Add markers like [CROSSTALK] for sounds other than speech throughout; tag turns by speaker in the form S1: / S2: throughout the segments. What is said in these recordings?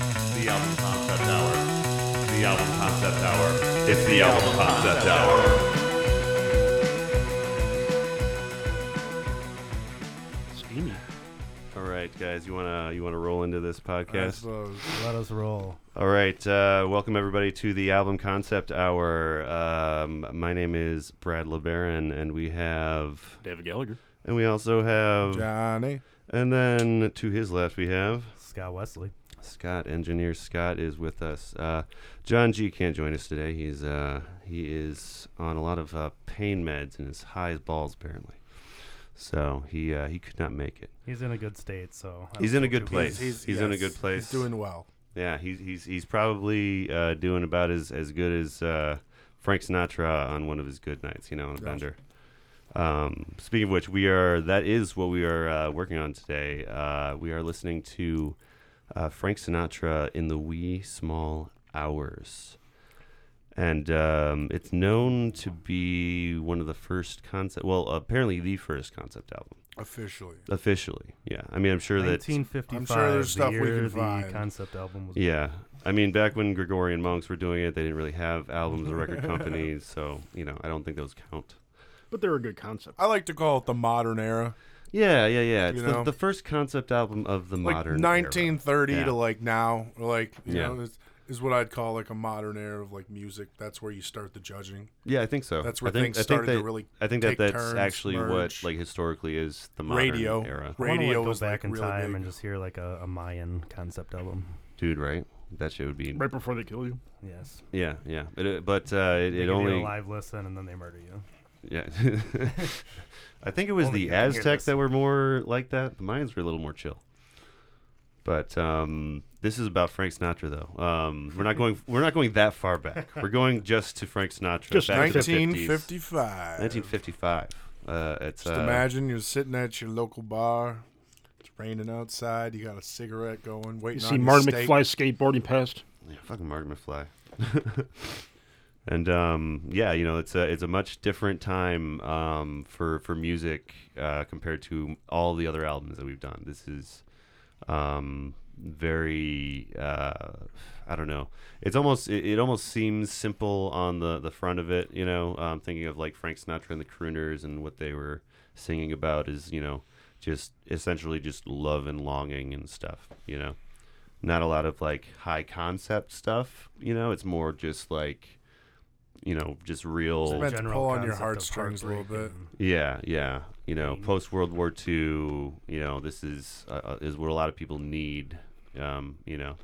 S1: album concept hour. The album concept hour. It's the album concept hour.
S2: Steamy.
S1: All right, guys, you wanna you wanna roll into this
S3: I
S1: podcast?
S3: suppose.
S4: Let us roll.
S1: All right, uh, welcome everybody to the album concept hour. Um, my name is Brad LeBaron, and we have
S2: David Gallagher.
S1: and we also have
S3: Johnny.
S1: and then to his left we have
S4: Scott Wesley.
S1: Scott, engineer Scott, is with us. Uh, John G can't join us today. He's uh, he is on a lot of uh, pain meds and is high as balls apparently. So he uh, he could not make it.
S4: He's in a good state, so I
S1: He's
S4: don't
S1: in a
S4: feel
S1: good
S4: too
S1: place.
S4: bad.
S1: He's in a good place.
S3: He's doing well.
S1: Yeah, he's he's he's probably uh, doing about as as good as uh, Frank Sinatra on one of his good nights. You know, on a bender. Um, speaking of which, we are that is what we are uh, working on today. Uh, we are listening to uh, Frank Sinatra in the wee small hours, and um, it's known to be one of the first concept. Well, apparently the first concept album
S3: Officially.
S1: officially. Yeah, I mean, I'm sure that
S4: 1955.
S3: I'm sure there's stuff
S4: the
S3: we
S4: year
S3: can
S4: the
S3: find.
S4: concept album was.
S1: Yeah. I mean, back when Gregorian monks were doing it, they didn't really have albums or
S3: [LAUGHS]
S1: record companies, so you know, I don't think those count.
S2: But they're a good concept.
S3: I like to call it the modern era.
S1: Yeah, yeah, yeah. It's
S3: You
S1: the,
S3: know?
S1: the first concept album of the
S3: Like
S1: modern era.
S3: 1930
S1: Yeah.
S3: to like now. or Like, you
S1: Yeah.
S3: know, is, is what I'd call like a modern era of like music. That's where you start the judging.
S1: Yeah, I think so.
S3: That's where
S1: I think,
S3: things
S1: I think
S3: started to
S1: that-
S3: really
S1: I think that
S3: take
S1: that's
S3: turns,
S1: actually
S3: merge.
S1: what like historically is the modern
S3: radio.
S4: I
S1: era,
S4: wanna, like,
S3: Radio
S4: go
S3: was
S4: back
S3: like
S4: in
S3: really
S4: time
S3: big.
S4: and just hear like a, a Mayan concept album.
S1: dude. Right? That shit would be.
S2: Right before they kill you.
S4: Yes.
S1: Yeah, yeah. But it, but uh, it,
S4: They
S1: it
S4: give you
S1: only
S4: a live listen and then they murder you.
S1: yeah. [LAUGHS] I think it was
S4: Only
S1: the
S4: you can hear
S1: Aztecs
S4: this.
S1: that were more like that. The Mayans were a little more chill. But um, this is about Frank Sinatra, though. Um, we're not going. We're not going that far back. We're going just to Frank Sinatra.
S2: Just
S1: back to the 50s.
S3: 1955.
S1: 1955. Uh, it's
S3: Just
S1: uh,
S3: imagine you're sitting at your local bar. It's raining outside. You got a cigarette going,
S2: You
S3: waiting on
S2: see
S3: your
S2: Martin
S3: steak.
S2: McFly skateboarding past.
S1: Yeah, fucking Martin McFly. [LAUGHS] and um, yeah, you know, it's a it's a much different time um, for for music uh, compared to all the other albums that we've done. This is um, very uh, I don't know. It's almost it, it almost seems simple on the the front of it. You know, um, thinking of like Frank Sinatra and the Crooners and what they were singing about is you know just essentially just love and longing and stuff. You know not a lot of like high concept stuff. You know, it's more just like, you know, just
S3: It's
S1: real.
S3: meant to
S4: General
S3: pull on your
S4: concept of
S3: heartstrings a little bit.
S4: heartbreak and-
S1: Yeah, yeah. You know,
S4: Pain.
S1: post World War II. You know, this is uh, uh, is what a lot of people need. Um, you know,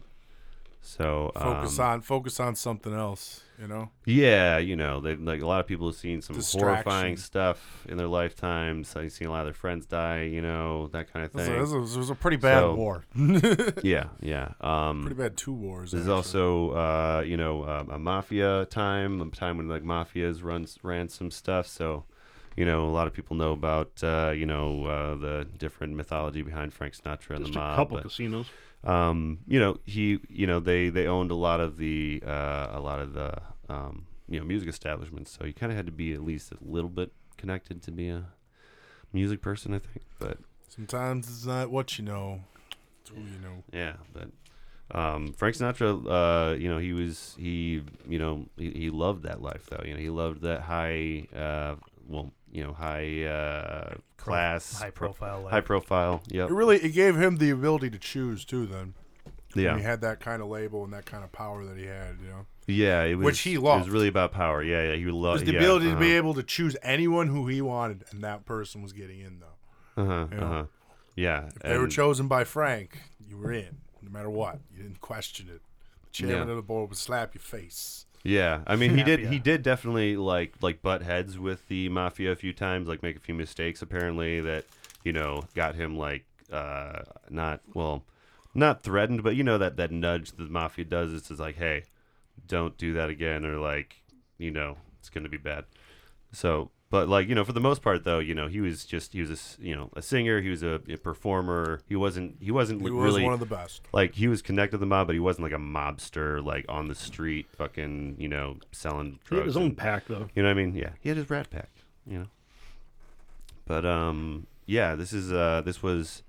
S1: so
S3: Focus
S1: um,
S3: on focus on something else. You know,
S1: Yeah, you know, they like a lot of people have seen some horrifying
S3: Distraction.
S1: stuff in their lifetimes. I've seen a lot of their friends die. You know, that kind of
S3: it was, a,
S1: thing.
S3: it was a- it was a pretty bad
S1: So-
S3: war. [LAUGHS]
S1: yeah, yeah. Um,
S3: Pretty bad two wars.
S1: This is
S3: actually.
S1: also, uh, you know, um, a mafia time, a time when like mafias runs ran some stuff. So, you know, a lot of people know about, uh, you know, uh, the different mythology behind Frank Sinatra and
S2: Just
S1: the
S2: a
S1: mob.
S2: couple
S1: but,
S2: casinos.
S1: um, you know, he, you know, they they owned a lot of the uh, a lot of the um, you know music establishments. So you kind of had to be at least a little bit connected to be a music person, I think. But
S3: sometimes it's not what you know, it's who you know.
S1: Yeah, but um, Frank Sinatra, uh, you know, he was he, you know, he, he loved that life though. You know, he loved that high, uh, well, you know, high uh,
S4: pro-
S1: class,
S4: high
S1: pro-
S4: profile.
S1: high
S4: Like,
S1: profile. Yep.
S3: It really it gave him the ability to choose too. Then when he
S1: Yeah,
S3: had that kind of label and that kind of power that he had. You know,
S1: yeah. It was,
S3: Which he
S1: It
S3: loved.
S1: was really about power. Yeah, yeah. He
S3: it
S1: loved
S3: was the
S1: yeah,
S3: ability to be
S1: uh-huh,
S3: able to choose anyone who he wanted, and that person was getting in though.
S1: Uh-huh,
S3: you know.
S1: uh-huh. Yeah.
S3: If they were
S1: and-
S3: chosen by Frank, you were in, no matter what. You didn't question it. The chairman
S1: Yeah.
S3: of the board would slap your face.
S1: Yeah, I mean, he did. He
S4: Mafia.
S1: did definitely like like butt heads with the mafia a few times, like make a few mistakes apparently that you know got him like uh not well, not threatened, but you know that that nudge that the mafia does is just like, hey, don't do that again, or like you know it's gonna be bad. So, but like you know, for the most part though, you know, he was just he was a s- you know a singer, he was a, a performer, he wasn't he wasn't
S3: He
S1: like,
S3: was
S1: really
S3: one of the best.
S1: like he was connected to the mob, but he wasn't like a mobster, like on the street, fucking, you know, selling drugs.
S2: He had his own
S1: and-
S2: pack, though.
S1: You know what I mean? Yeah, he had his rat pack. You know. But um, yeah, this is uh, this was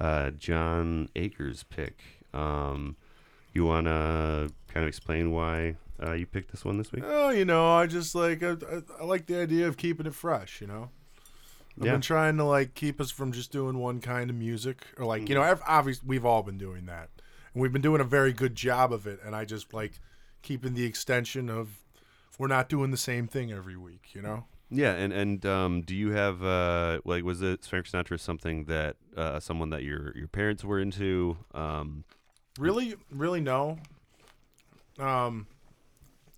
S1: uh, John Akers' pick. Um, You wanna kind of explain why uh, you picked this one this week?
S3: Oh, you know, I just like I, I, I like the idea of keeping it fresh. You know, I've
S1: Yeah.
S3: been trying to like keep us from just doing one kind of music, or like you know,
S1: Mm-hmm.
S3: I've, obviously we've all been doing that, and we've been doing a very good job of it. And I just like keeping the extension of we're not doing the same thing every week. You know,
S1: Yeah, and and um, do you have uh, like was it Frank Sinatra something that uh, someone that your your parents were into? Um,
S3: really, really no. Um,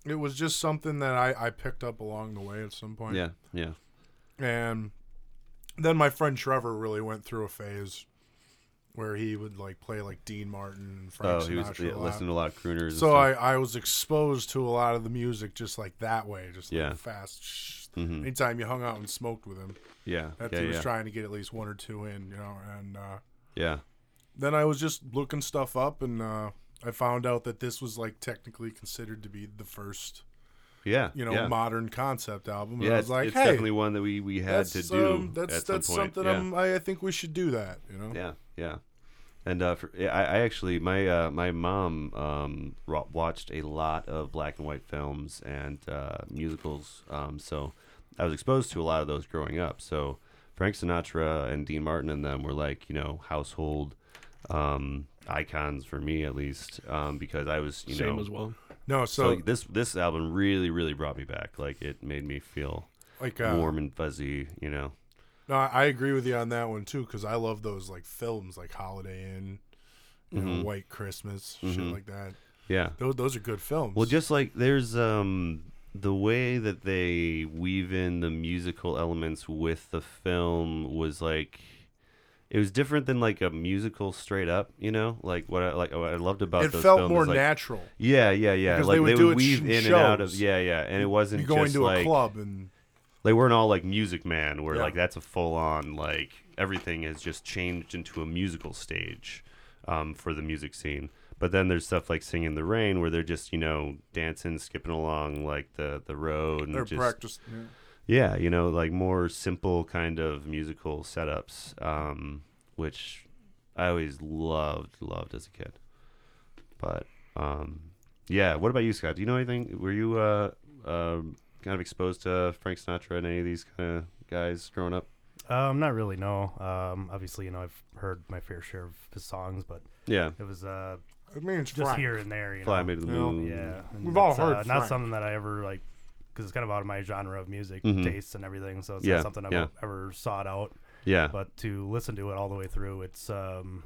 S3: it was just something that I I picked up along the way at some point.
S1: yeah, yeah,
S3: And then my friend Trevor really went through a phase where he would like play like Dean Martin and Frank
S1: Oh, he was
S3: Sinatra.
S1: yeah,
S3: a lot.
S1: listening to a lot of crooners. and
S3: so I,
S1: stuff.
S3: I was exposed to a lot of the music just like that way, just like
S1: Yeah.
S3: fast. Shh.
S1: Mhm.
S3: Anytime you hung out and smoked with him,
S1: yeah,
S3: that
S1: yeah,
S3: he was
S1: yeah,
S3: trying to get at least one or two in, you know. And uh,
S1: yeah.
S3: then I was just looking stuff up, and uh, I found out that this was like technically considered to be the first,
S1: Yeah,
S3: you know,
S1: yeah.
S3: modern concept album. And
S1: yeah,
S3: I
S1: it's,
S3: was like,
S1: it's
S3: hey,
S1: definitely one that we, we had to do.
S3: um, that's
S1: at some
S3: that's
S1: point.
S3: something
S1: yeah.
S3: I'm, I, I think we should do that. You know.
S1: yeah, yeah. And uh, for, yeah, I, I actually my uh, my mom um, ro- watched a lot of black and white films and uh, musicals, um, so I was exposed to a lot of those growing up. So Frank Sinatra and Dean Martin and them were like you know household um, icons for me at least um, because I was you
S2: Same
S1: know
S2: as well.
S3: No,
S1: so
S3: so,
S1: this this album really really brought me back. Like it made me feel
S3: like, uh,
S1: warm and fuzzy, you know.
S3: no, I I agree with you on that one too because I love those like films like Holiday Inn, you
S1: Mm-hmm.
S3: know, White Christmas, shit like that.
S1: Yeah.
S3: Those those are good films.
S1: Mm-hmm. Well, just like there's um the way that they weave in the musical elements with the film was like it was different than like a musical straight up, you know? Like what I like what I loved about
S3: it
S1: those
S3: felt
S1: films
S3: more
S1: is, like,
S3: natural.
S1: Yeah, yeah, yeah.
S3: because
S1: like
S3: they would do it sh-
S1: weave
S3: in
S1: in and out of
S3: shows.
S1: yeah, yeah, and it wasn't
S3: You go
S1: just
S3: into
S1: like
S3: a club and
S1: they weren't all like Music Man, where
S3: Yeah.
S1: like that's a full on like everything has just changed into a musical stage um, for the music scene. But then there's stuff like Singing in the Rain, where they're just you know dancing, skipping along like the the road and
S3: they're
S1: mm, just
S3: practiced. yeah.
S1: yeah, you know like more simple kind of musical setups, um, which I always loved loved as a kid. But um, yeah, what about you, Scott? Do you know anything? Were you uh, uh, kind of exposed to Frank Sinatra and any of these kind of guys growing up?
S4: Um, not really. No. Um, obviously, you know, I've heard my fair share of his songs, but
S1: Yeah,
S4: it was uh
S3: I mean, it's
S4: just
S3: Frank.
S4: here and there. You
S1: Fly
S4: know?
S1: Me to the
S3: you know,
S1: Moon.
S4: Yeah, and
S3: We've all
S4: it's,
S3: heard
S4: uh,
S3: Frank.
S4: not something that I ever like because it's kind of out of my genre of music
S1: Mhm.
S4: tastes and everything. So it's
S1: Yeah,
S4: not something I've
S1: yeah.
S4: ever sought out.
S1: yeah,
S4: But to listen to it all the way through, it's um,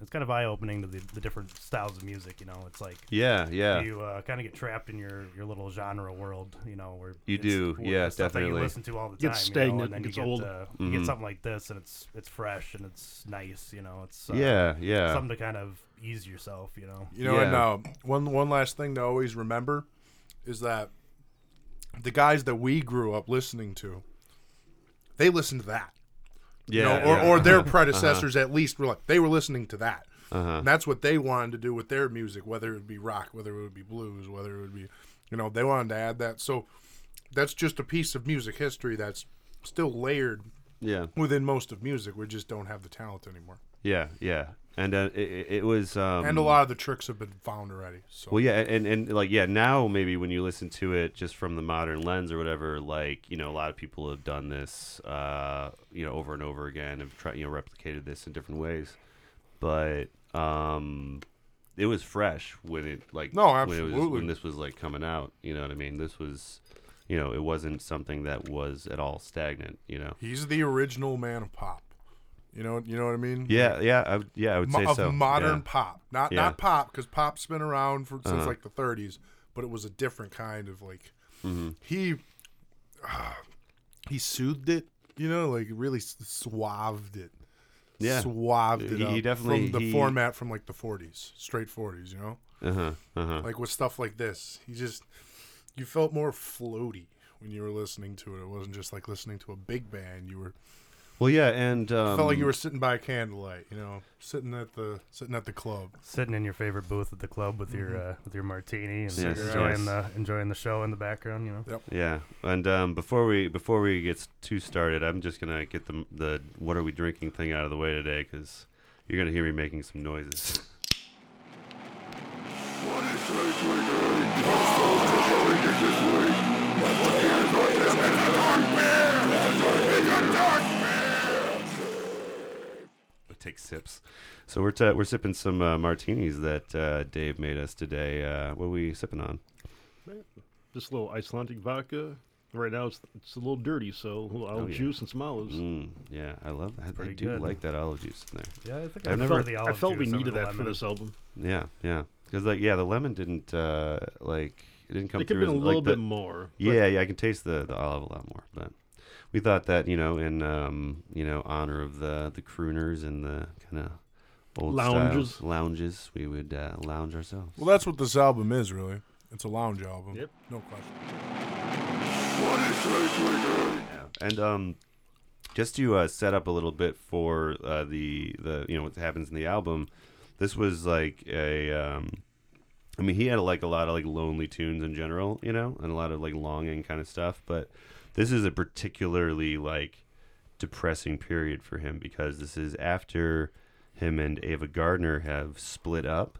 S4: it's kind of eye opening to the, the different styles of music. You know, it's like
S1: yeah, yeah.
S4: you uh, kind of get trapped in your, your little genre world. You know, where
S1: You
S4: it's
S1: do,
S4: where
S1: yeah,
S4: the stuff That
S1: definitely.
S4: you listen to all the time.
S2: Gets
S4: you know,
S2: stagnant,
S4: and then
S2: gets
S4: you get
S2: old.
S4: uh, you get
S1: Mhm.
S4: something like this, and it's it's fresh and it's nice. You know, it's uh,
S1: Yeah, yeah.
S4: something to kind of ease yourself. You know,
S3: You know, and
S1: Yeah.
S3: uh, one one last thing to always remember is that the guys that we grew up listening to, they listened to that.
S1: yeah, [LAUGHS] Uh-huh.
S3: you know, or, or their predecessors at least were like they were listening to that.
S1: uh
S3: And that's what they wanted to do with their music, whether it would be rock, whether it would be blues, whether it would be, you know, they wanted to add that. So that's just a piece of music history that's still layered
S1: yeah.
S3: within most of music. We just don't have the talent anymore,
S1: Yeah, yeah, and uh, it, it it was um,
S3: and a lot of the tricks have been found already. So
S1: Well, yeah, and, and like yeah, now maybe when you listen to it just from the modern lens or whatever, like you know, a lot of people have done this, uh, you know, over and over again, have tried, you know, replicated this in different ways, but um, it was fresh when it like
S3: No,
S1: when, it was,
S3: absolutely.
S1: when this was like coming out. You know what I mean? This was, you know, it wasn't something that was at all stagnant. You know?
S3: he's the original man of pop. You know, you know what I mean?
S1: Yeah, yeah, I, would- yeah, I would
S3: Mo-
S1: say
S3: of
S1: so.
S3: modern
S1: yeah.
S3: pop, not
S1: Yeah.
S3: not pop, because pop's been around for since
S1: Uh-huh.
S3: like the 30s, but it was a different kind of like
S1: Mm-hmm.
S3: he [SIGHS] he soothed it, you know, like really s- suaved it,
S1: Yeah.
S3: suaved it.
S1: He- he
S3: up
S1: definitely-
S3: from the
S1: he-
S3: format from like the 40s, straight 40s, you know,
S1: Uh huh. Uh huh.
S3: like with stuff like this, he just you felt more floaty when you were listening to it. It wasn't just like listening to a big band. You were
S1: Well, yeah, and um,
S3: felt like you were sitting by candlelight, you know, sitting at the sitting at the club.
S4: sitting in your favorite booth at the club with your
S2: Mm-hmm.
S4: uh, with your martini and
S1: Yes,
S4: enjoying
S1: yes.
S4: the enjoying the show in the background. You know,
S1: Yeah, and um, before we before we get s- too started, I'm just gonna get the the what are we drinking thing out of the way today because you're gonna hear me making some noises. Take sips. So we're t- we're sipping some uh, martinis that uh, Dave made us today. Uh, what are we sipping on?
S2: This little Icelandic vodka. Right now it's it's a little dirty, so a little olive
S1: yeah.
S2: juice and some olives.
S1: Mm, yeah, I love that. I
S4: pretty
S1: do
S4: good.
S1: like that olive juice in there.
S4: Yeah, I think
S1: I've
S4: I
S1: never-
S4: prefer the
S2: I
S4: olive
S2: felt we
S4: juice over
S2: needed
S4: the
S2: that for
S4: lemon.
S2: this album.
S1: Yeah, yeah. Because like yeah, the lemon didn't uh, like it didn't come
S2: It could
S1: through.
S2: have been a
S1: as- like,
S2: little
S1: the-
S2: bit more. but
S1: Yeah, yeah, I can taste the, the olive a lot more. But we thought that you know, in um, you know, honor of the the crooners and the kind of old style
S2: Lounges.
S1: lounges, we would uh, lounge ourselves.
S3: Well, that's what this album is, really. It's a lounge album.
S2: Yep.
S3: No question.
S1: Yeah. And um, just to uh, set up a little bit for uh, the the you know what happens in the album, this was like a. Um, I mean, he had like a lot of like lonely tunes in general, you know, and a lot of like longing kind of stuff. But this is a particularly like depressing period for him because this is after him and Ava Gardner have split up,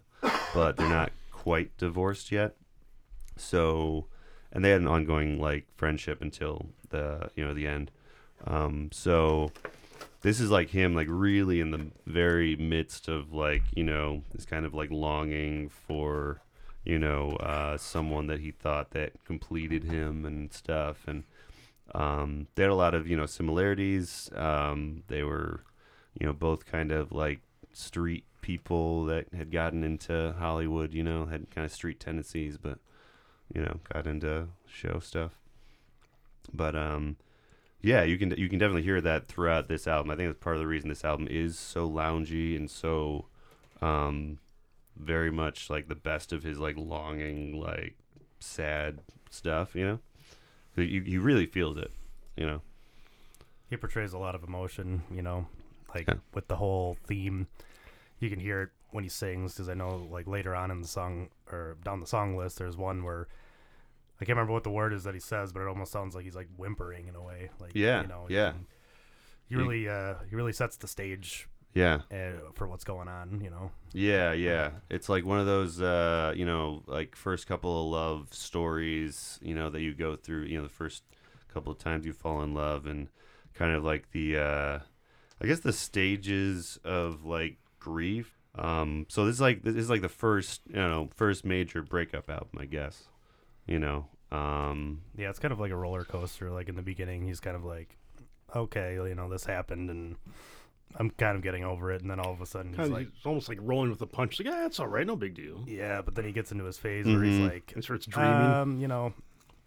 S1: but they're not quite divorced yet. So, and they had an ongoing like friendship until the you know the end. Um, so this is like him like really in the very midst of like you know this kind of like longing for you know uh, someone that he thought that completed him and stuff and um, they had a lot of you know similarities um, they were you know both kind of like street people that had gotten into hollywood you know had kind of street tendencies but you know got into show stuff but um yeah, you can you can definitely hear that throughout this album. I think that's part of the reason this album is so loungy and so um very much like the best of his like longing like sad stuff, you know? So You you really feels it, you know.
S4: He portrays a lot of emotion, you know, like
S1: Yeah.
S4: with the whole theme. You can hear it when he sings because I know, like later on in the song or down the song list, there's one where I can't remember what the word is that he says, but it almost sounds like he's like whimpering in a way. Like
S1: Yeah,
S4: you know,
S1: yeah.
S4: He really, uh, he really sets the stage
S1: Yeah.
S4: uh, for what's going on. You know,
S1: Yeah, yeah. It's like one of those, uh, you know, like first couple of love stories, you know, that you go through, you know, the first couple of times you fall in love and kind of like the, uh, I guess the stages of like grief. Um, so this is like, this is like the first, you know, first major breakup album, I guess, you know, um,
S4: yeah, it's kind of like a roller coaster. Like in the beginning, he's kind of like, okay, you know, this happened, and I'm kind of getting over it, and then all of a sudden he's
S2: kinda-
S4: like,
S2: it's almost like rolling with the punch. Like, yeah, it's all right, no big deal.
S4: Yeah, but then he gets into his phase where he's
S1: Mhm.
S4: like,
S2: And starts dreaming.
S4: um, you know,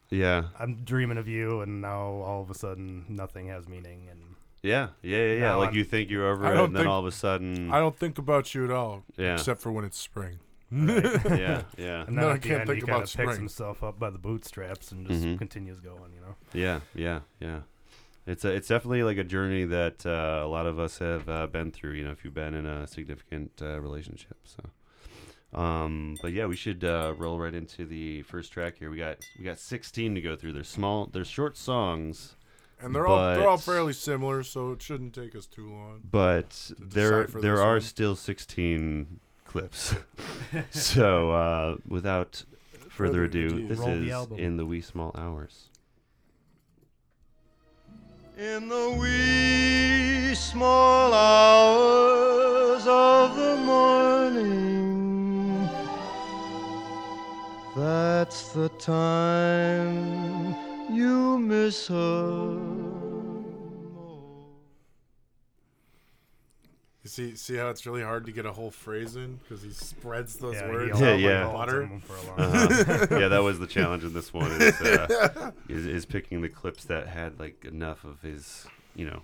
S1: yeah.
S4: I'm dreaming of you, and now all of a sudden nothing has meaning. And
S3: [LAUGHS]
S1: Yeah, yeah, yeah, yeah.
S4: No,
S1: like
S4: I'm-
S1: you think you're over
S3: I
S1: it,
S3: don't
S1: and then
S3: think-
S1: all of a sudden,
S3: I don't think about you at all,
S1: Hmm. Yeah.
S3: except for when it's spring. [LAUGHS]
S1: yeah, yeah.
S4: [LAUGHS] and then
S3: No, I
S4: at the
S3: can't
S4: end,
S3: think
S4: he kind
S3: about
S4: of
S3: spring.
S4: picks himself up by the bootstraps and just
S1: Mhm.
S4: continues going. You know,
S1: Yeah, yeah, yeah. It's a, it's definitely like a journey that uh, a lot of us have uh, been through. You know, if you've been in a significant uh, relationship. So, um, but yeah, we should uh, roll right into the first track here. We got we got 16 to go through. They're small. They're short songs,
S3: And they're all they're
S1: But-
S3: all fairly similar, so it shouldn't take us too long.
S1: but there
S3: decipher
S1: there
S3: this
S1: are
S3: one.
S1: still 16 clips. so uh, without further
S3: Further
S1: ado,
S3: ado.
S1: this
S4: Roll the
S1: is
S4: album.
S1: in the wee small hours.
S5: In the wee small hours of the morning, that's the time you miss her.
S3: You see see how it's really hard to get a whole phrase in because he spreads those
S4: yeah, he
S3: words
S4: all-
S1: Yeah,
S3: out
S1: yeah.
S3: like
S4: holds
S3: water.
S4: him For a long [LAUGHS]
S1: Uh-huh. yeah, that was the challenge in this one is, uh, is is picking the clips that had like enough of his, you know.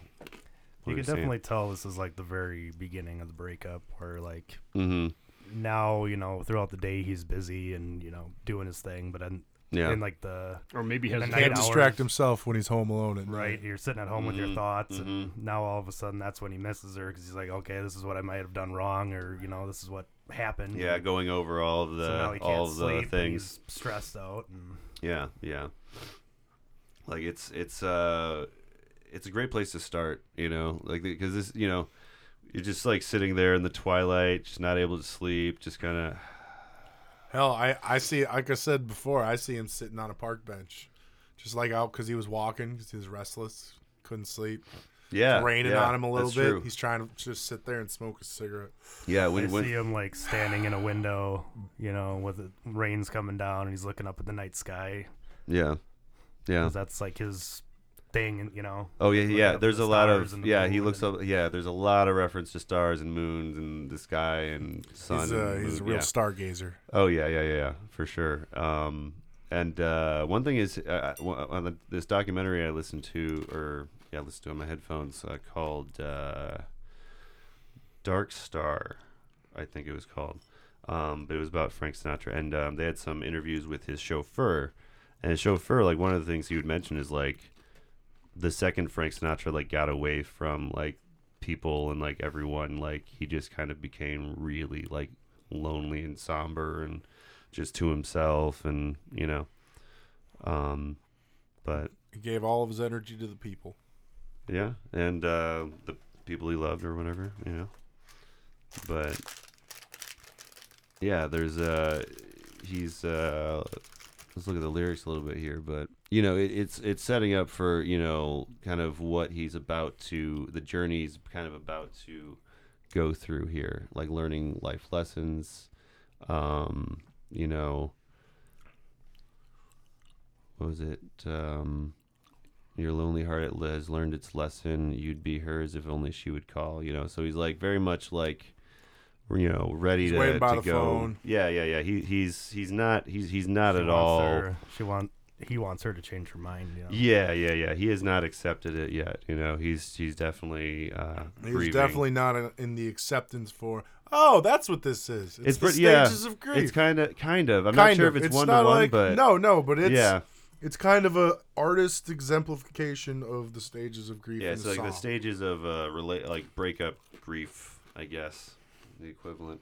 S4: you can definitely tell this is like the very beginning of the breakup, where like
S1: hmm
S4: now you know throughout the day he's busy and you know doing his thing, but then
S1: Yeah.
S4: in like the
S2: Or maybe has
S4: And
S2: a
S4: eight
S3: Can't
S2: head
S4: hours.
S3: distract himself when he's home alone at night.
S4: right? You're sitting at home with your thoughts,
S1: Mm-hmm.
S4: and now all of a sudden that's when he misses her because he's like, okay, this is what I might have done wrong, or you know, this is what happened.
S1: yeah,
S4: and
S1: going over all of
S4: so now
S1: the
S4: he can't
S1: all of
S4: sleep
S1: the
S4: and
S1: things.
S4: he's stressed out. And
S1: Yeah, yeah. Like it's it's uh it's a great place to start, you know, like because this, you know, you're just like sitting there in the twilight, just not able to sleep, just kind of
S3: Hell, I, I see, like I said before, I see him sitting on a park bench, just like out because he was walking, because he was restless, couldn't sleep,
S1: Yeah,
S3: raining
S1: yeah,
S3: on him a little
S1: that's
S3: bit.
S1: true.
S3: He's trying to just sit there and smoke a cigarette.
S1: yeah,
S4: I
S1: when, when,
S4: see him like standing in a window, you know, with the rain's coming down, and he's looking up at the night sky.
S1: yeah, yeah.
S4: 'cause that's like his thing, and you know.
S1: Oh yeah,
S4: looking
S1: yeah.
S4: up at
S1: There's
S4: the
S1: a lot
S4: stars
S1: of
S4: and the
S1: yeah.
S4: moon
S1: He looks
S4: and-
S1: up. Yeah, there's a lot of reference to stars and moons and the sky and sun.
S3: He's,
S1: and
S3: uh, he's a
S1: moon,
S3: real
S1: yeah.
S3: stargazer.
S1: Oh yeah, yeah, yeah, yeah, for sure. Um, and uh, one thing is, uh, w- on the, this documentary I listened to, or yeah, I listened to on my headphones, uh, called uh, Dark Star, I think it was called. Um, but it was about Frank Sinatra, and um, they had some interviews with his chauffeur. And his chauffeur, like one of the things he would mention is like the second Frank Sinatra like got away from like people and like everyone, like he just kind of became really like lonely and somber and just to himself and you know um but
S3: He gave all of his energy to the people.
S1: yeah and uh the people he loved or whatever you know but yeah there's uh he's uh let's look at the lyrics a little bit here but you know it, it's it's setting up for you know kind of what he's about to the journey he's kind of about to go through here like learning life lessons um you know what was it um your lonely heart at has learned its lesson you'd be hers if only she would call you know so he's like very much like you know ready
S3: He's
S1: to,
S3: waiting by
S1: to
S3: the
S1: go
S3: phone.
S1: yeah yeah yeah he he's he's not he's he's not
S4: She
S1: at
S4: wants
S1: all
S4: her- she want he wants her to change her mind. You know?
S1: yeah, yeah, yeah. He has not accepted it yet. You know, he's he's definitely uh,
S3: He's
S1: grieving.
S3: definitely not in- in the acceptance for. Oh, that's what this is. It's,
S1: It's
S3: the
S1: pretty- yeah.
S3: stages of grief.
S1: It's kind of kind of. I'm not
S3: Kind
S1: sure
S3: of.
S1: if it's one to
S3: not
S1: one,
S3: like-
S1: but
S3: no, no, but it's
S1: yeah,
S3: it's kind of a artist exemplification of the stages of grief.
S1: yeah.
S3: in
S1: It's
S3: the
S1: like the
S3: song.
S1: stages of uh, relate like breakup grief, I guess, the equivalent.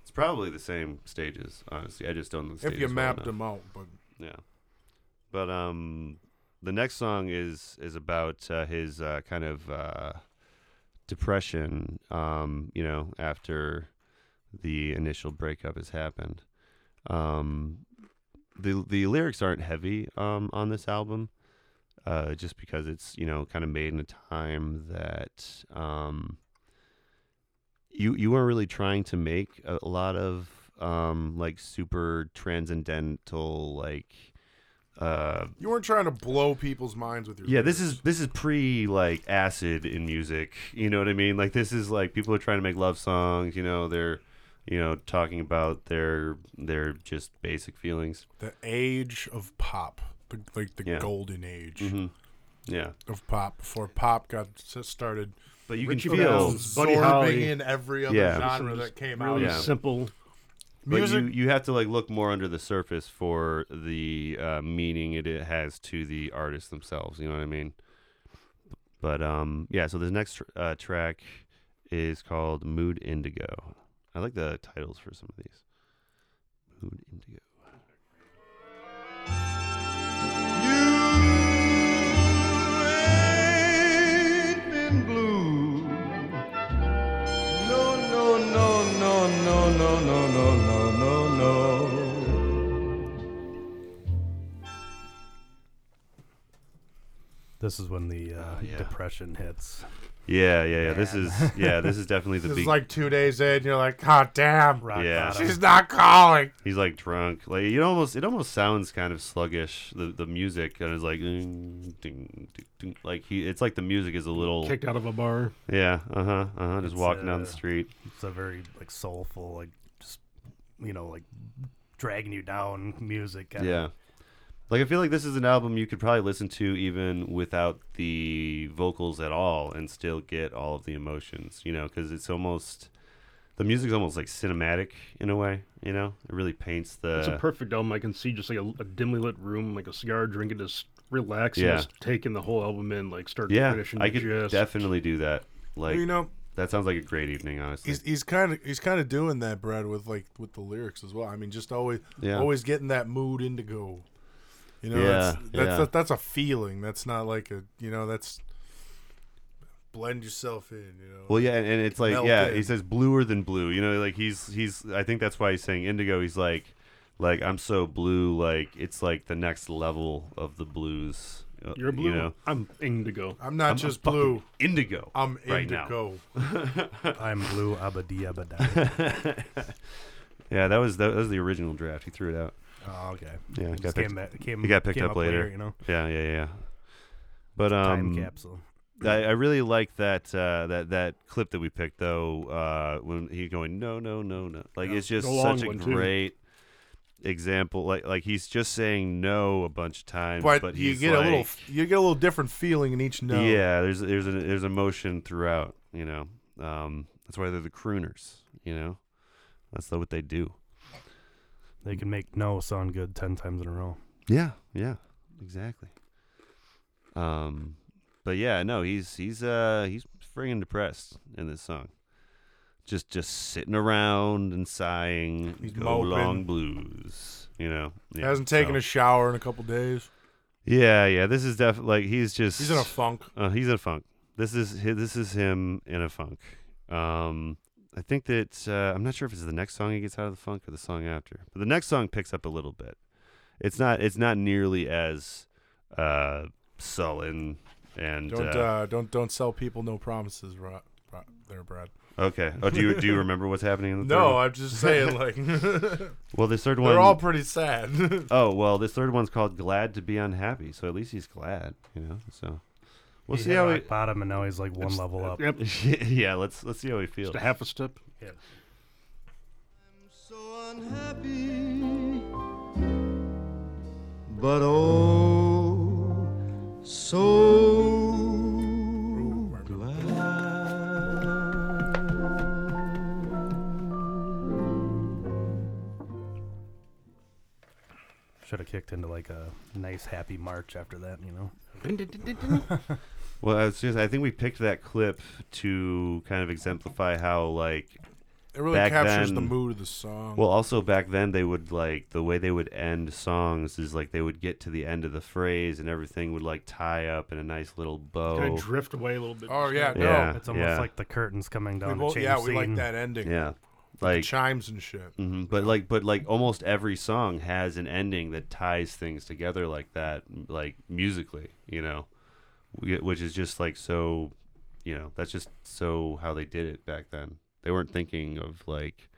S1: It's probably the same stages, honestly. I just don't know the
S3: if
S1: stages
S3: you
S1: well
S3: mapped
S1: enough.
S3: them out, but
S1: Yeah. But um the next song is is about uh, his uh, kind of uh, depression um you know after the initial breakup has happened. Um the the lyrics aren't heavy um on this album uh just because it's you know kind of made in a time that um you you weren't really trying to make a, a lot of um like super transcendental like uh
S3: you weren't trying to blow people's minds with your.
S1: yeah this
S3: lyrics.
S1: is this is pre like acid in music you know what i mean like this is like people are trying to make love songs you know they're you know talking about their their just basic feelings
S3: the age of pop, the, like the
S1: Yeah. Mm-hmm.
S3: golden age
S1: yeah
S3: of pop before pop got s- started.
S1: but you
S2: Richie
S1: can
S2: Valens
S1: feel
S2: is Buddy
S3: absorbing
S2: Holly.
S3: in every other
S1: Yeah.
S3: genre that came out.
S2: really
S1: Yeah.
S2: simple.
S1: but
S3: Music
S1: you, you have to like look more under the surface for the uh, meaning it, it has to the artists themselves you know what i mean but um yeah so this next tr- uh, track is called mood indigo i like the titles for some of these mood indigo
S5: You ain't been blue. No, no, no, no, no, no, no, no, no, no, no.
S4: This is when the uh,
S1: Oh, yeah.
S4: depression hits.
S1: yeah yeah yeah this
S4: Man.
S1: is yeah this is definitely the
S3: [LAUGHS] this
S1: big
S3: is like two days in. You're like, God damn,
S4: Rock
S1: Yeah. [LAUGHS]
S4: bottom.
S3: she's not calling.
S1: he's like drunk like it almost it almost sounds kind of sluggish the the music and it's like ding, ding, ding, ding. like he it's like the music is a little
S2: Kicked out of a bar.
S1: yeah uh-huh uh-huh just
S4: It's,
S1: walking down
S4: uh,
S1: the street
S4: It's a very like soulful, like just you know, like dragging you down music. kinda.
S1: Yeah. Like I feel like this is an album you could probably listen to even without the vocals at all and still get all of the emotions, you know, cuz it's almost the music's almost like cinematic in a way, you know? It really paints the
S2: It's a perfect album. I can see just like a, a dimly lit room, like a cigar, drinking, just relaxing,
S1: Yeah.
S2: just taking the whole album in, like start to
S1: Yeah,
S2: finish, and
S1: I could
S2: just
S1: definitely do that. Like
S3: you know,
S1: that sounds like a great evening, honestly.
S3: he's he's kind of he's kind of doing that, Brad, with like with the lyrics as well. I mean, just always
S1: Yeah.
S3: always getting that mood indigo. You know,
S1: Yeah,
S3: that's that's,
S1: yeah.
S3: That, that's a feeling. That's not like a you know that's blend yourself in. You know,
S1: Well, yeah, and, and it's like,
S3: Melt
S1: yeah,
S3: in.
S1: he says bluer than blue. You know, like he's he's. I think that's why he's saying indigo. He's like, like I'm so blue, like it's like the next level of the blues. uh,
S2: You're blue.
S1: You know?
S2: I'm indigo.
S3: I'm not
S1: I'm
S3: just
S1: fucking
S3: blue.
S1: indigo.
S3: I'm
S1: right now.
S3: indigo.
S4: [LAUGHS] I'm blue abadi
S1: [LAUGHS]
S4: abadi.
S1: Yeah, that was that was the original draft. He threw it out.
S4: oh, okay.
S1: Yeah,
S4: It
S1: got
S4: just
S1: picked-
S4: came back. Came,
S1: He got picked
S4: came
S1: up, later.
S4: You know,
S1: Yeah, yeah, yeah. But um,
S4: time capsule.
S1: I, I really like that uh, that that clip that we picked though. Uh, when he going no no no no, like it's just
S2: the long
S1: such a
S2: one, too.
S1: great example. Like like he's just saying no a bunch of times, but,
S3: But, you
S1: he's
S3: get a little
S1: like-
S3: you get a little different feeling in each note.
S1: yeah. There's there's an, there's emotion throughout. You know, um, that's why they're the crooners. You know, that's what they do.
S4: They can make no sound good ten times in a row.
S1: Yeah, yeah, exactly. Um, but yeah, no, he's he's uh he's friggin' depressed in this song. Just just sitting around and sighing.
S3: He's
S1: go long
S3: moping.
S1: blues. You know, yeah,
S3: Hasn't taken
S1: so-
S3: a shower in a couple days.
S1: yeah, yeah. This is definitely like he's just
S3: He's in a funk.
S1: uh, he's in a funk. This is hi- this is him in a funk. Um, I think that uh, I'm not sure if it's the next song he gets out of the funk or the song after, but the next song picks up a little bit. It's not it's not nearly as uh, sullen and
S3: Don't
S1: uh,
S3: uh, don't don't sell people no promises, Ro- Ro- there, Brad.
S1: okay. Oh, do you do
S3: [LAUGHS]
S1: you remember what's happening in the third
S3: uh, No,
S1: one?
S3: I'm just saying, like [LAUGHS] they're
S1: well, this third one.
S3: all pretty sad. [LAUGHS]
S1: oh well, this third one's called "Glad to Be Unhappy," so at least he's glad, you know. So we'll
S4: he
S1: see
S4: hit
S1: how
S4: rock
S1: he. uh,
S4: bottom, and now he's like one level up.
S2: Yep.
S1: [LAUGHS] yeah, let's let's see how he feels.
S2: Just a half a step.
S4: Yeah.
S5: so unhappy, but oh, so
S4: Should have kicked into like a nice happy march after that. You know,
S1: Well, I was just, I think we picked that clip to kind of exemplify how, like,
S3: It really
S1: Back
S3: captures the
S1: then-
S3: mood of the song.
S1: well, also back then they would, like, the way they would end songs is, like, they would get to the end of the phrase and everything would, like, tie up in a nice little
S2: Kind
S1: bow.
S2: of drift away a little bit.
S3: Oh,
S2: Just
S3: yeah,
S2: kinda-
S3: no.
S1: yeah.
S4: it's almost
S1: yeah,
S4: like the curtains coming
S3: we
S4: down.
S3: both,
S4: to change
S3: yeah, we like
S4: scene.
S3: that ending.
S1: Yeah. Like,
S3: chimes and shit.
S1: mhm, but, like, but, like, almost every song has an ending that ties things together like that, m- like, musically, you know, Wh- which is just, like, so, you know, that's just so how they did it back then. They weren't thinking of, like,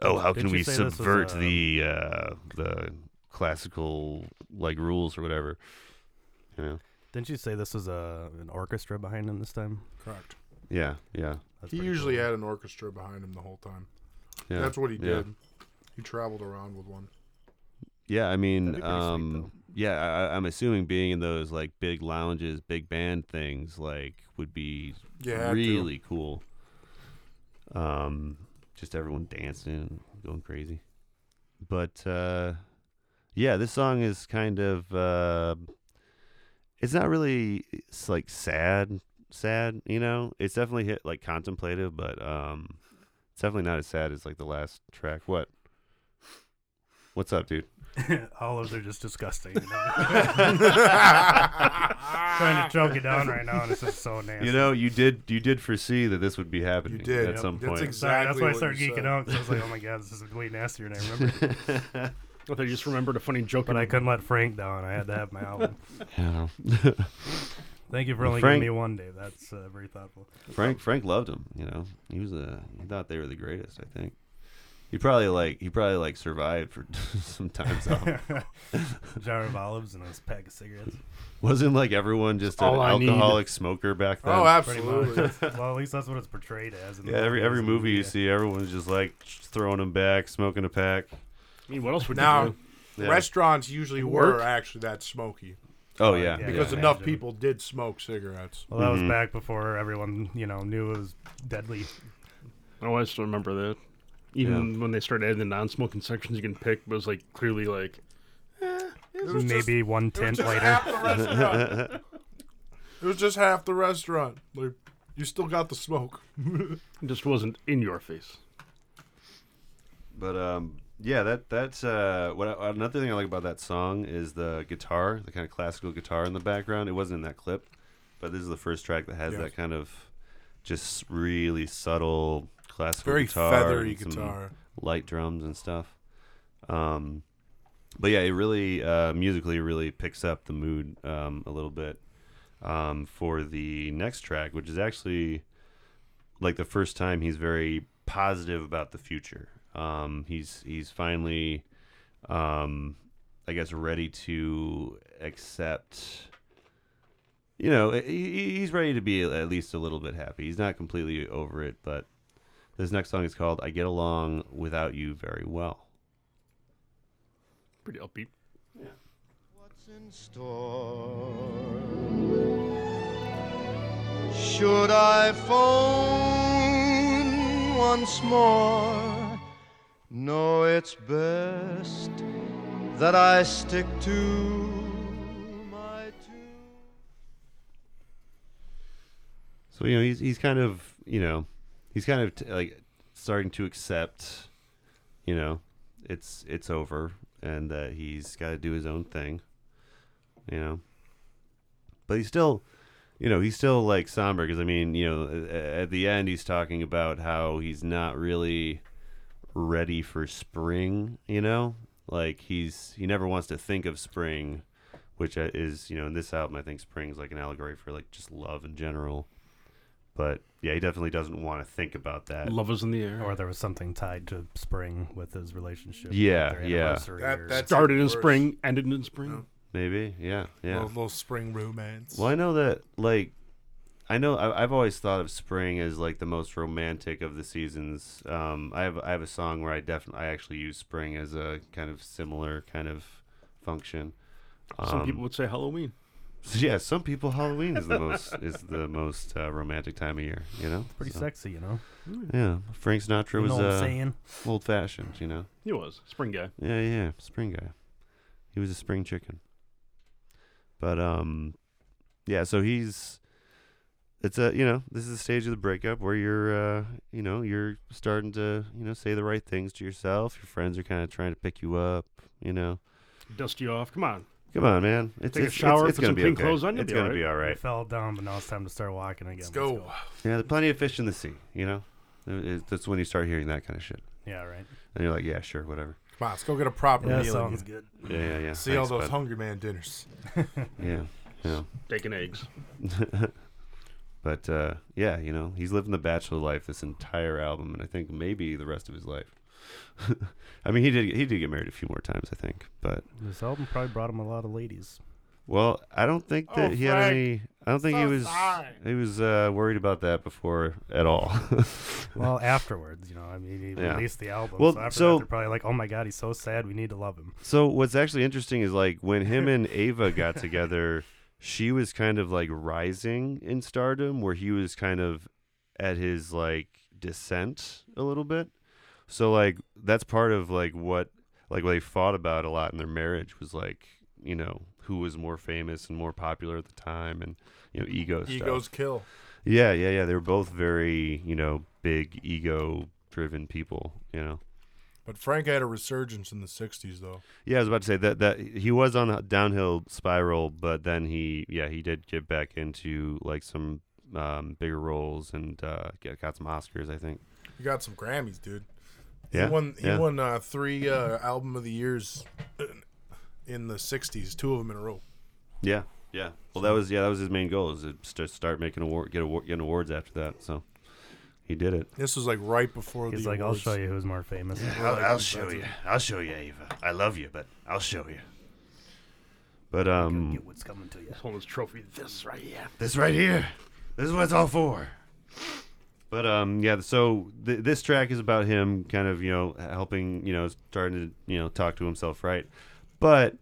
S1: oh how
S4: Didn't
S1: can
S4: you
S1: we
S4: say this was,
S1: subvert
S4: uh,
S1: the uh the classical like rules or whatever you know
S4: Didn't you say this was a an orchestra behind him this time?
S3: Correct.
S1: yeah yeah
S4: That's
S3: He
S4: pretty
S3: usually
S4: cool.
S3: had an orchestra behind him the whole time.
S1: yeah
S3: That's what he
S1: yeah.
S3: did. He traveled around with one.
S1: yeah i
S4: That'd be
S1: mean
S4: pretty sweet,
S1: um
S4: though.
S1: yeah I, I- i'm assuming being in those like big lounges big band things like would be
S3: Yeah, had to. [LAUGHS]
S1: really cool um just everyone dancing going crazy but uh yeah this song is kind of uh it's not really it's like sad sad you know it's definitely hit like contemplative but um it's definitely not as sad as like the last track what what's up dude
S4: [LAUGHS] Olives are just disgusting. you
S3: [LAUGHS]
S4: know? [LAUGHS] Trying to choke it down right now, and it's just so nasty.
S1: you know you did you did foresee that this would be happening
S3: did.
S1: at
S3: Yep.
S1: some
S3: That's
S1: point
S3: ex-
S4: Sorry, that's
S3: exactly
S4: why I
S3: what
S4: started
S3: you
S4: geeking
S3: said.
S4: out 'cause I was like, "Oh
S3: [LAUGHS]
S4: my god, this is way nastier than I remember."
S1: [LAUGHS]
S2: I thought you just remembered a funny joke.
S4: but I couldn't let Frank down. I had to
S3: [LAUGHS]
S4: have my album.
S1: [LAUGHS] Yeah.
S4: Thank you for
S1: Well,
S4: only
S1: Frank-
S4: giving me one day. That's uh, very thoughtful.
S1: Frank Frank loved him. You know, he was a he thought they were the greatest. I think he probably like he probably like survived for [LAUGHS] some time.
S4: [LAUGHS]
S1: So
S4: Jar of olives and a pack of cigarettes.
S1: wasn't like everyone just an
S2: all I need.
S1: alcoholic smoker back then.
S3: [LAUGHS] Oh,
S4: Pretty
S3: absolutely.
S4: much. [LAUGHS] well, at least that's what it's portrayed as. In the
S1: yeah, every
S4: movies
S1: every
S4: and
S1: movie you
S4: media.
S1: see, everyone's just like throwing them back, smoking a pack.
S2: I mean, what else would
S3: Now-
S2: you do?
S1: [LAUGHS] Yeah.
S3: Restaurants usually
S2: Work.
S3: were actually that smoky
S1: oh yeah,
S4: Yeah,
S3: because
S1: yeah.
S3: enough
S4: Imagine.
S3: people did smoke cigarettes.
S4: Well, that
S1: Mhm.
S4: was back before everyone, you know, knew it was deadly.
S2: Oh, I still remember that. Even when they started adding the non-smoking sections, you can pick, but it was like clearly like
S4: Maybe one
S3: It was
S4: tint
S3: just
S4: later.
S3: half the restaurant. [LAUGHS] it was just half the restaurant. Like you still got the smoke.
S2: it just wasn't in your face.
S1: But um, yeah, that that's uh, what I, another thing I like about that song is the guitar, the kind of classical guitar in the background. It wasn't in that clip, but this is the first track that has
S3: Yes.
S1: that kind of just really subtle classical
S3: Very
S1: guitar,
S3: feathery
S1: and some
S3: guitar.
S1: light drums and stuff. Um, but yeah, it really uh, musically really picks up the mood um, a little bit um, for the next track, which is actually like the first time he's very positive about the future. Um, he's he's finally, um, I guess, ready to accept. You know, he- he, he's ready to be at least a little bit happy. He's not completely over it, but this next song is called "I Get Along Without You Very Well."
S2: Pretty upbeat.
S6: What's in store? Should I phone once more? No, it's best that I stick to my tune.
S1: So you know he's he's kind of you know he's kind of t- like starting to accept you know it's it's over and that he's got to do his own thing you know but he's still you know he's still like somber because I mean you know a- a- at the end he's talking about how he's not really ready for spring you know like he's he never wants to think of spring which uh, is you know in this album I think spring's like an allegory for like just love in general but yeah, he definitely doesn't want to think about that.
S2: Love is in the air.
S4: Or there was something tied to spring with his relationship.
S1: Yeah,
S4: their
S1: yeah.
S4: anniversary
S3: That-
S4: or-
S3: that's-
S2: Started in
S3: Worse.
S2: spring, ended in spring.
S1: Maybe, yeah, yeah.
S3: Little, little spring romance.
S1: Well, I know that like, I know I, I've always thought of spring as like the most romantic of the seasons. Um, I have I have a song where I definitely I actually use spring as a kind of similar kind of function.
S2: Some
S1: Um,
S2: people would say Halloween.
S1: [LAUGHS] yeah, some people Halloween is the most is the most uh, romantic time of year. You know,
S4: pretty
S1: So,
S4: sexy, you know.
S1: Yeah, Frank Sinatra
S4: You
S1: was
S4: know what I'm
S1: uh,
S4: saying?
S1: old fashioned. You know.
S2: He was spring guy.
S1: Yeah, yeah, spring guy. He was a spring chicken. But um yeah, so he's it's a, you know, this is the stage of the breakup where you're uh, you know, you're starting to, you know, say the right things to yourself. Your friends are kind of trying to pick you up, you know.
S2: Dust you off. Come on.
S1: Come on, man. It's
S2: Take a
S1: it's,
S2: shower,
S1: it's, it's
S2: put
S1: gonna
S2: some
S1: be
S2: clean
S1: okay.
S2: clothes on, you'll
S1: It's
S2: be
S1: gonna
S2: all
S1: be all
S4: I
S1: right.
S4: fell down, but now it's time to start walking again.
S3: Let's go.
S1: Yeah, there's plenty of fish in the sea, you know. It- it- That's when you start hearing that kind of shit.
S4: Yeah,
S3: [LAUGHS]
S4: right.
S1: And you're like, yeah, sure, whatever.
S3: Come on, let's go get a proper
S4: Yeah,
S3: meal. and
S4: sounds [LAUGHS] good.
S1: Yeah, yeah, yeah.
S3: See all
S1: Thanks,
S3: those
S1: bud.
S3: Hungry Man dinners.
S1: Yeah, yeah.
S2: Bacon eggs.
S1: [LAUGHS] but uh, yeah, you know, he's living the bachelor life this entire album, and I think maybe the rest of his life. [LAUGHS] I mean, he did he did get married a few more times, I think. But
S4: This album probably brought him a lot of ladies.
S1: [LAUGHS] well, I don't think that
S3: Oh,
S1: he had
S3: Frank.
S1: any. I don't think he
S3: So
S1: was
S3: sorry.
S1: he was uh, worried about that before at all. [LAUGHS]
S4: Well, afterwards, you know, I mean, he
S1: Yeah.
S4: released the album.
S1: Well,
S4: so after
S1: so-
S4: that, they're probably like, "Oh my God, he's so sad. We need to love him."
S1: so what's actually interesting is like when him and Ava got together, she was kind of like rising in stardom, where he was kind of at his like descent a little bit. So like that's part of like what like what they fought about a lot in their marriage was like you know who was more famous and more popular at the time and you know ego stuff.
S3: Egos kill.
S1: Yeah, yeah, yeah. They were both very you know big ego driven people. You know.
S3: But Frank had a resurgence in the '60s, though.
S1: Yeah, I was about to say that that he was on a downhill spiral, but then he yeah he did get back into like some um, bigger roles and uh, get, got some Oscars I think.
S3: He got some Grammys, dude.
S1: Yeah,
S3: He won. He
S1: yeah.
S3: won uh, three uh, album of the years in the '60s, two of them in a row.
S1: Yeah, yeah. Well, that was yeah that was his main goal is to st- start making award get award getting awards after that. So he did it.
S3: This was like right before
S4: He's
S3: the
S4: like,
S3: awards.
S4: "I'll show you who's more famous." [LAUGHS]
S1: I'll, I'll show you. I'll show you, Ava. I love you, but I'll show you. But um,
S4: Get what's coming to you.
S2: Hold this trophy. This right here.
S1: This right here. This is what it's all for. But um, yeah. So th- this track is about him, kind of you know helping you know starting to you know talk to himself, right? But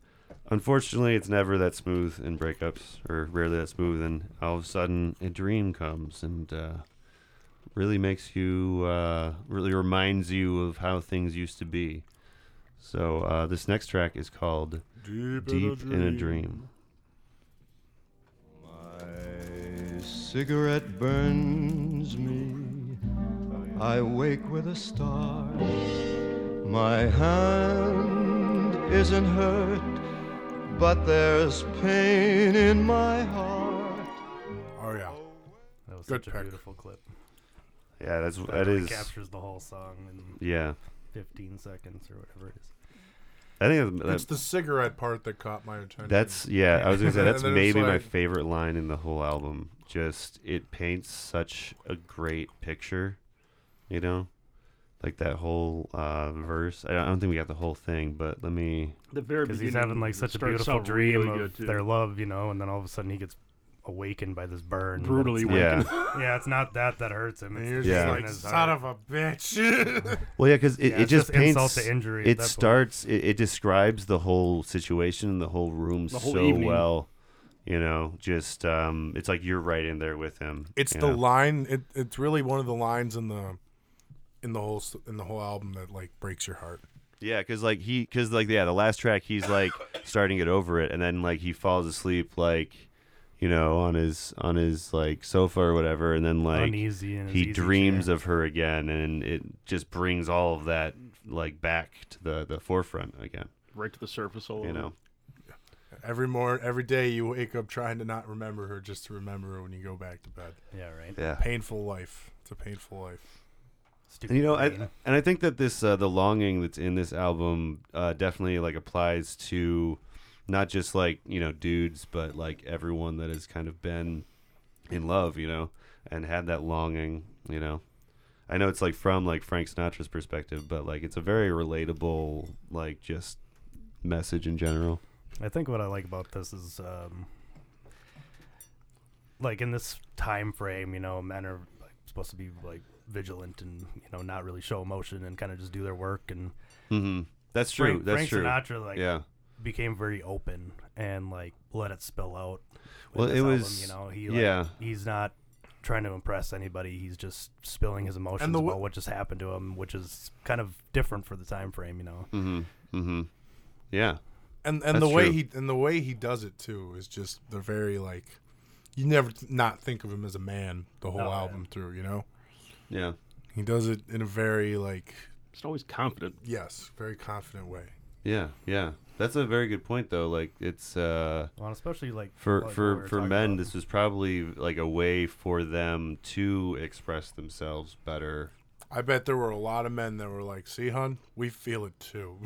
S1: unfortunately, it's never that smooth in breakups, or rarely that smooth. And all of a sudden, a dream comes and uh, really makes you uh, really reminds you of how things used to be. So uh, this next track is called
S3: Deep,
S1: "Deep in a Dream."
S6: My cigarette burns me. I wake with a start. My hand isn't hurt, but there's pain in my heart.
S3: Oh yeah.
S4: That was
S3: Good
S4: such a
S3: pick.
S4: beautiful clip.
S1: Yeah, that's
S4: That
S1: that
S4: really
S1: is
S4: captures the whole song in
S1: yeah.
S4: 15 seconds or whatever it is.
S1: I think
S3: It's
S1: that,
S3: the cigarette part that caught my attention.
S1: that's yeah. I
S4: [LAUGHS]
S1: was gonna say that's
S3: And then it's
S1: maybe my
S3: like-
S1: favorite line in the whole album. Just it paints such a great picture, you know, like that whole uh, verse. I don't, I don't think we got the whole thing, but let me.
S2: The very
S4: because he's
S2: beginning
S4: having like such a
S2: starts
S4: beautiful
S2: out
S4: dream
S2: really
S4: of
S2: good, too.
S4: their love, you know, and then all of a sudden he gets awakened by this burn. but
S2: brutally [LAUGHS]
S4: it's-
S2: yeah.
S1: Yeah.
S4: yeah, it's not that that hurts him.
S3: And
S4: It's
S3: you're
S4: the
S1: Yeah.
S4: pain in
S3: just like,
S4: his
S3: son
S4: heart."
S3: of a bitch. [LAUGHS]
S1: Well, yeah, because it,
S4: Yeah,
S1: it
S4: it's
S1: just,
S4: just
S1: paints
S4: insult to injury at
S1: It
S4: that point.
S1: starts. It, it describes the whole situation and the whole room
S2: The whole
S1: so
S2: evening.
S1: well. You know, just um, it's like you're right in there with him.
S3: it's
S1: you
S3: the
S1: know?
S3: line. It, it's really one of the lines in the in the whole s- in the whole album that like breaks your heart.
S1: Yeah, because like he, because like yeah, the last track he's like starting it over it, and then like he falls asleep like, you know, on his on his like sofa or whatever, and then like
S4: uneasy and
S1: he dreams of her again, and it just brings all of that like back to the the forefront again.
S2: right to the surface. All
S1: You
S2: over.
S1: know,
S3: Every morning, every day, you wake up trying to not remember her, just to remember her when you go back to bed.
S4: yeah right.
S1: yeah.
S3: Painful life. It's a painful life.
S4: Stupid
S1: And, you know, I,
S4: pain.
S1: and I think that this uh, the longing that's in this album uh, definitely like applies to not just like you know dudes, but like everyone that has kind of been in love, you know, and had that longing, you know. I know it's like from like Frank Sinatra's perspective, but like it's a very relatable like just message in general.
S4: I think what I like about this is, um, like in this time frame, you know, men are like, supposed to be like vigilant and you know not really show emotion and kind of just do their work. And
S1: Mm-hmm. That's true.
S4: Frank, Frank
S1: that's true.
S4: Sinatra like
S1: yeah.
S4: became very open and like let it spill out. with
S1: Well,
S4: this
S1: it
S4: album,
S1: was-
S4: you know he like,
S1: yeah.
S4: he's not trying to impress anybody. He's just spilling his emotions
S3: w-
S4: about what just happened to him, which is kind of different for the time frame, you know.
S1: Mm-hmm. Mm-hmm. Yeah.
S3: And and
S1: That's
S3: the way
S1: true.
S3: he and the way he does it too is just the very like you never th- not think of him as a man the whole
S4: No, yeah.
S3: album through. You know,
S1: Yeah.
S3: he does it in a very like
S2: It's always confident.
S3: yes, very confident way.
S1: Yeah. Yeah. That's a very good point though. Like it's uh
S4: Well, especially like
S1: for
S4: like what we
S1: for
S4: were
S1: for
S4: talking
S1: men
S4: about.
S1: this was probably like a way for them to express themselves better [LAUGHS]
S3: I bet there were a lot of men that were like, "See, hon, we feel it
S1: [LAUGHS]
S3: too."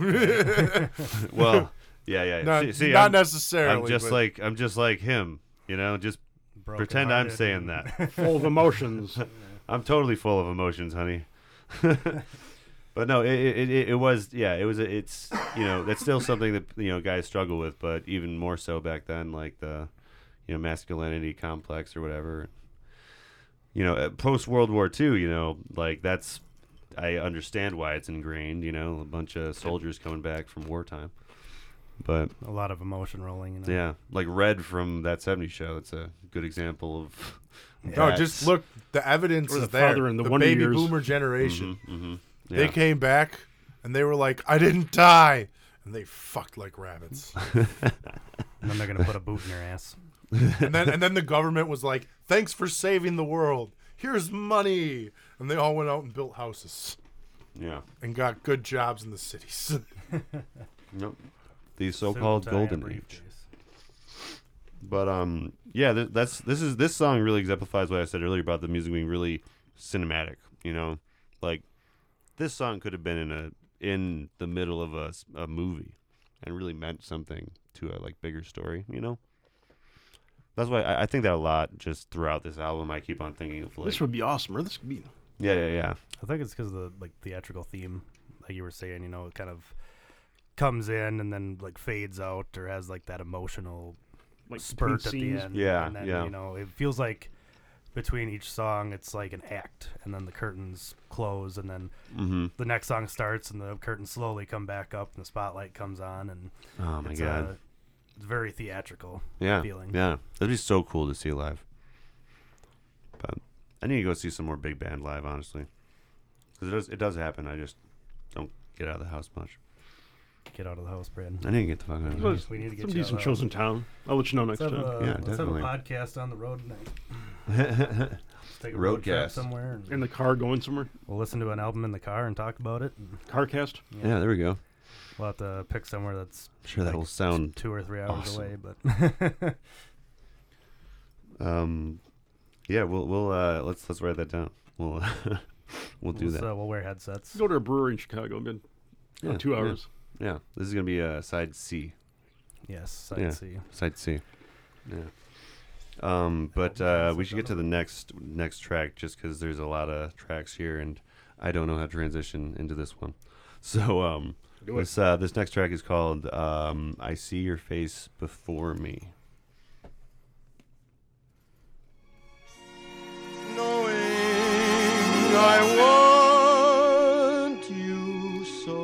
S1: well
S4: [LAUGHS]
S1: yeah yeah yeah.
S3: [LAUGHS] not
S1: see, see,
S3: not
S1: I'm,
S3: necessarily.
S1: I'm just
S3: but-
S1: like i'm just like him you know just pretend i'm
S4: brokenhearted
S1: saying
S4: and- [LAUGHS]
S1: that
S2: Full of emotions.
S1: i'm totally full of emotions honey [LAUGHS] but no it, it, it, it was yeah it was a- it's you know that's still something that you know guys struggle with but even more so back then like the you know masculinity complex or whatever you know post world war ii you know like that's i understand why it's ingrained you know a bunch of soldiers coming back from wartime but
S4: a lot of emotion rolling. You know?
S1: yeah like red from that 70 show it's a good example of
S3: No,
S1: that.
S3: Oh, just look. The evidence
S2: Or the
S3: is there.
S2: father in the
S3: the
S2: Wonder
S3: baby
S2: Years.
S3: boomer generation.
S1: Mhm, yeah.
S3: They came back and they were like, "I didn't die," and they fucked
S1: [LAUGHS]
S3: like rabbits.
S4: And then they're gonna put a boot in your ass.
S3: and then and then the government was like, "Thanks for saving the world. Here's money," and they all went out and built houses
S1: yeah
S3: and got good jobs in the cities. [LAUGHS]
S1: Nope. the
S4: Suit,
S1: [LAUGHS] so-called
S4: tie,
S1: golden
S4: and
S1: age
S4: briefcase.
S1: But um, yeah, th- that's this is this song really exemplifies what I said earlier about the music being really cinematic. You know, like this song could have been in a in the middle of a, s- a movie and really meant something to a like bigger story. You know, that's why I, I think that a lot just throughout this album. I keep on thinking of like,
S2: this would be awesome. Or this could be.
S1: yeah, yeah, yeah,
S4: I think it's because of the like theatrical theme, like you were saying. You know, it kind of comes in and then like fades out, or has like that emotional
S2: Like
S4: spurt
S2: between scenes.
S4: at the end.
S1: Yeah,
S4: and then,
S1: yeah.
S4: You know, it feels like between each song, it's like an act, and then the curtains close, and then
S1: mm-hmm.
S4: the next song starts, and the curtains slowly come back up, and the spotlight comes on, and
S1: Oh my
S4: it's,
S1: god,
S4: uh, it's very theatrical.
S1: yeah,
S4: feeling.
S1: yeah, that'd be so cool to see live. But I need to go see some more big band live, honestly, because it does it does happen. I just don't get out of the house much.
S4: Get out of the house, Brandon.
S1: I didn't get the fuck out of the house.
S4: We need to get
S2: Some
S4: you out
S2: decent
S4: of-
S2: shows in town. I'll let you know next
S4: Let's
S2: time.
S4: have, a,
S1: Yeah,
S4: let's have a
S1: definitely.
S4: podcast on the road tonight. Let's take a road trip
S1: Roadcast.
S4: somewhere, and
S2: in the car going somewhere.
S4: we'll listen to an album in the car and talk about it. And
S2: Carcast.
S1: Yeah, there we go.
S4: we'll have to pick somewhere that's
S1: I'm sure that
S4: Like,
S1: will sound.
S4: two or three hours
S1: Awesome.
S4: away.
S1: [LAUGHS]
S4: But
S1: Um, yeah, we'll we'll uh, let's let's write that down. We'll [LAUGHS] we'll do
S4: we'll,
S1: that.
S4: uh, we'll wear headsets.
S2: Go to a brewery in Chicago. Been
S1: Yeah,
S2: two
S1: yeah.
S2: hours.
S1: Yeah, this is gonna be uh, side C.
S4: Yes, I
S1: Yeah.
S4: see.
S1: Side C. Yeah. Um, but uh, we should get to the next next track just because there's a lot of tracks here, and I don't know how to transition into this one. [LAUGHS] So um,
S2: Do it.
S1: this uh, this next track is called um, "I See Your Face Before Me."
S6: knowing I want you so.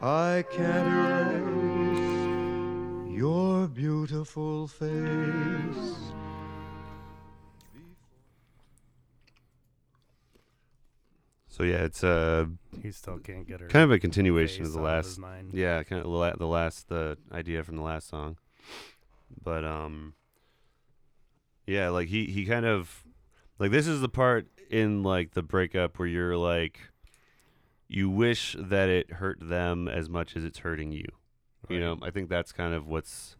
S6: I can't erase your beautiful face.
S1: So yeah, it's uh,
S4: He still can't get her.
S1: kind of a continuation of
S4: face
S1: the
S4: out his
S1: last
S4: mind.
S1: Yeah, kind of the la- the last the idea from the last song, but um, yeah, like he he kind of like this is the part in like the breakup where you're like, you wish that it hurt them as much as it's hurting you. You know, I think that's kind of what's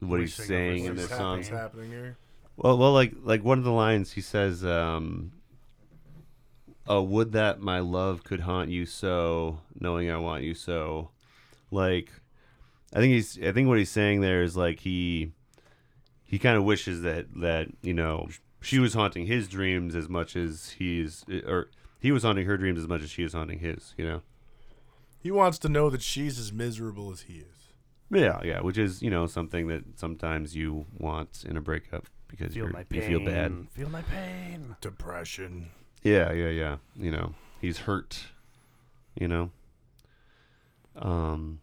S1: what
S4: Wishing
S1: he's
S4: of
S1: saying
S4: Singing
S1: in
S3: What's
S1: this
S4: his
S1: song.
S3: happening, happening here?
S1: Well, well, like like one of the lines he says, um, "Oh, would that my love could haunt you so, knowing I want you so." Like, I think he's, I think what he's saying there is like he, he kind of wishes that that you know she was haunting his dreams as much as he's, or he was haunting her dreams as much as she is haunting his. You know.
S3: He wants to know that she's as miserable as he is.
S1: Yeah, yeah, which is you know something that sometimes you want in a breakup because
S4: Feel
S1: you're,
S4: my pain.
S1: you feel bad.
S4: Feel my pain.
S3: Depression.
S1: Yeah, yeah, yeah. You know, he's hurt. You know. Um,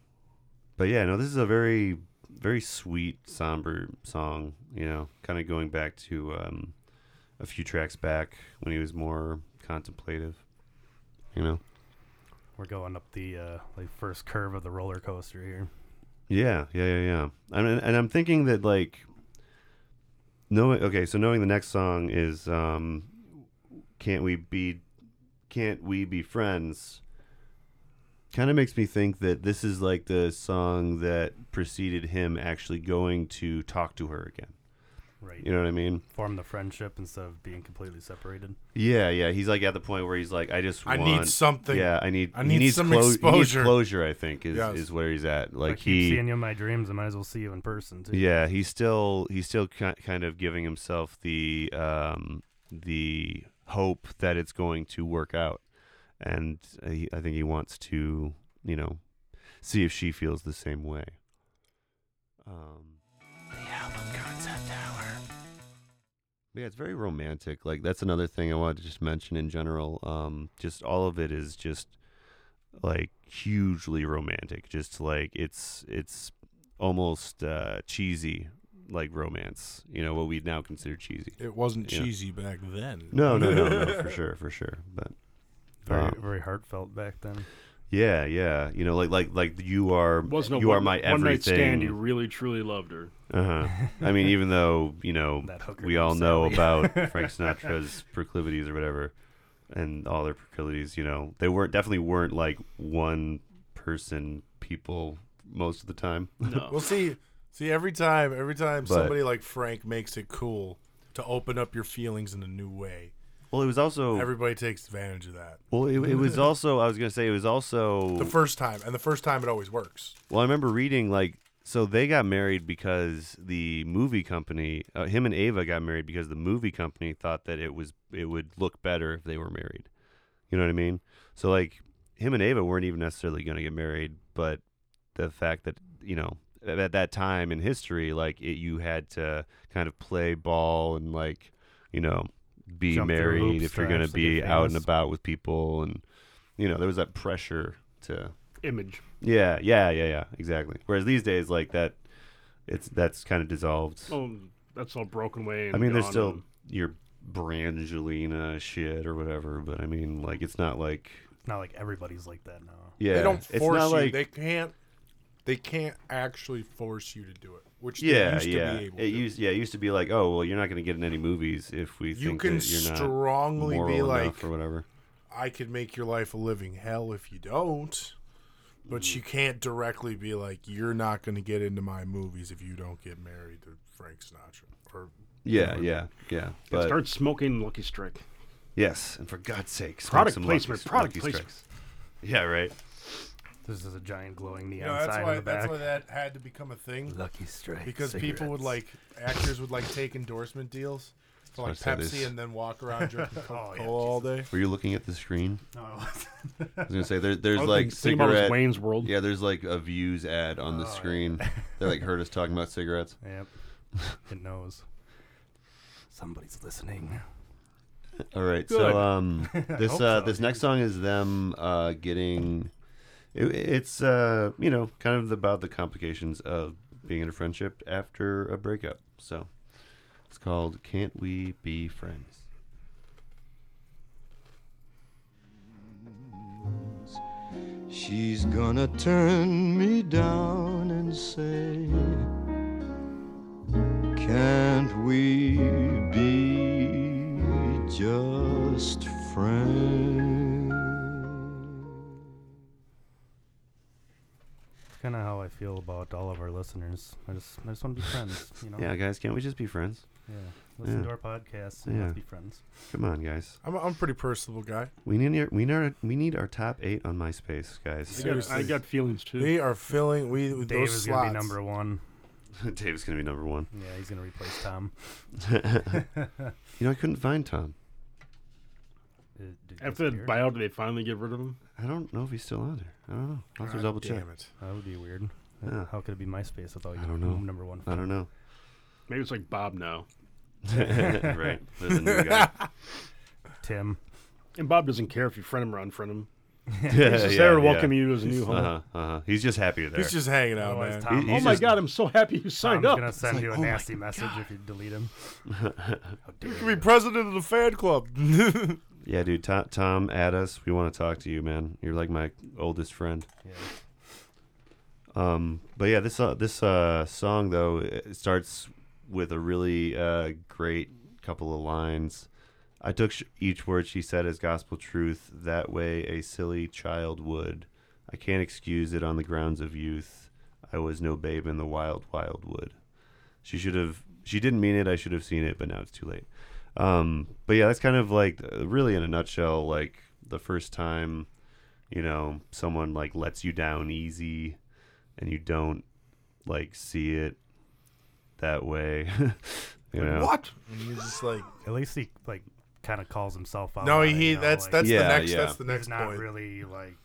S1: but yeah, no, this is a very, very sweet, somber song. You know, kind of going back to um, a few tracks back when he was more contemplative. You know.
S4: We're going up the uh, like first curve of the roller coaster here.
S1: Yeah, yeah, yeah, yeah. I mean, and I'm thinking that like, knowing okay, so knowing the next song is um, can't we be, can't we be friends? Kind of makes me think that this is like the song that preceded him actually going to talk to her again.
S4: Right.
S1: You know what I mean?
S4: Form the friendship instead of being completely separated.
S1: Yeah, yeah. He's like at the point where he's like, I just
S3: I
S1: want,
S3: need something.
S1: Yeah, I need.
S3: I
S1: he
S3: need
S1: needs
S3: some
S1: clo- He needs
S3: exposure.
S1: closure, I think, is
S3: Yes.
S1: is where he's at.
S4: If
S1: Like
S4: I keep
S1: he
S4: seeing you in my dreams. I might as well see you in person too.
S1: Yeah, he's still he's still ki- kind of giving himself the um, the hope that it's going to work out, and I, I think he wants to you know see if she feels the same way. Um, Yeah, it's very romantic. Like that's another thing I wanted to just mention in general. Um, just all of it is just like hugely romantic. Just like it's it's almost uh, cheesy, like romance. You know what we now consider cheesy.
S3: It wasn't
S1: Yeah.
S3: cheesy back then.
S1: No, no, no, no, for sure, for sure. But
S4: Very,
S1: um,
S4: very heartfelt back then.
S1: yeah, yeah, you know, like like like you are
S2: Was no
S1: you
S2: one,
S1: are my everything.
S2: one night stand. You really truly loved her.
S1: Uh-huh. I mean, even though you know
S4: That hooker
S1: we
S4: named
S1: all know
S4: Sally.
S1: about Frank Sinatra's proclivities or whatever, and all their proclivities, you know, they weren't definitely weren't like one person people most of the time.
S2: No.
S3: Well, see, see, every time, every time
S1: But-
S3: somebody like Frank makes it cool to open up your feelings in a new way,
S1: Well, it was also
S3: everybody takes advantage of that.
S1: well, it, it was also I was gonna say it was also
S3: The first time, and the first time it always works.
S1: Well, I remember reading like so they got married because the movie company, uh, him and Ava got married because the movie company thought that it was it would look better if they were married. You know what I mean? So like him and Ava weren't even necessarily going to get married, but the fact that you know at at that time in history, like it, you had to kind of play ball and like you know be
S4: Jump through
S1: married
S4: hoops
S1: if you're
S4: to
S1: going to
S4: actually
S1: be
S4: get
S1: out and
S4: famous.
S1: about with people, and you know there was that pressure to
S2: Image.
S1: yeah, yeah, yeah, yeah, exactly. Whereas these days, like that, it's that's kind of dissolved.
S2: Oh, that's all broken away. And
S1: I mean, there's
S2: gone
S1: still
S2: and-
S1: your Brangelina shit or whatever, but I mean, like it's not like
S4: [LAUGHS] Not like everybody's like that now.
S1: yeah,
S3: they don't
S1: it's
S3: force
S1: not
S3: you.
S1: like
S3: they can't. They can't actually force you to do it, which
S1: yeah,
S3: they used
S1: yeah.
S3: to be able
S1: it
S3: to.
S1: used yeah, it used to be like oh well, you're not gonna get in any movies if we
S3: you
S1: think
S3: can
S1: that you're not
S3: strongly
S1: moral
S3: be
S1: enough
S3: like,
S1: or whatever.
S3: I could make your life a living hell if you don't.
S4: Mm.
S3: But you can't directly be like, you're not going to get into my movies if you don't get married to Frank Sinatra. Or
S1: Yeah, yeah, yeah. But
S2: Start smoking Lucky Strike.
S1: yes, and for God's sake, smoke
S2: Product
S1: some
S2: placement,
S1: Lucky-
S2: product
S1: Lucky
S2: placement.
S1: Strikes. Yeah, right.
S4: This is a giant glowing
S3: You
S4: neon
S3: know, that's
S4: sign
S3: why
S4: in the back.
S3: that's why that had to become a thing
S7: Lucky Strike.
S3: because people would like actors would like take endorsement deals for like
S1: That's what I said,
S3: Pepsi
S1: is-
S3: and then walk
S4: [LAUGHS]
S3: around drinking Coca Cola
S4: Oh, yeah,
S3: all day.
S1: Were you looking at the screen?
S4: No, it wasn't.
S1: I was gonna say there,
S3: [LAUGHS]
S1: there's
S2: I was
S1: like
S2: thinking about it was
S1: cigarette.
S2: Wayne's World.
S1: Yeah, there's like a views ad on the
S4: Oh, yeah.
S1: screen. they like heard us talking about cigarettes.
S4: Yep. [LAUGHS] It knows. Somebody's listening.
S1: All right,
S2: Good.
S4: [LAUGHS]
S1: so um, this
S4: hope
S1: uh,
S4: so.
S1: this next song is them uh, getting. It, it's uh, you know kind of about the complications of being in a friendship after a breakup. So it's called "Can't We Be Friends."
S6: She's gonna turn me down and say, Can't we be just friends?
S4: Kind of how I feel about all of our listeners. I just, I just want to be friends. You know.
S1: [LAUGHS] Yeah, guys, can't we just be friends?
S4: Yeah. Listen
S1: Yeah.
S4: to our podcast and
S1: Yeah.
S4: let's be friends.
S1: Come on, guys.
S3: I'm a, I'm a pretty personable guy.
S1: We need our, we need our, we need our top eight on MySpace,
S2: I
S1: guys.
S2: got, I
S3: Seriously.
S2: got feelings too.
S3: We are filling we
S4: Dave
S3: those
S4: is
S3: slots.
S4: gonna be number one.
S1: [LAUGHS] Dave's gonna be number one.
S4: Yeah, he's gonna replace Tom.
S1: You know, I couldn't find Tom.
S4: Uh, did he
S2: After
S4: disappear?
S2: that buyout, did they finally get rid of him?
S1: I don't know if he's still on there. I don't know. I'll have to double
S3: damn
S1: check.
S3: it.
S4: that would be weird.
S1: Yeah.
S4: How could it be MySpace without you?
S1: I don't know.
S4: Number one.
S1: I don't know.
S2: Maybe it's like Bob now.
S1: [LAUGHS] right. There's a new [LAUGHS] guy.
S4: Tim.
S2: And Bob doesn't care if you friend him or unfriend
S1: [LAUGHS]
S2: him.
S1: He's
S2: He's just there to welcome you to his new home.
S1: Uh-huh, uh-huh. He's just happy there.
S3: He's just hanging out,
S4: Otherwise,
S3: man.
S4: Tom,
S1: He-
S2: Oh
S1: he's
S2: my
S1: just-
S2: God, I'm so happy you
S4: Tom's
S2: signed up.
S4: gonna send you a
S3: oh my
S4: nasty message if you delete
S1: [LAUGHS]
S4: him. How dare
S3: You can
S4: you.
S3: be president of the fan club. [LAUGHS]
S1: yeah, dude. Tom, Tom, add us. We want to talk to you, man. You're like my oldest friend.
S4: Yeah.
S1: Um, but yeah, this uh, this uh, song though it starts with a really uh, great couple of lines. I took sh- each word she said as gospel truth. That way, a silly child would. I can't excuse it on the grounds of youth. I was no babe in the wild, wild wood. She should have. She didn't mean it. I should have seen it, but now it's too late. Um, but yeah, that's kind of like uh, really in a nutshell, like the first time, you know, someone like lets you down easy and you don't like see it that way. [LAUGHS] you know?
S3: What? And he's just like,
S4: At least he like kind of calls himself out.
S3: no,
S4: on it,
S3: he.
S4: you Oh, know,
S3: that's
S4: like,
S3: that's the
S1: Yeah,
S3: next.
S1: yeah.
S3: That's the
S4: he's
S3: next
S4: not
S3: point.
S4: really like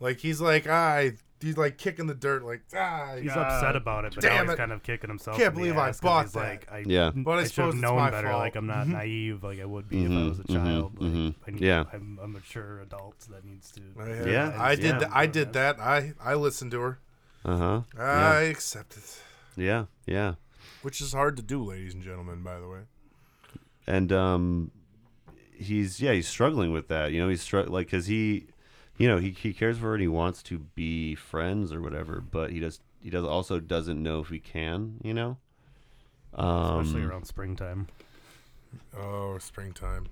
S3: Like he's like, "Ah, I. He's like kicking the dirt, like ah.
S4: he's
S3: God.
S4: upset about it, but now
S3: damn
S4: he's
S3: it.
S4: kind of kicking himself.
S3: Can't
S4: in the
S3: believe I
S4: ass 'cause
S3: bought
S4: he's
S3: that.
S4: Like, I,
S1: Yeah.
S3: But I
S4: should have
S3: suppose it's
S4: known
S3: my
S4: better.
S3: fault.
S4: Like I'm not [LAUGHS] naive like I would be if I
S1: Mhm,
S4: was a
S1: mhm,
S4: child. like,
S1: mhm.
S4: I need,
S1: Yeah.
S4: I'm a mature adult that needs to.
S3: I had-
S1: Yeah,
S3: I did.
S1: yeah.
S3: th- I did that. I I listened to her.
S1: Uh huh.
S3: I
S1: Yeah.
S3: accept it,
S1: yeah. Yeah.
S3: which is hard to do, ladies and gentlemen. By the way,
S1: And um, he's yeah he's struggling with that. You know he's str- like because he, you know he he cares for her and he wants to be friends or whatever, but he does he does also doesn't know if he can. You know. Um,
S4: Especially around springtime.
S3: oh, springtime,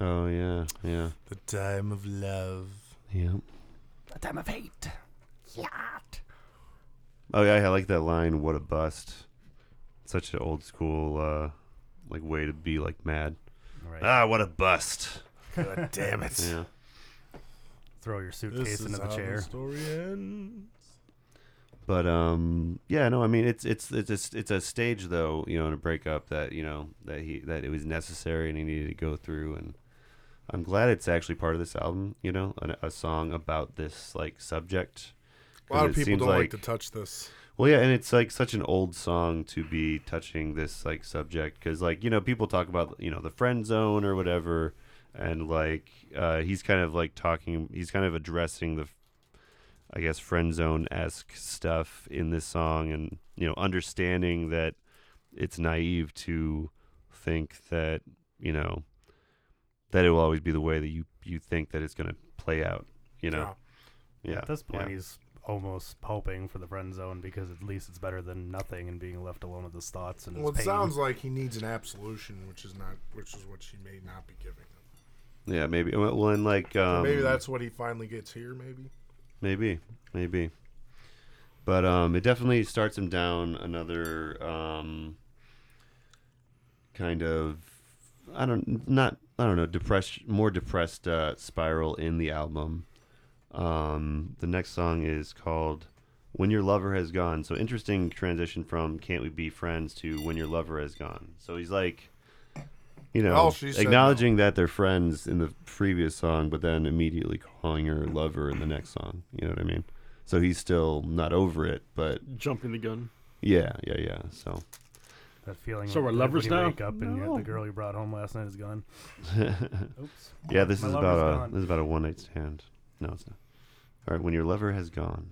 S1: Oh yeah. Yeah.
S3: the time of love.
S1: Yeah.
S4: A time of hate. Yacht.
S1: Oh yeah, I like that line. What a bust! Such an old school, uh, like way to be like mad.
S4: Right.
S1: Ah, what a bust!
S4: [LAUGHS]
S3: God damn it!
S1: Yeah.
S4: Throw your
S3: This
S4: suitcase
S3: is
S4: into the
S3: how
S4: chair.
S3: the story ends.
S1: But um, yeah, no, I mean it's it's it's a, s- it's a stage though, you know, in a breakup that you know that he that it was necessary and he needed to go through, and I'm glad it's actually part of this album, you know, an, a song about this like subject.
S3: A lot
S1: 'Cause
S3: of
S1: it
S3: people
S1: seems
S3: don't like
S1: like-
S3: to touch this.
S1: Well, yeah, and it's like such an old song to be touching this like subject because like you know people talk about you know the friend zone or whatever, and like uh, he's kind of like talking, he's kind of addressing the, I guess friend zone esque stuff in this song, and you know understanding that it's naive to think that you know that it will always be the way that you you think that it's gonna play out, you know. Yeah.
S4: At this point,
S1: yeah.
S4: he's almost hoping for the friend zone because at least it's better than nothing and being left alone with his thoughts and
S3: Well, it
S4: his pain.
S3: sounds like he needs an absolution, which is not, which is what she may not be giving. him.
S1: yeah, maybe. Well, and like um,
S3: maybe that's what he finally gets here. Maybe.
S1: Maybe, maybe. But um, it definitely starts him down another um, kind of I don't not I don't know depressed more depressed uh, spiral in the album. Um, the next song is called "When Your Lover Has Gone." So interesting transition from "Can't We Be Friends" to "When Your Lover Has Gone." So he's like, you know,
S3: Oh, she said
S1: acknowledging that they're friends in the previous song, but then immediately calling her lover in the next song. You know what I mean? So he's still not over it, but
S2: Jumping the gun.
S1: yeah, yeah, yeah. So
S4: That feeling.
S2: So
S4: when-
S2: we're lovers
S4: when you
S2: now?
S4: Wake up and you the girl you brought home last night is
S1: [LAUGHS]
S4: gone. Oops.
S1: yeah, this
S4: My
S1: is
S4: lover's
S1: about a
S4: gone.
S1: this is about a one night stand. No, it's not. All right, when your lover has gone.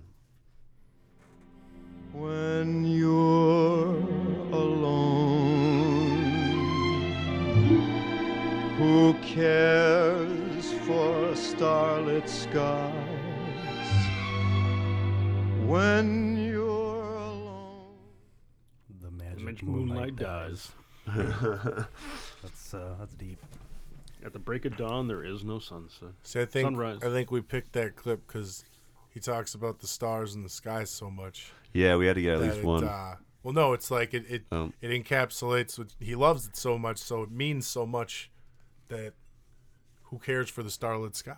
S6: When you're alone, who cares for starlit skies? When you're alone,
S4: The magic,
S2: The magic
S4: moonlight,
S2: moonlight
S4: dies.
S2: dies.
S4: That's uh, that's deep.
S2: At the break of dawn, there is no sunset.
S3: See, I think
S2: Sunrise.
S3: I think we picked that clip because he talks about the stars in the sky so much.
S1: Yeah, we had to get at
S3: that
S1: least
S3: it,
S1: one.
S3: Uh, well, no, it's like it it,
S1: Um.
S3: it encapsulates. What, he loves it so much, so it means so much that who cares for the starlit sky?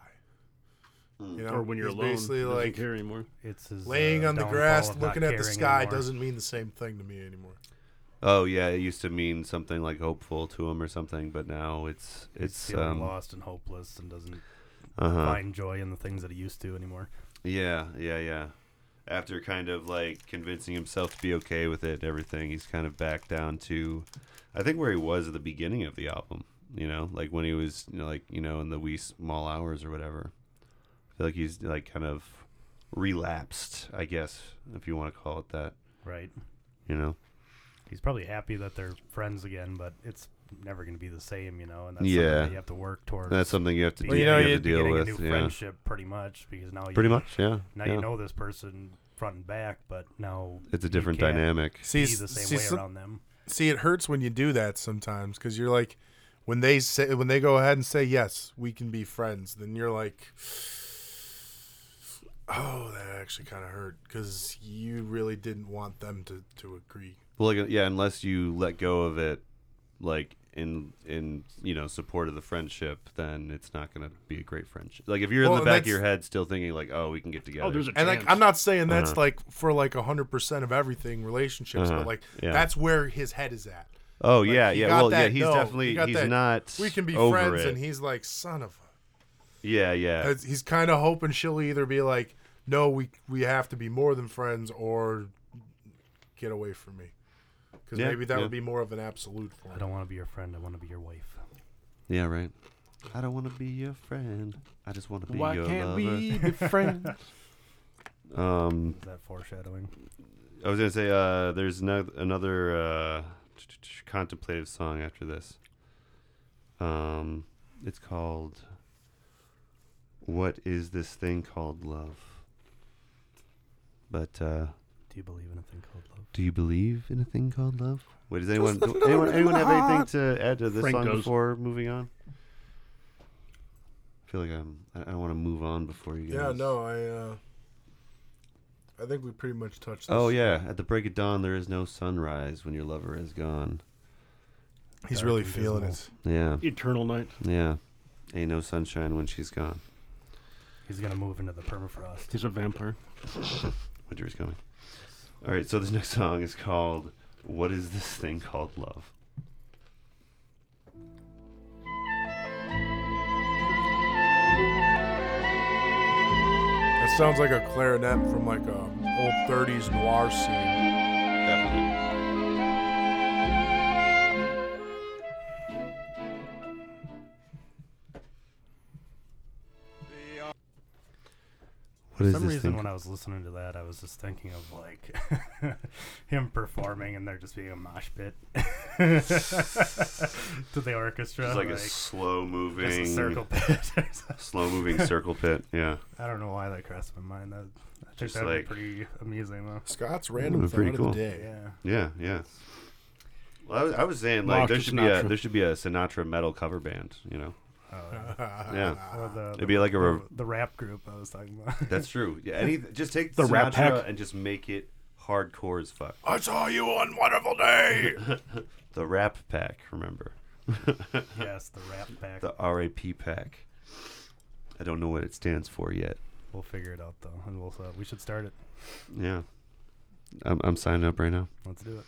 S1: Hmm.
S3: You know,
S2: or when you're
S3: he's
S2: alone,
S3: basically
S2: doesn't
S3: like
S2: care anymore.
S4: It's his
S3: laying
S4: uh,
S3: on the
S4: downfall
S3: grass,
S4: of not
S3: looking at the
S4: caring
S3: sky
S4: anymore.
S3: doesn't mean the same thing to me anymore.
S1: Oh yeah, it used to mean something like hopeful to him or something, but now it's
S4: He's
S1: it's
S4: feeling
S1: um
S4: lost and hopeless and doesn't
S1: uh
S4: find joy in the things that he used to anymore.
S1: yeah yeah yeah. After kind of like convincing himself to be okay with it and everything, he's kind of back down to, I think where he was at the beginning of the album. You know, like when he was you know, like you know in the wee small hours or whatever. I feel like he's like kind of relapsed, I guess if you want to call it that.
S4: Right.
S1: You know.
S4: He's probably happy that they're friends again, but it's never going to be the same, you know. And that's something
S1: Yeah.
S4: that you have to work towards.
S1: That's something you have to,
S4: Well,
S1: do,
S3: you know,
S1: you have
S3: you-
S1: to deal
S4: beginning
S1: with.
S4: a new
S1: Yeah.
S4: friendship, pretty much, because now you
S1: Pretty much, yeah.
S4: now
S1: yeah.
S4: you know this person front and back, but now
S1: It's a
S4: you
S1: different
S4: can't
S1: dynamic.
S3: See,
S4: Be the same
S3: see,
S4: way
S3: some-
S4: around them.
S3: see it hurts when you do that sometimes because you're like when they say when they go ahead and say yes we can be friends then you're like oh that actually kind of hurt because you really didn't want them to to agree
S1: Well, like, yeah, unless you let go of it, like in in you know support of the friendship, then it's not gonna be a great friendship. Like if you're in
S3: Well,
S1: the
S3: and
S1: back of
S3: that's-
S1: your head still thinking like, oh, we can get together.
S2: Oh, there's a
S3: and
S2: chance.
S3: like i'm not saying that's
S1: Uh-huh.
S3: like for like 100% of everything relationships
S1: Uh-huh,
S3: but like
S1: yeah.
S3: that's where his head is at
S1: oh
S3: Like,
S1: yeah,
S3: he
S1: yeah.
S3: got
S1: Well, yeah,
S3: that
S1: he's
S3: no, he
S1: definitely
S3: got
S1: he's
S3: that,
S1: not.
S3: we can be
S1: over
S3: friends
S1: it.
S3: and he's like son of a
S1: yeah, yeah,
S3: It's- he's kind of hoping she'll either be like, "No, we we have to be more than friends," or get away from me, because
S1: Yeah,
S3: maybe that
S1: yeah.
S3: would be more of an absolute for
S4: I
S3: him.
S4: don't want to be your friend. I want to be your wife.
S1: yeah. Right. I don't want to be your friend. I just want to be
S2: Why
S1: your
S2: can't
S1: lover.
S2: we be friends?
S1: Um,
S4: Is that foreshadowing?
S1: I was gonna say uh, there's no, another uh, t- t- t- contemplative song after this. Um, it's called "What Is This Thing Called Love?" But uh,
S4: Do you believe in a thing called love?
S1: do you believe in a thing called love? Wait, does anyone do- anyone anyone have anything to add to this
S2: Frank
S1: song
S2: does.
S1: before moving on? I feel like I'm. I, I want to move on before you.
S3: Yeah,
S1: guys-
S3: no, I uh, I think we pretty much touched. This.
S1: Oh yeah, at the break of dawn, there is no sunrise when your lover is gone.
S3: he's
S4: Dark
S3: really
S4: and
S3: feeling it.
S4: dismal.
S1: Yeah.
S2: [LAUGHS] Eternal night.
S1: Yeah. Ain't no sunshine when she's gone.
S4: He's gonna move into the permafrost.
S2: He's a vampire.
S1: Winter is coming. All right, so this next song is called What is this thing called love?
S3: That sounds like a clarinet from like a old '30s noir scene.
S1: Definitely. What
S4: For
S1: is
S4: some
S1: this
S4: reason,
S1: thing?
S4: when I was listening to that, I was just thinking of like [LAUGHS] him performing and there just being a mosh pit [LAUGHS] to the orchestra,
S1: It's like a
S4: just
S1: slow
S4: a
S1: moving
S4: circle pit. or something.
S1: slow moving
S4: [LAUGHS]
S1: circle pit. Yeah.
S4: I don't know why that crossed my mind. That I think
S1: Just
S4: that'd
S1: like-
S4: be pretty amusing though.
S3: Scott's random
S1: Ooh,
S3: thought
S1: pretty
S3: of
S1: cool.
S3: the day.
S4: Yeah,
S1: Yeah, yeah. Well, I was, I was saying like
S2: Mark
S1: there
S2: to
S1: should be a
S2: Sinatra.
S1: there should be a Sinatra metal cover band, you know.
S3: [LAUGHS]
S4: Uh,
S1: Yeah.
S4: Or Oh, the,
S1: It'd be like a re-
S4: the rap group I was talking about. [LAUGHS]
S1: That's true. Yeah, any just take the
S2: The
S1: Sinatra
S2: Rat Pack.
S1: and just make it hardcore as fuck.
S3: I saw you on Wonderful
S1: [LAUGHS]
S3: Day.
S1: The Rap Pack, remember?
S4: yes, the rap pack.
S1: The RAP Pack. I don't know what it stands for yet.
S4: We'll figure it out though, and we'll uh, we should start it.
S1: Yeah, I'm I'm signing up right now.
S4: Let's do it.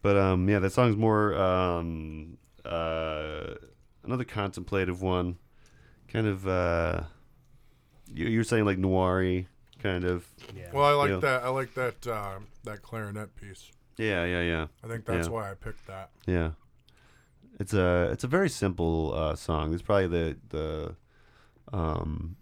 S1: But um, yeah, that song's more um, uh, another contemplative one, kind of. Uh, you you're saying like noiry, kind of.
S4: Yeah.
S3: Well, I like
S1: Yeah.
S3: that. I like that uh, that clarinet piece.
S1: Yeah, yeah, yeah,
S3: I think that's
S1: Yeah.
S3: why I picked that.
S1: yeah. It's a it's a very simple uh, song. It's probably the the, um,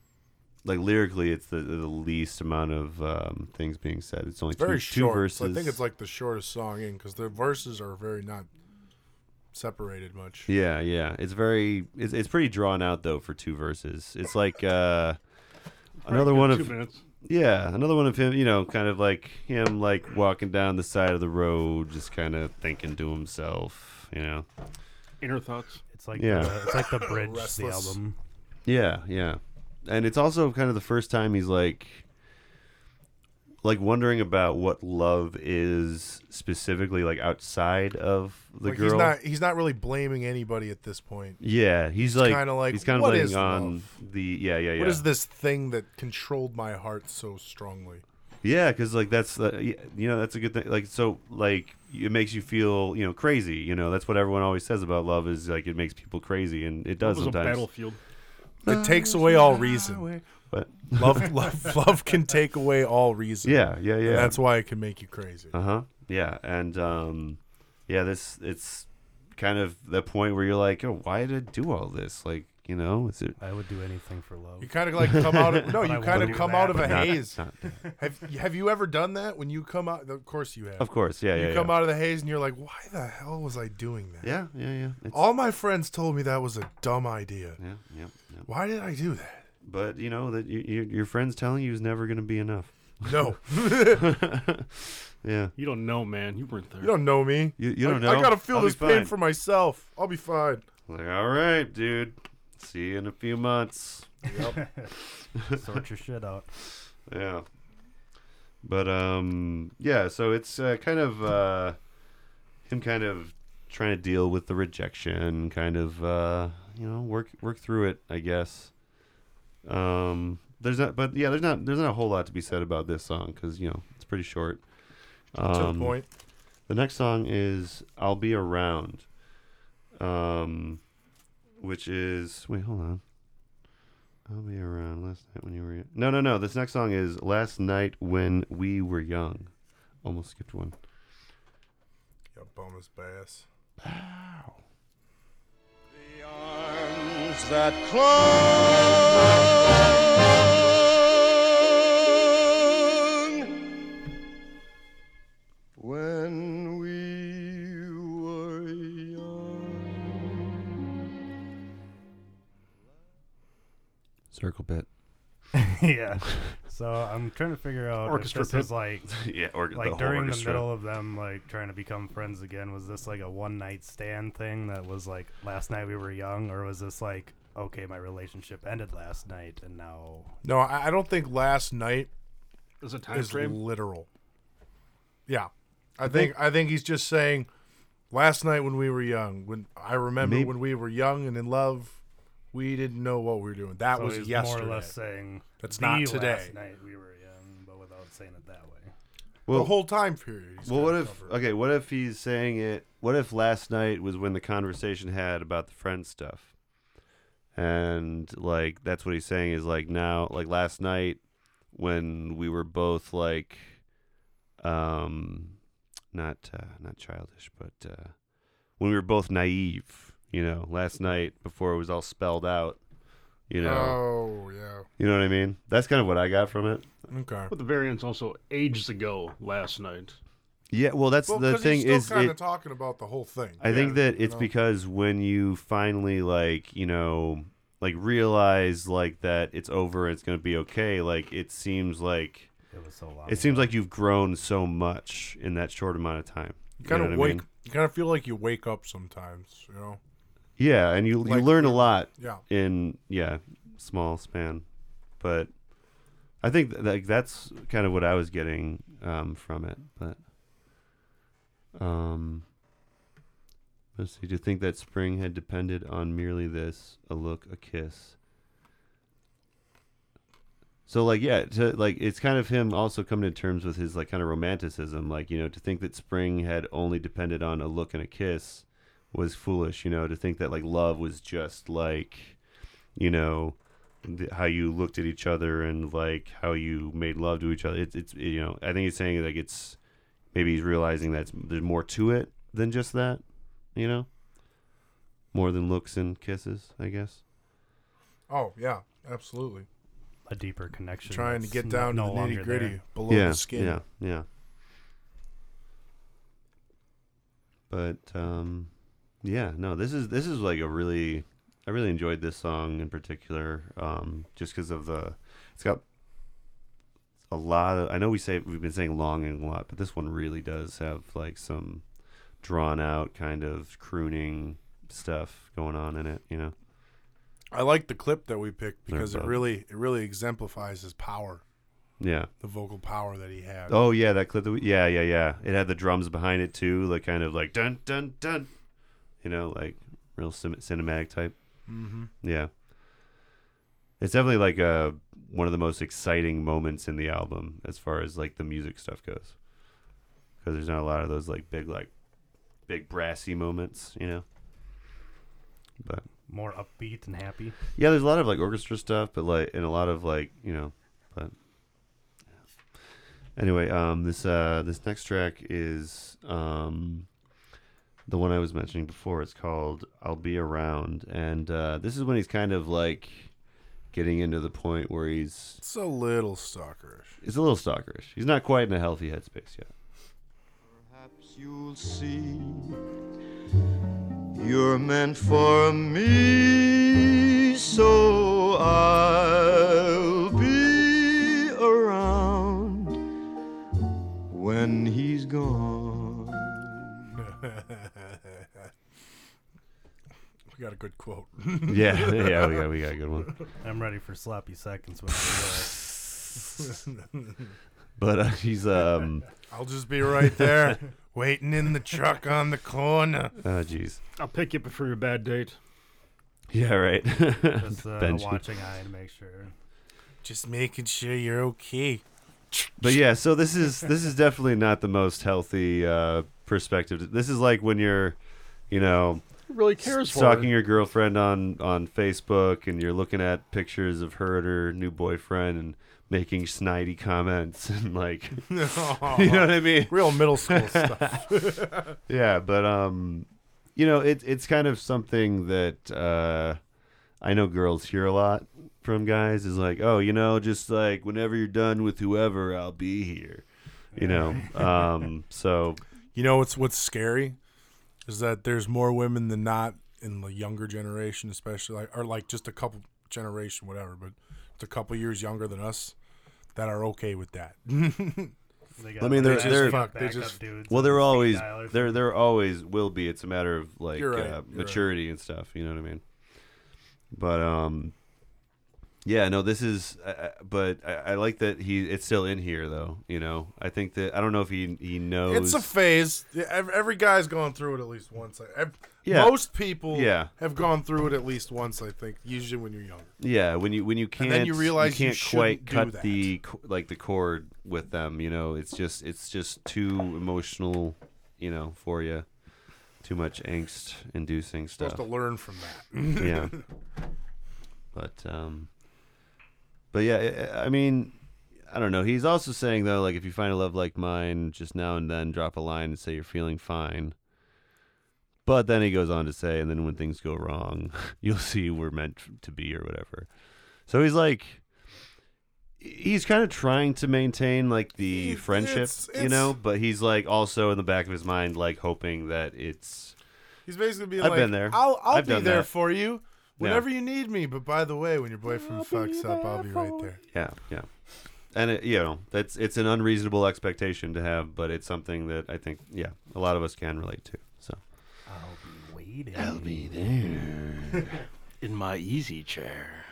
S1: like lyrically, it's the the least amount of um, things being said. It's only
S3: It's very
S1: two,
S3: short.
S1: two verses.
S3: I think it's like the shortest song in because the verses are very not separated much.
S1: Yeah, yeah. It's very it's, it's pretty drawn out though for two verses. It's like uh another
S2: Right,
S1: one
S2: two
S1: of
S2: minutes.
S1: yeah, another one of him, you know, kind of like him like walking down the side of the road just kind of thinking to himself, you know.
S2: inner thoughts.
S4: It's like
S1: Yeah.
S4: the, it's like
S3: [LAUGHS]
S4: the bridge, the
S3: Restless.
S4: album.
S1: Yeah, yeah. And it's also kind of the first time he's like like wondering about what love is specifically like outside of the
S3: like
S1: girl.
S3: he's not he's not really blaming anybody at this point.
S1: yeah, he's like,
S3: kinda like,
S1: he's kind of
S3: what
S1: laying
S3: is
S1: on
S3: love?
S1: the yeah yeah yeah.
S3: What is this thing that controlled my heart so strongly?
S1: Yeah, because like that's the y- you know that's a good thing. Like so, like it makes you feel you know crazy. You know that's what everyone always says about love is like it makes people crazy, and it
S2: It
S1: does
S2: was a
S1: sometimes.
S2: battlefield.
S3: It takes away all reason.
S1: [LAUGHS] But
S3: Love, love, love can take away all reason.
S1: yeah, yeah, yeah.
S3: And that's why it can make you crazy.
S1: uh huh. Yeah, and um, yeah, this it's kind of the point where you're like, oh, why did I do all this? Like you know, is it
S4: I would do anything for love.
S3: You kind of like come
S1: [LAUGHS]
S3: out of no,
S4: But I
S3: you
S4: wanna
S3: kind
S4: do
S3: of come
S4: that,
S3: out of a
S4: but
S1: not-
S3: haze.
S1: not-
S3: Have have you ever done that when you come out? Of course you have.
S1: of course, yeah, yeah,
S3: you come
S1: yeah.
S3: out of the haze and you're like, why the hell was I doing that?
S1: yeah, yeah, yeah. It's,
S3: All my friends told me that was a dumb idea.
S1: yeah, yeah, yeah.
S3: Why did I do that?
S1: But you know that you, you, your friends telling you is never gonna be enough. [LAUGHS]
S3: No,
S1: yeah.
S2: You don't know, man. You weren't there.
S3: you don't know me.
S1: You, you
S3: I-
S1: don't know.
S3: I gotta feel
S1: I'll be
S3: this pain
S1: fine.
S3: for myself. I'll be fine.
S1: Like, all right, dude. See you in a few months.
S4: [LAUGHS] Sort your shit out.
S1: Yeah. But um, yeah. So it's uh, kind of uh, him kind of trying to deal with the rejection, kind of uh, you know work work through it, I guess. Um, there's not, but yeah, there's not there's not a whole lot to be said about this song because you know it's pretty short.
S3: To
S1: Um,
S3: the point.
S1: The next song is "I'll Be Around," um, which is wait, hold on. I'll be around last night when you were. young. No, no, no. This next song is "Last Night When We Were Young." Almost skipped one.
S3: Yeah, bonus bass.
S6: The arms that clung when we were young.
S1: Circle bit.
S4: yeah. So I'm trying to figure out
S2: Orchestra
S4: if this is
S2: pit.
S4: like
S1: [LAUGHS] yeah, or [LAUGHS] the
S4: like
S1: whole
S4: during
S1: orchestra.
S4: the middle of them like trying to become friends again was this like a one night stand thing that was like last night we were young or was this like okay my relationship ended last night and now
S3: No, I, I don't think last night
S2: There's a time
S3: is
S2: frame.
S3: literal. Yeah, I think I think he's just saying, last night when we were young, when I remember
S1: Maybe-
S3: when we were young and in love, we didn't know what we were doing. That
S4: so
S3: was
S4: he's
S3: yesterday.
S4: more or less saying
S3: That's
S4: the
S3: not today.
S4: last night we were young but without saying it that way
S1: Well-
S3: the whole time period. he's
S1: Well,
S3: gotta
S1: what if
S3: cover.
S1: okay? What if he's saying it? What if last night was when the conversation had about the friend stuff, and like that's what he's saying is like now, like last night when we were both like, um, not uh, not childish, but uh, when we were both naive, you know, last night before it was all spelled out, you know,
S3: Oh yeah.
S1: you know what I mean. That's kind of what I got from it.
S3: Okay.
S2: But the variant's also ages ago last night.
S1: Yeah, well, that's
S3: Well,
S1: the
S3: 'cause
S1: thing
S3: he's
S1: is
S3: still kind
S1: it,
S3: of talking about the whole thing.
S1: I think that it's
S3: know?
S1: because when you finally like, you know, like realize like that it's over, it's gonna be okay. Like it seems like
S4: it was so long
S1: it seems like you've grown so much in that short amount of time.
S3: you kind
S1: know
S3: of
S1: what I
S3: wake.
S1: mean?
S3: You kind of feel like you wake up sometimes. You know.
S1: Yeah, and you
S3: like,
S1: you learn a lot
S3: Yeah.
S1: in yeah small span, but I think th- like that's kind of what I was getting um, from it. But um, let's see. To think that spring had depended on merely this—a look, a kiss. So like yeah, to, like it's kind of him also coming to terms with his like kind of romanticism, like you know, to think that spring had only depended on a look and a kiss was foolish, you know, to think that like love was just like you know th- how you looked at each other and like how you made love to each other. It's it's you know, I think he's saying like it's maybe he's realizing that there's more to it than just that, you know? More than looks and kisses, I guess.
S3: Oh yeah, absolutely.
S4: a deeper connection.
S3: Trying to
S4: that's
S3: get
S4: n-
S3: down
S4: no
S3: to the
S4: longer
S3: nitty gritty
S4: there.
S3: below
S1: yeah,
S3: the skin.
S1: Yeah, yeah. But um, yeah, no, this is this is like a really, I really enjoyed this song in particular, um, just because of the, it's got a lot of. I know we say we've been saying longing a lot, but this one really does have like some drawn out kind of crooning stuff going on in it. You know,
S3: I like the clip that we picked
S1: They're
S3: because it
S1: both-
S3: really it really exemplifies his power,
S1: yeah.
S3: the vocal power that he had.
S1: Oh yeah, that clip. That we, yeah, yeah, yeah. It had the drums behind it too, like kind of like dun dun dun, you know, like real cin- cinematic type.
S3: Mm-hmm.
S1: Yeah, it's definitely like uh one of the most exciting moments in the album as far as like the music stuff goes, because there's not a lot of those like big like big brassy moments, you know. But
S4: More upbeat and happy.
S1: yeah, there's a lot of like orchestra stuff, but like and a lot of like you know, but anyway, um, this uh, this next track is um, the one I was mentioning before. It's called "I'll Be Around," and uh, this is when he's kind of like getting into the point where he's
S3: It's a little stalkerish.
S1: he's a little stalkerish. He's not quite in a healthy headspace yet.
S6: Perhaps you'll see you're meant for me, so I'll be around when he's gone.
S3: [LAUGHS] We got a good quote.
S1: yeah, [LAUGHS] yeah, we got we got a good one.
S4: I'm ready for sloppy seconds. When I
S1: But uh, he's um,
S3: I'll just be right
S1: [LAUGHS]
S3: there, waiting in the truck on the corner.
S1: oh jeez,
S2: I'll pick you up for your bad date.
S1: yeah, right.
S4: do
S1: [LAUGHS]
S4: it. Just uh, a
S1: Benji.
S4: watching eye to make sure.
S3: Just making sure you're
S1: [LAUGHS]
S3: okay. [LAUGHS]
S1: But yeah, so this
S2: [LAUGHS]
S1: is this is definitely not the most healthy uh, perspective. This is like when you're, you know,
S2: Really cares for
S1: stalking
S2: her.
S1: your girlfriend on on Facebook, and you're looking at pictures of her and her new boyfriend, and making snidey comments, [LAUGHS] and like, you
S2: Uh-huh.
S1: know what I mean?
S3: Real
S1: [LAUGHS]
S3: middle school stuff.
S1: Yeah, but um, you know, it's it's kind of something that uh, I know girls hear a lot from guys is like, oh, you know, just like whenever you're done with whoever, I'll be here.
S2: [LAUGHS]
S1: You know, um, so
S3: You know what's what's scary is that there's more women than not in the younger generation, especially like or like just a couple generation, whatever, but it's a couple years younger than us that are okay with that.
S4: [LAUGHS]
S1: [LAUGHS]
S4: They got
S1: I mean, they're-
S4: backup-
S1: they're-
S4: backup
S3: They just-
S4: dudes
S1: Well,
S4: on
S1: there
S4: speed
S1: always
S4: dialers.
S1: there there always will be. It's a matter of like
S3: You're right,
S1: uh,
S3: you're right.
S1: maturity and stuff. You know what I mean? But um, yeah, no, this is. I- I but I, I like that he. It's still in here though. You know, I think that I don't know if he he knows.
S3: it's a phase. Yeah, ev- Every guy's gone through it at least once. I- ev-
S1: Yeah.
S3: Most people
S1: Yeah.
S3: have gone through it at least once, I think, usually when you're younger.
S1: yeah, when you when you
S3: then
S1: can't
S3: you realize you
S1: can't
S3: shouldn't
S1: quite
S3: do
S1: cut
S3: that.
S1: the co- like the cord with them. You know, it's just it's just too emotional. You know, for you, too much angst inducing
S3: You're
S1: stuff.
S3: supposed to learn from that.
S1: yeah. [LAUGHS] But um, but yeah, I I mean, I don't know. He's also saying though, like if you find a love like mine, just now and then drop a line and say you're feeling fine. But then he goes on to say, and then when things go wrong, [LAUGHS] you'll see we're meant to be or whatever. So he's like, he's kind of trying to maintain like the
S3: It's-
S1: friendship,
S3: it's-
S1: you know.
S3: it's-
S1: But he's like also in the back of his mind, like hoping that it's
S3: He's basically being
S1: I've
S3: like,
S1: been there.
S3: I'll, I'll
S1: I've
S3: be
S1: done
S3: there
S1: that."
S3: for you whenever you need me. But by the way, when your boyfriend fucks up, I'll be right there.
S1: Yeah, yeah. And it, you know, that's it's an unreasonable expectation to have, but it's something that I think, yeah, a lot of us can relate to. So
S4: I'll be waiting.
S7: in my easy chair.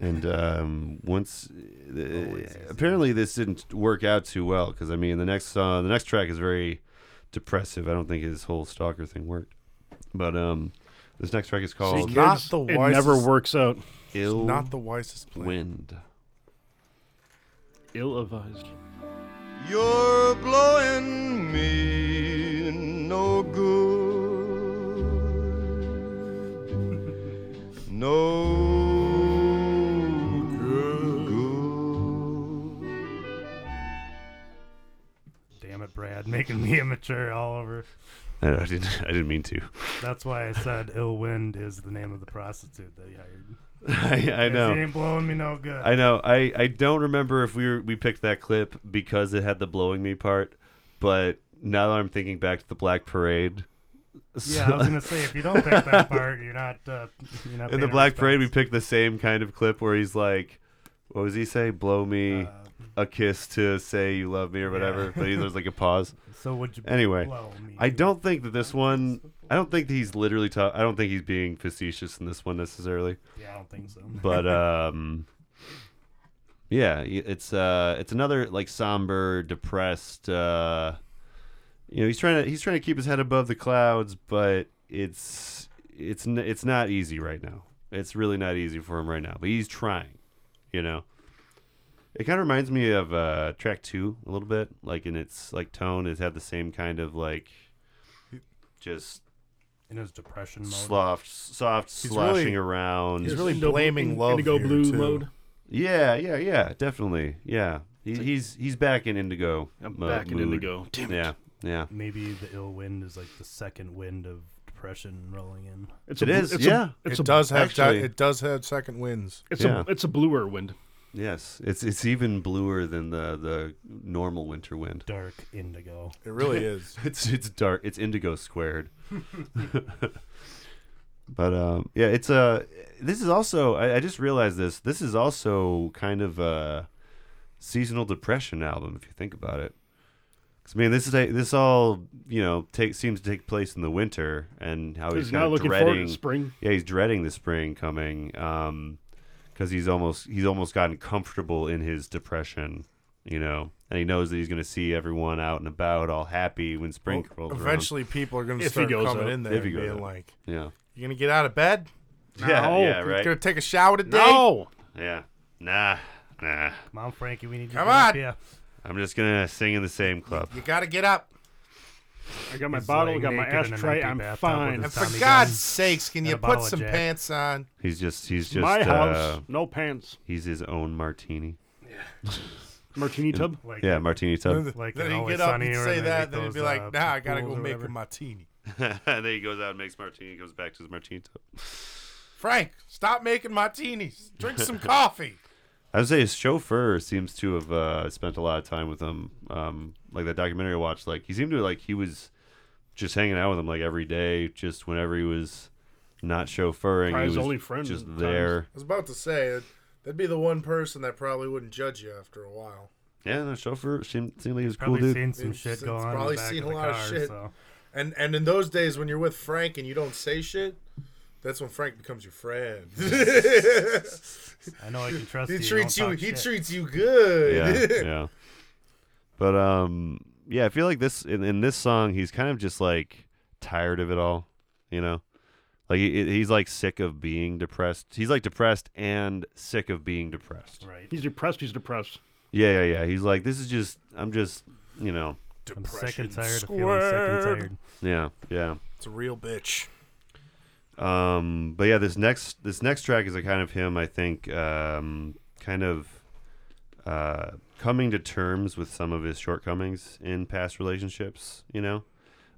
S1: and um, once the, apparently this didn't work out too well because I mean the next uh, the next track is very depressive. I don't think his whole stalker thing worked, but um, this next track is
S3: It's
S1: called
S3: not the
S2: it never
S3: wisest-
S2: works out.
S1: "Ill
S3: Not the wisest plan.
S1: Wind."
S2: ill advised.
S6: You're blowing me no good. No good.
S4: Damn it, Brad, [LAUGHS] making me immature all over.
S1: I, I didn't. [LAUGHS] I didn't mean to.
S4: That's why I said "Ill Wind" is the name of the prostitute that he hired.
S1: I, I
S4: She
S1: know.
S4: ain't blowing me no good.
S1: I know. I, I don't remember if we were, we picked that clip because it had the blowing me part, but now that I'm thinking back to the Black Parade.
S4: yeah, I was
S1: [LAUGHS]
S4: gonna say if you don't pick that part, you're not. Uh, you're not
S1: in the
S4: paying
S1: Black
S4: respect.
S1: Parade, we picked the same kind of clip where he's like, "What was he say? Blow
S4: Uh,
S1: me a kiss to say you love me or whatever." But he, there's like
S4: [LAUGHS]
S1: a pause.
S4: So would you?
S1: Anyway,
S4: blow me
S1: I
S4: good?
S1: don't think that this one. I don't think that he's literally. Ta- I don't think he's being facetious in this one necessarily.
S4: Yeah, I don't think so.
S1: But um, yeah, y- it's uh, it's another like somber, depressed. Uh, you know, he's trying to he's trying to keep his head above the clouds, but it's it's n- it's not easy right now. It's really not easy for him right now, but he's trying. You know, it kind of reminds me of uh, track two a little bit, like in its like tone. It had the same kind of like just
S4: in his depression mode.
S1: soft, soft
S3: He's
S1: sloshing
S3: really-
S1: around.
S3: He's really
S2: Indigo-
S3: blaming
S2: in-
S3: love
S2: Indigo
S3: here,
S2: Blue
S3: too.
S2: mode.
S1: Yeah, yeah, yeah, definitely. Yeah, he, he's he's back in Indigo.
S2: I'm
S1: mo-
S2: back in
S1: mood.
S2: Indigo. Damn it.
S1: Yeah, yeah.
S4: Maybe the ill wind is like the second wind of depression rolling in.
S2: It's
S1: It
S2: a, bl-
S1: is,
S2: It's
S1: yeah.
S2: A, it's
S3: it
S2: a,
S3: does have
S1: actually-
S3: that, it does have second winds.
S2: It's
S1: Yeah.
S2: a. It's a bluer wind.
S1: Yes, it's it's even bluer than the the normal winter wind.
S4: Dark indigo.
S3: It [LAUGHS] really is.
S1: [LAUGHS] It's it's dark. It's indigo squared. [LAUGHS] but um, yeah, it's a. This is also. I, I just realized this. This is also kind of a seasonal depression album, if you think about it. Because man, this is a, this all you know take, seems to take place in the winter, and how he's,
S2: Oh, He's
S1: kind
S2: not
S1: of
S2: looking
S1: dreading.
S2: forward to spring.
S1: yeah, he's dreading the spring coming because he's almost he's almost gotten comfortable in his depression, you know, and he knows that he's going to see everyone out and about all happy when spring rolls around.
S3: Eventually, people are going to
S2: If he
S3: start
S2: goes
S3: coming
S2: out.
S3: in there
S1: If he
S3: and
S1: goes
S3: being
S1: out.
S3: like,
S1: Yeah,
S3: "You going to get out of bed?
S1: yeah,
S2: No.
S1: yeah,
S3: You
S1: right.
S3: going to take a shower today?
S2: No.
S1: Yeah, nah, nah.
S4: Come on, Frankie, we need you.
S3: Come
S4: to get up
S3: on!
S4: here.
S1: I'm just gonna sing in the same club.
S3: You got to get up.
S2: I got my
S4: He's
S2: bottle. I
S4: laying
S2: got my
S4: naked in an
S2: ashtray.
S4: empty
S2: I'm
S4: bathtub
S2: fine.
S4: with
S3: And
S4: his
S3: for
S4: Tommy
S3: God's
S4: guns
S3: sakes, can
S4: and
S3: you
S4: a bottle
S3: put
S4: of
S3: some
S4: Jack.
S3: pants on?
S1: He's just he's just
S2: my house,
S1: uh,
S2: no pants.
S1: he's his own martini.
S2: Martini tub.
S4: Like,
S1: Yeah, martini
S2: [LAUGHS]
S1: tub.
S3: [LAUGHS]
S1: [LAUGHS]
S4: Like
S3: then
S4: in
S3: he'd
S4: Always
S3: get up,
S4: Sunny
S3: he'd
S4: where
S3: say
S4: they
S3: that,
S4: make
S3: then he'd be
S4: those,
S3: like,
S4: uh,
S3: nah, I gotta
S4: pools
S3: go
S4: or
S3: make a
S4: whatever.
S3: martini.
S1: then he goes out and makes martini. Goes back to his martini tub.
S3: Frank, stop making martinis. Drink [LAUGHS] some coffee.
S1: I would say his chauffeur seems to have uh, spent a lot of time with him. Um, like that documentary I watched, like he seemed to like he was just hanging out with him like every day, just whenever he was not chauffeuring.
S2: Probably
S1: he
S2: his
S1: was
S2: only friend
S1: just
S2: at
S1: there.
S3: I was about to say, that- that'd be the one person that probably wouldn't judge you after a while.
S1: Yeah, no chauffeur seemed seemed like he was a cool
S4: Probably
S1: dude.
S4: seen some
S3: It's-
S4: shit
S3: it's
S4: go on. in the
S3: probably
S4: back
S3: seen
S4: of
S3: a
S4: the
S3: lot of
S4: car,
S3: shit.
S4: So.
S3: And and in those days when you're with Frank and you don't say shit, that's when Frank becomes your friend.
S4: I know I can trust
S3: [LAUGHS] he
S4: you.
S3: treats you
S4: don't talk
S3: he
S4: shit.
S3: treats you good.
S2: [LAUGHS]
S1: yeah, yeah. But um, yeah, I feel like this in, in this song, he's kind of just like tired of it all, you know. Like he, he's like sick of being depressed. He's like depressed and sick of being depressed.
S4: Right.
S2: He's depressed. He's depressed.
S1: Yeah, yeah, yeah. He's like, this is just, I'm just, you know,
S4: I'm sick and tired of feeling sick
S3: squared.
S4: and tired.
S1: yeah, yeah.
S3: It's a real bitch.
S1: Um, but yeah, this next this next track is a kind of him, I think, um, kind of uh, coming to terms with some of his shortcomings in past relationships, you know,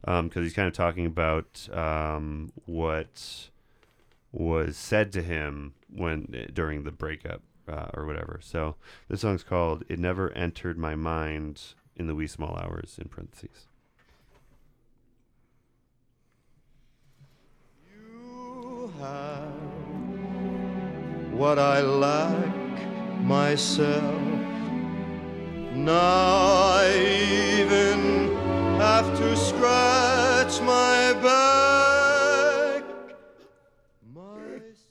S1: because he's kind of talking about um, what was said to him when eh, during the breakup uh, or whatever. So this song's called "It Never Entered My Mind" in the wee small hours in parentheses.
S6: You have what I lack myself. Now I even have to scratch my back. Myself.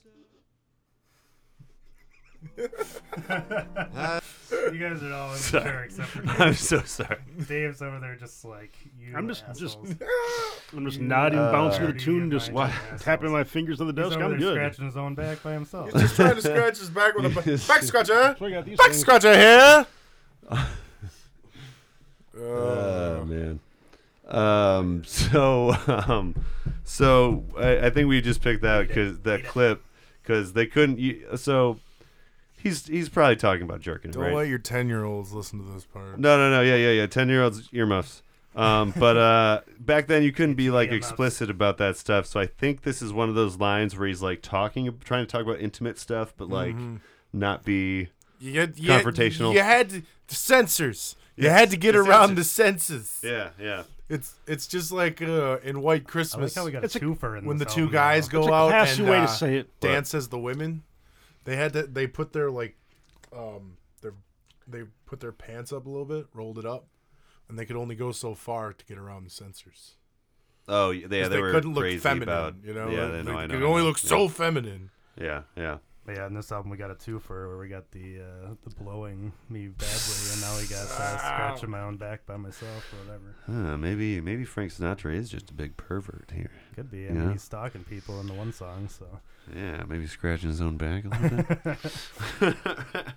S4: You guys are all immature except for
S3: [LAUGHS]
S4: Dave.
S1: [LAUGHS] I'm so sorry.
S4: Dave's over there just like you.
S2: I'm just- just-
S4: assholes.
S2: I'm just nodding, bouncing to the
S4: dirty
S2: tune,
S4: and
S2: just
S4: mindless
S2: tapping
S4: assholes.
S2: my fingers on the
S4: He's
S2: desk.
S4: over
S2: I'm
S4: there
S2: good.
S4: scratching his own back by himself.
S3: [LAUGHS] He's trying to scratch his back with a back scratcher.
S2: So I got these
S3: Back
S2: things.
S3: [LAUGHS] scratcher here.
S1: Oh
S3: Uh,
S1: man. Um. So um, so I, I think we just picked that because that clip because they couldn't. You, so he's he's probably talking about jerking,
S3: Don't
S1: right?
S3: let your ten year olds listen to this part.
S1: No, no, no. Yeah, yeah, yeah. Ten year olds earmuffs. Um, but uh, back then you couldn't be like
S4: Earmuffs.
S1: explicit about that stuff. So I think this is one of those lines where he's like talking, trying to talk about intimate stuff, but like
S3: Mm-hmm.
S1: not be.
S3: You had, you had-
S1: Confrontational.
S3: you had to, the censors. You
S1: Yes,
S3: had to get
S1: the
S3: around
S1: censors.
S3: the censors.
S1: Yeah, yeah.
S3: It's it's just like uh, in
S4: I
S3: White
S4: like
S3: Christmas
S4: how we got
S7: It's
S4: a
S7: a-
S4: twofer in
S3: when the
S4: this
S3: two
S4: album,
S3: guys
S4: though.
S3: go
S7: It's a
S3: out
S7: classy
S3: and
S7: way to
S3: uh,
S7: say it.
S3: dance as the women. They had to. They put their like, um, their they put their pants up a little bit, rolled it up, and they could only go so far to get around the censors.
S1: Oh, yeah. They,
S3: 'Cause
S1: they,
S3: they
S1: were
S3: couldn't look
S1: crazy
S3: feminine,
S1: about.
S3: you know.
S1: Yeah,
S3: Like,
S1: they
S3: they
S1: know. I know.
S3: could
S1: I
S3: only
S1: know.
S3: look
S1: yeah.
S3: so feminine.
S1: Yeah, yeah.
S4: But yeah, in this album we got a twofer where we got the uh, the blowing me badly, and now we got uh, scratching my own back by myself or whatever.
S1: Huh, maybe maybe Frank Sinatra is just a big pervert here.
S4: Could be. I
S1: Yeah.
S4: mean, he's stalking people in the one song, so
S1: Yeah, maybe scratching his own back a little bit. [LAUGHS]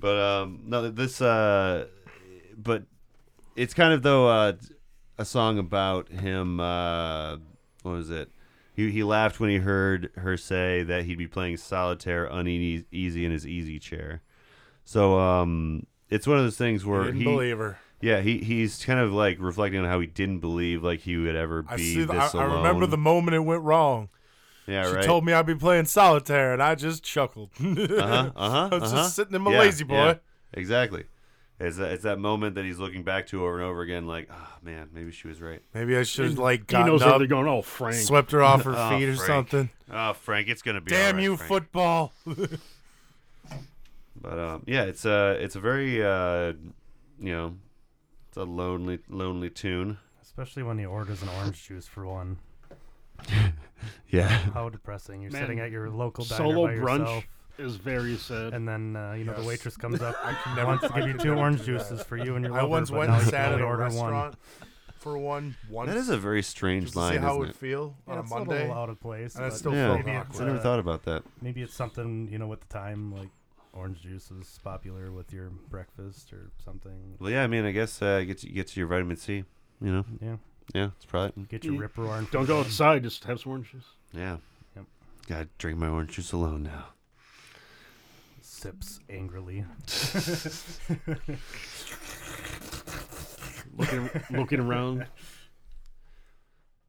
S1: but um, no, this uh, but it's kind of though uh, a song about him. Uh, what was it? He he laughed when he heard her say that he'd be playing solitaire uneasy easy in his easy chair. So um, it's one of those things
S3: I
S1: where
S3: didn't
S1: he
S3: believe her.
S1: yeah he he's kind of like reflecting on how he didn't believe like he would ever be
S3: I see. The, I,
S1: this
S3: I remember
S1: alone.
S3: the moment it went wrong.
S1: yeah
S3: She
S1: right
S3: told me I'd be playing solitaire, and I just chuckled. [LAUGHS]
S1: uh-huh, uh-huh,
S3: I was just
S1: uh-huh.
S3: sitting in my
S1: Yeah,
S3: lazy boy.
S1: yeah, exactly. It's that, it's that moment that he's looking back to over and over again, like, oh man, maybe she was right.
S3: Maybe I should have like
S2: He
S3: gotten
S2: knows that
S3: up,
S2: they're going. Oh, Frank.
S3: swept her off her
S1: [LAUGHS] Oh,
S3: feet or
S1: Frank.
S3: something.
S1: Oh, Frank, it's gonna be.
S3: Damn
S1: all right,
S3: you,
S1: Frank.
S3: football!
S1: But um, yeah, it's a it's a very uh, you know, it's a lonely lonely tune.
S4: especially when he orders an orange juice for one.
S1: [LAUGHS] Yeah.
S4: How depressing! You're
S2: Man,
S4: sitting at your local diner
S2: Solo
S4: by
S2: brunch
S4: yourself,
S2: is very sad.
S4: and then uh, you know the
S3: Yes.
S4: waitress
S3: [LAUGHS]
S4: comes up,
S3: never-
S4: wants to
S3: I
S4: give you
S3: could
S4: two
S3: never
S4: orange
S3: do that.
S4: juices for you and your
S3: I
S4: lover,
S3: once
S4: but
S3: went
S4: now
S3: and
S4: [LAUGHS] you can
S3: sat
S4: only
S3: at a
S4: order one.
S3: restaurant for one once
S1: That is a very strange
S3: just to
S1: line.
S3: see how it
S1: isn't
S3: would
S1: it?
S3: feel
S4: Yeah,
S3: on a
S4: it's
S3: Monday.
S4: little out of place.
S3: and it
S4: but
S3: still
S1: Yeah.
S3: felt
S4: maybe it's,
S3: awkward.
S1: I never
S4: uh,
S1: thought about that.
S4: Maybe it's something you know with the time, like orange juice is popular with your breakfast or something.
S1: Well, yeah, I mean, I guess uh, get to, get to your vitamin C. You know,
S4: Yeah,
S1: yeah, it's probably
S4: get your
S2: Mm.
S4: rip roaring.
S2: Don't go outside. Just have some oranges.
S1: yeah.
S4: Yep.
S1: Gotta drink my orange juice alone now.
S4: [LAUGHS] Sips
S3: [LAUGHS]
S4: angrily.
S2: Looking, looking around.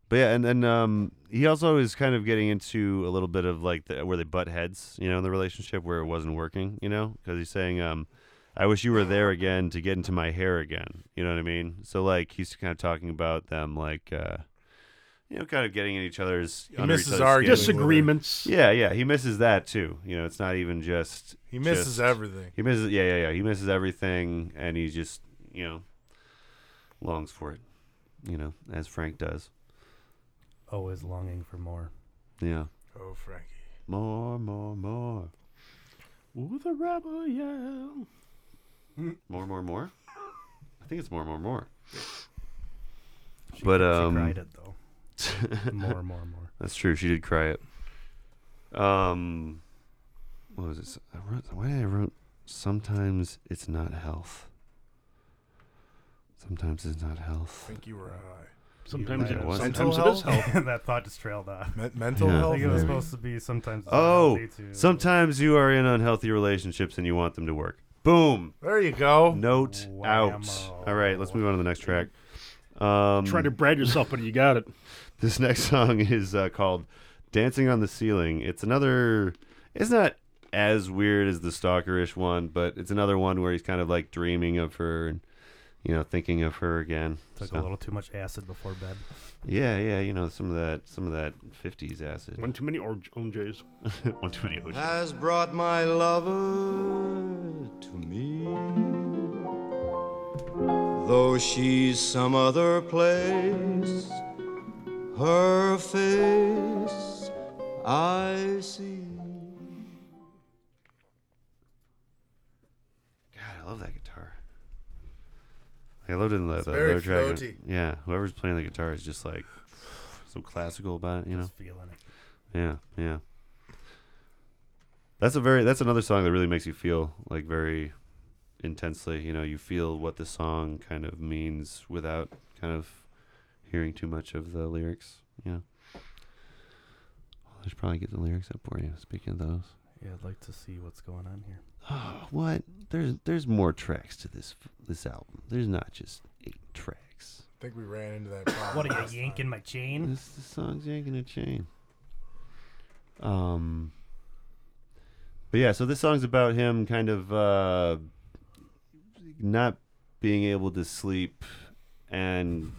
S1: But yeah, and then um, he also is kind of getting into a little bit of like the, where they butt heads, you know, in the relationship where it wasn't working, you know, because he's saying, um, "I wish you were there again to get into my hair again." You know what I mean? So like he's kind of talking about them like, uh, you know, kind of getting in each other's under each
S3: misses
S1: other's
S3: arguing.
S1: skin.
S2: Disagreements.
S1: Yeah, yeah, he misses that too. You know, it's not even just
S3: He misses
S1: just-
S3: everything.
S1: He misses, yeah, yeah, yeah. He misses everything, and he just, you know, longs for it. You know, as Frank does.
S4: Always longing for more.
S1: Yeah.
S3: Oh, Frankie.
S1: More, more, more.
S2: Ooh, the rabble yell.
S1: More, more, more? I think it's more, more, more.
S4: She,
S1: But,
S4: she
S1: um,
S4: cried it
S1: [LAUGHS]
S4: though. more, more, more.
S1: That's true. She did cry it. Um, what was it? I wrote, why did I wrote, sometimes it's not health. Sometimes it's not
S3: I
S1: health.
S3: think you were high.
S2: Sometimes,
S1: right,
S2: it,
S1: it was.
S2: sometimes it is
S3: Mental
S2: help.
S4: [LAUGHS] that thought just trailed off.
S3: Me- [LAUGHS] mental
S1: Yeah.
S4: I
S3: health.
S4: think it was
S3: maybe?
S4: supposed to be sometimes. it's
S1: Oh,
S4: unhealthy to-
S1: sometimes you are in unhealthy relationships and you want them to work. Boom.
S3: There you go.
S1: Note out.
S4: Whammo.
S1: All right, let's move on to the next track. Um,
S2: Try to brag yourself, but you got it.
S1: This [LAUGHS] next song is uh, called "Dancing on the Ceiling." It's another. It's not as weird as the stalkerish one, but it's another one where he's kind of like dreaming of her and you know thinking of her again.
S4: Took
S1: So-
S4: a little too much acid before bed.
S1: Yeah, yeah, you know some of that, some of that '50s acid. [LAUGHS]
S2: One too many orange, oranges.
S1: One too many oceans.
S6: has brought my lover to me. Though she's some other place, her face I see.
S1: God, I love that guitar. Like, I loved it in the, the
S3: very
S1: other track.
S3: floaty.
S1: Yeah, whoever's playing the guitar is just like so classical about it, you know.
S4: Just feeling it.
S1: Yeah, yeah. That's a very that's another song that really makes you feel like very intensely. You know, you feel what the song kind of means without kind of hearing too much of the lyrics. You know, I should probably get the lyrics up for you. Speaking of those, Oh,
S4: Yeah, I'd like to see what's going on here.
S1: what there's there's more tracks to this this album. There's not just eight tracks.
S3: I think we ran into that problem.
S4: What are
S3: last
S4: you yanking my chain?
S1: This the song's yanking a chain. Um, but yeah, so this song's about him kind of uh, not being able to sleep and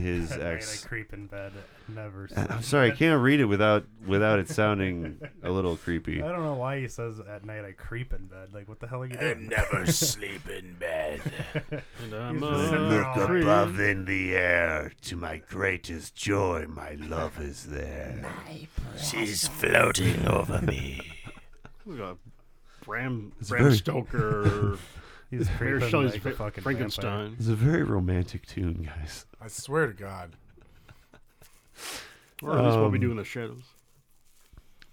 S4: [LAUGHS]
S1: his
S4: I
S1: ex.
S4: creep in bed. Never.
S1: I- I'm
S4: sleep.
S1: sorry, I can't read it without without it sounding a little creepy. [LAUGHS]
S4: I don't know why he says at night I creep in bed. Like, what the hell are you doing?
S3: time. never sleep in bed.
S2: And I'm
S4: He's
S2: a
S4: just sitting there all night.
S2: Oh, creep.
S1: in the air, to my greatest joy, my love is there.
S7: She's floating over me.
S2: Look at Bram,
S1: It's
S2: Bram
S1: very-
S2: Stoker,
S4: He's
S2: Mary
S4: creeping
S2: Shelley's
S4: like
S2: Fra-
S4: a fucking vampire.
S2: Frankenstein.
S1: It's a very romantic tune, guys.
S3: I swear to God.
S2: Or at least what we
S1: Um,
S2: do in the shadows.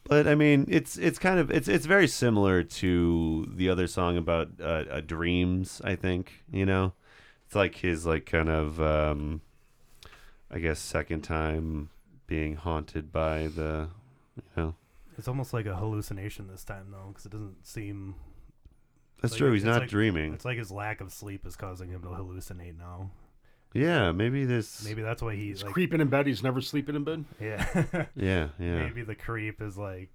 S1: But I mean, it's it's kind of it's it's very similar to the other song about uh, uh, dreams. I think you know, it's like his like kind of um, I guess second time being haunted by the you know
S4: It's almost like a hallucination this time though, because it doesn't seem.
S1: that's
S4: Like,
S1: true. He's
S4: it's
S1: not
S4: like-
S1: dreaming.
S4: It's like his lack of sleep is causing him to hallucinate now.
S1: Yeah, maybe this.
S4: Maybe that's why he's
S2: He's
S4: like.
S2: creeping in bed. He's never sleeping in bed.
S4: Yeah.
S1: Yeah, yeah,
S4: Maybe the creep is like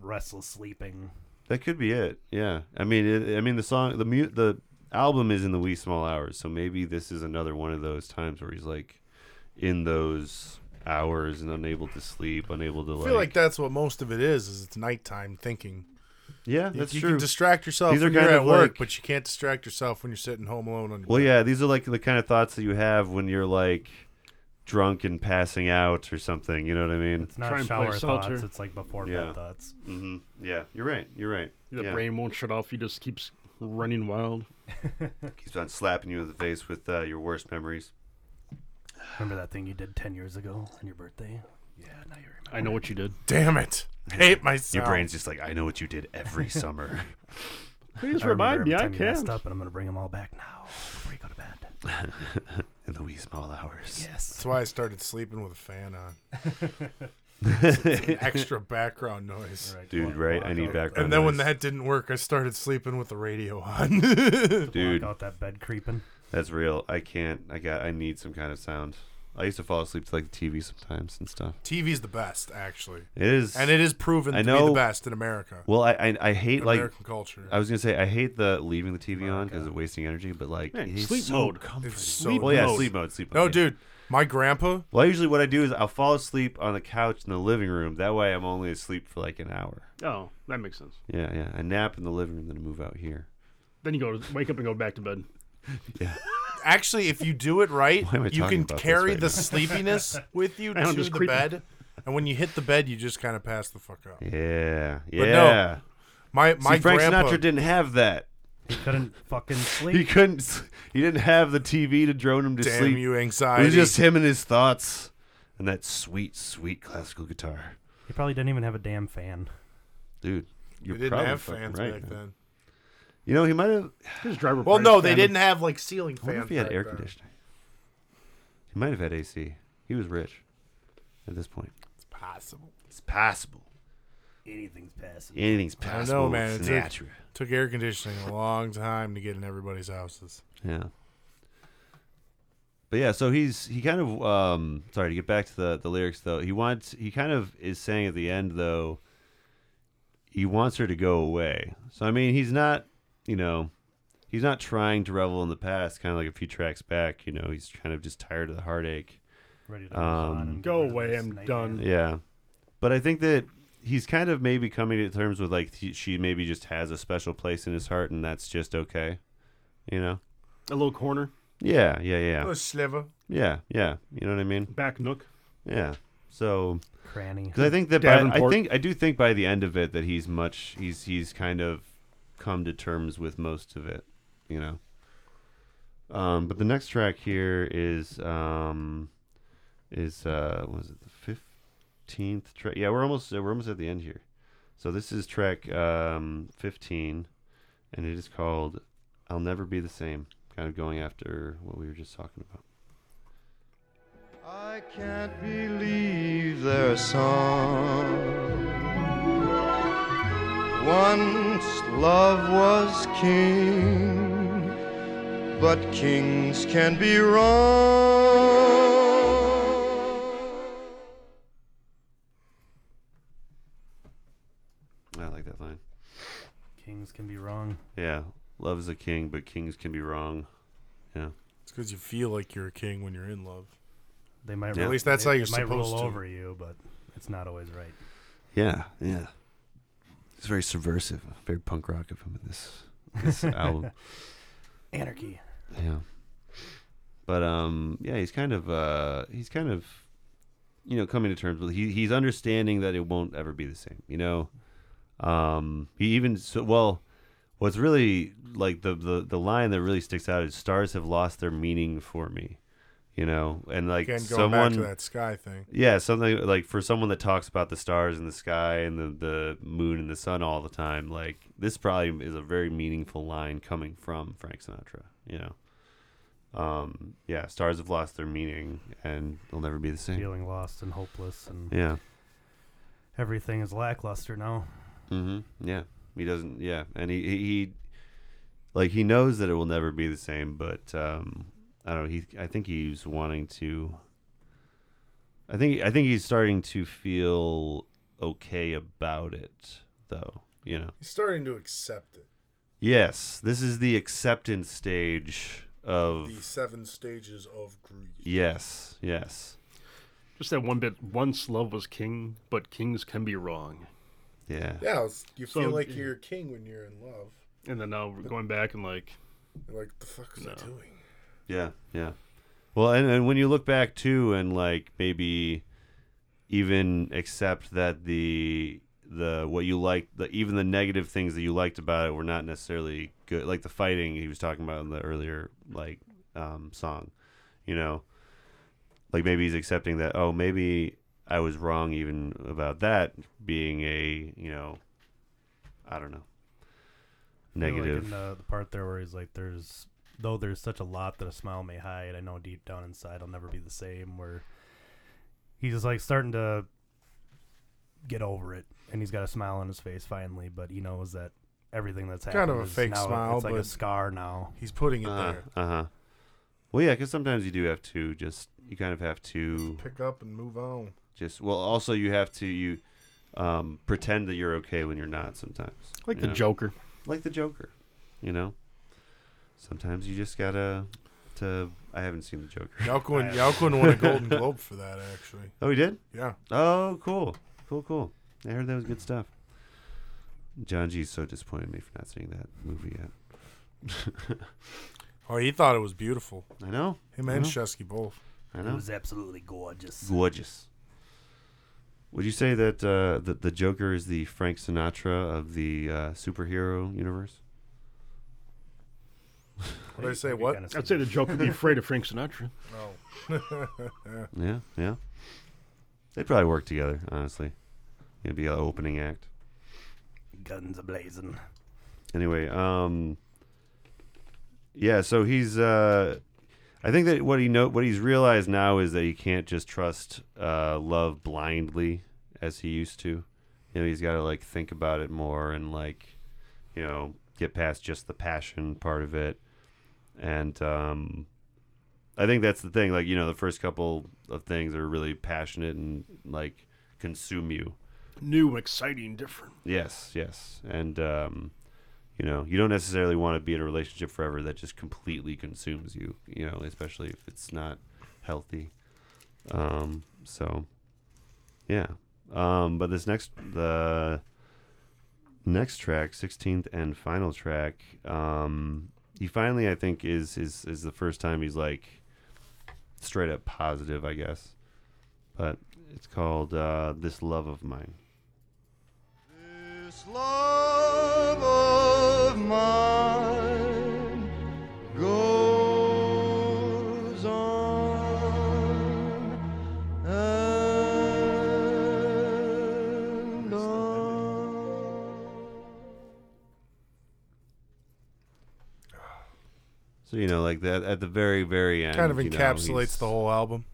S4: restless sleeping.
S1: that could be it. Yeah, I mean, it, I mean, the song, the mute, the album is in the wee small hours, so maybe this is another one of those times where he's like in those hours and unable to sleep, unable to
S3: I
S1: like.
S3: feel like that's what most of it is. Is it's nighttime thinking.
S1: Yeah,
S3: You-
S1: that's
S3: you
S1: true.
S3: can distract yourself
S1: These are
S3: when you're
S1: kind
S3: at
S1: of
S3: work,
S1: like-
S3: but you can't distract yourself when you're sitting home alone on your
S1: well,
S3: bed.
S1: yeah, these are like the kind of thoughts that you have when you're like drunk and passing out or something. You know what I mean?
S4: It's not
S2: Try and play
S4: shower thoughts.
S2: solitaire.
S4: It's like before
S1: Yeah.
S4: bed thoughts.
S1: hmm
S3: Mm-hmm.
S1: Yeah, you're right. You're right.
S2: The
S1: yeah.
S2: brain won't shut off. He just keeps running wild.
S1: keeps on slapping you in the face with uh, your worst memories.
S4: Remember that thing you did ten years ago on your birthday? Yeah, now you remember.
S2: I know what you did.
S1: [LAUGHS]
S3: Damn it. I hate myself.
S1: Your brain's just like, I know what you did [LAUGHS] every summer.
S2: Please
S4: I remember
S2: remind me.
S4: every
S2: I
S4: time you messed
S2: can't.
S4: up, and I'm gonna bring them all back now before you go to bed.
S1: in the wee small hours.
S4: Yes.
S3: That's why I started sleeping with a fan on.
S1: [LAUGHS]
S3: It's an extra background noise.
S1: Dude, right? I need background.
S3: And then when
S1: noise.
S3: that didn't work, I started sleeping with the radio
S1: [LAUGHS]
S3: on.
S1: dude,
S4: out that bed creeping.
S1: that's real. I can't. I got. I need some kind of sound. I used to fall asleep to like the TV sometimes and stuff.
S3: TV's the best, actually.
S1: It is.
S3: And it is proven
S1: I
S3: to be
S1: know-
S3: the best in America.
S1: well, I I, I hate
S3: in
S1: like.
S3: American culture.
S1: I was gonna say I hate the leaving the TV on because of wasting energy, but like
S2: Man,
S1: it's
S2: sleep
S1: so
S2: mode.
S1: comforting.
S3: It's so
S1: well, yeah,
S3: nice.
S1: sleep mode, sleep mode.
S3: No,
S1: yeah.
S3: dude, my grandpa,
S1: Well, usually what I do is I'll fall asleep on the couch in the living room. That way, I'm only asleep for like an hour.
S2: Oh, that makes sense.
S1: Yeah, yeah. I nap in the living room, then I move out here.
S2: Then you go to wake up and go back to bed.
S3: actually, if you do it right,
S1: Why am I
S3: you
S1: talking
S3: can
S1: about this
S3: carry
S1: right
S3: the
S1: now? [LAUGHS]
S3: sleepiness with you
S2: I know,
S3: to
S2: just
S3: the
S2: creepy.
S3: bed. And when you hit the bed, you just kind of pass the fuck out.
S1: Yeah,
S3: no,
S1: yeah.
S3: My my
S1: See, Frank
S3: grandpa,
S1: Sinatra didn't have that.
S4: He
S1: [LAUGHS]
S4: couldn't fucking
S1: He
S4: sleep.
S1: couldn't. s- He didn't have the TV to drone him to
S3: damn
S1: sleep.
S3: you,
S1: It
S3: anxiety.
S1: was just him and his thoughts, and that sweet, sweet classical guitar,
S4: He probably didn't even have a damn fan.
S1: dude.
S3: we
S1: You're
S3: didn't
S1: probably
S3: have
S1: fucking
S3: fans
S1: right,
S3: back
S1: man.
S3: then.
S1: You know, he might have.
S2: His driver.
S3: Well,
S2: Price
S3: no, they
S2: fan-
S3: didn't have like ceiling
S1: I wonder
S3: fans.
S1: if he had
S3: back
S1: air
S3: then.
S1: conditioning. He might have had AC. He was rich at this point.
S3: It's possible.
S1: It's possible.
S4: Anything's passing.
S1: Anything's
S3: I don't know,
S1: possible. with
S3: man. It's like-
S1: Sinatra.
S3: Took air conditioning a long time to get in everybody's houses.
S1: Yeah. But yeah, so he's he kind of um sorry to get back to the the lyrics though. He wants he kind of is saying at the end though he wants her to go away. So I mean, he's not, you know, he's not trying to revel in the past kind of like a few tracks back, you know, he's kind of just tired of the heartache.
S4: Ready to move on
S1: Um,
S4: and
S2: Go
S4: get rid of
S2: away,
S4: this
S2: I'm
S4: nightmare.
S2: done.
S1: Yeah. But I think that he's kind of maybe coming to terms with like he, she maybe just has a special place in his heart and that's just okay. You know?
S2: A little corner,
S1: Yeah, yeah, yeah.
S3: Oh, sliver.
S1: Yeah, yeah. You know what I mean?
S2: back nook.
S1: Yeah. So,
S4: Cranny.
S1: because I think that by, I
S2: Davenport.
S1: think I do think by the end of it that he's much he's he's kind of come to terms with most of it, you know. Um, but the next track here is um, is uh, was it the fifteenth track? Yeah, we're almost uh, we're almost at the end here. So this is track um, fifteen, and it is called I'll never be the same. Kind of going after what we were just talking about.
S6: I can't believe their song. Once love was king, but kings can be wrong.
S1: I like that line.
S4: Kings can be wrong.
S1: Yeah, love is a king, but kings can be wrong. Yeah,
S3: It's because you feel like you're a king when you're in love.
S4: They might.
S1: Yeah.
S4: roll-
S1: At
S3: least that's
S4: they-
S3: how you're
S4: they might roll
S3: supposed to.
S4: over you, but it's not always right.
S1: yeah, yeah. It's very subversive, very punk rock of him in this [LAUGHS] this album.
S4: Anarchy.
S1: Yeah. But um yeah, he's kind of uh he's kind of you know coming to terms with he he's understanding that it won't ever be the same, you know. Um he even so well what's really like the the the line that really sticks out is stars have lost their meaning for me. You know, and like
S3: Again, going
S1: someone
S3: back to that sky thing.
S1: yeah, something like for someone that talks about the stars in the sky and the, the moon and the sun all the time, like this probably is a very meaningful line coming from Frank Sinatra, you know. Um, yeah, stars have lost their meaning and they'll never be the same.
S4: Feeling lost and hopeless, and
S1: Yeah.
S4: everything is lackluster now.
S1: hmm Yeah. He doesn't yeah. And he, he he like he knows that it will never be the same, but um I don't know, he I think he's wanting to I think I think he's starting to feel okay about it though, you know.
S3: He's starting to accept it.
S1: Yes, this is the acceptance stage of
S3: seven stages of grief.
S1: yes, yes.
S2: Just that one bit. Once love was king, but kings can be wrong.
S1: Yeah.
S3: Yeah, you
S2: So- feel like
S3: you're a king when you're in love.
S2: And then now we're going back and like,
S3: Like, the fuck is
S2: I No.
S3: doing?
S1: Yeah, yeah. Well, and, and when you look back too, and like maybe even accept that the the what you liked, the even the negative things that you liked about it were not necessarily good, like the fighting he was talking about in the earlier like um, song, you know, like maybe he's accepting that oh maybe I was wrong even about that being a you know, I don't know,
S4: I feel like
S1: negative.
S4: in the, the part there where he's like, "There's though there's such a lot that a smile may hide. I know deep down inside I'll never be the same." Where he's just like starting to get over it, and he's got a smile on his face finally, but he knows that everything that's
S3: Kind of
S4: happened
S3: a
S4: is
S3: fake
S4: now,
S3: smile,
S4: It's like a
S3: but-
S4: scar now.
S3: He's putting it
S1: Uh
S3: there.
S1: huh. Well, yeah, because sometimes you do have to just you kind of have to
S3: Pick up and move on.
S1: just well. Also, you have to you um, pretend that you're okay when you're not. Sometimes,
S2: like
S1: you
S2: the
S1: know?
S2: Joker.
S1: like the Joker. You know, sometimes you just gotta. To I haven't seen the Joker.
S3: Yalquin,
S1: [LAUGHS]
S3: Yalquin won a Golden Globe for that, actually.
S1: Oh, he did.
S3: Yeah.
S1: Oh, cool, cool, cool. I heard that was good stuff. John G's so disappointed in me for not seeing that movie yet.
S3: Oh, he thought it was beautiful.
S1: I know.
S3: Him
S1: I
S3: and
S1: know.
S3: Shesky both.
S1: I
S4: It
S1: know.
S4: was absolutely gorgeous.
S1: gorgeous. Would you say that uh, that the Joker is the Frank Sinatra of the uh, superhero universe?
S4: What
S3: did I say, what?
S2: I'd say the Joker be afraid of Frank Sinatra.
S1: Yeah, yeah. They probably work together, honestly. It'd be an opening act.
S4: guns ablazing.
S1: Anyway, um, yeah. So he's. Uh, I think that what he know what he's realized now is that he can't just trust uh, love blindly as he used to. You know, he's got to like think about it more and like, you know, get past just the passion part of it. And um, I think that's the thing. Like, you know, the first couple of things are really passionate and like consume you.
S2: New, exciting, different.
S1: Yes, yes, and um, you know, you don't necessarily want to be in a relationship forever that just completely consumes you. You know, especially if it's not healthy. Um, so, yeah. Um, but this next the next track, sixteenth and final track. Um, he finally, I think, is is is the first time he's like straight up positive, I guess. But it's called uh, "This Love of Mine."
S6: This love of mine goes on and on.
S1: So you know, like that at the very very end,
S3: Kind of
S1: you know,
S3: encapsulates the
S1: he's-
S3: whole album,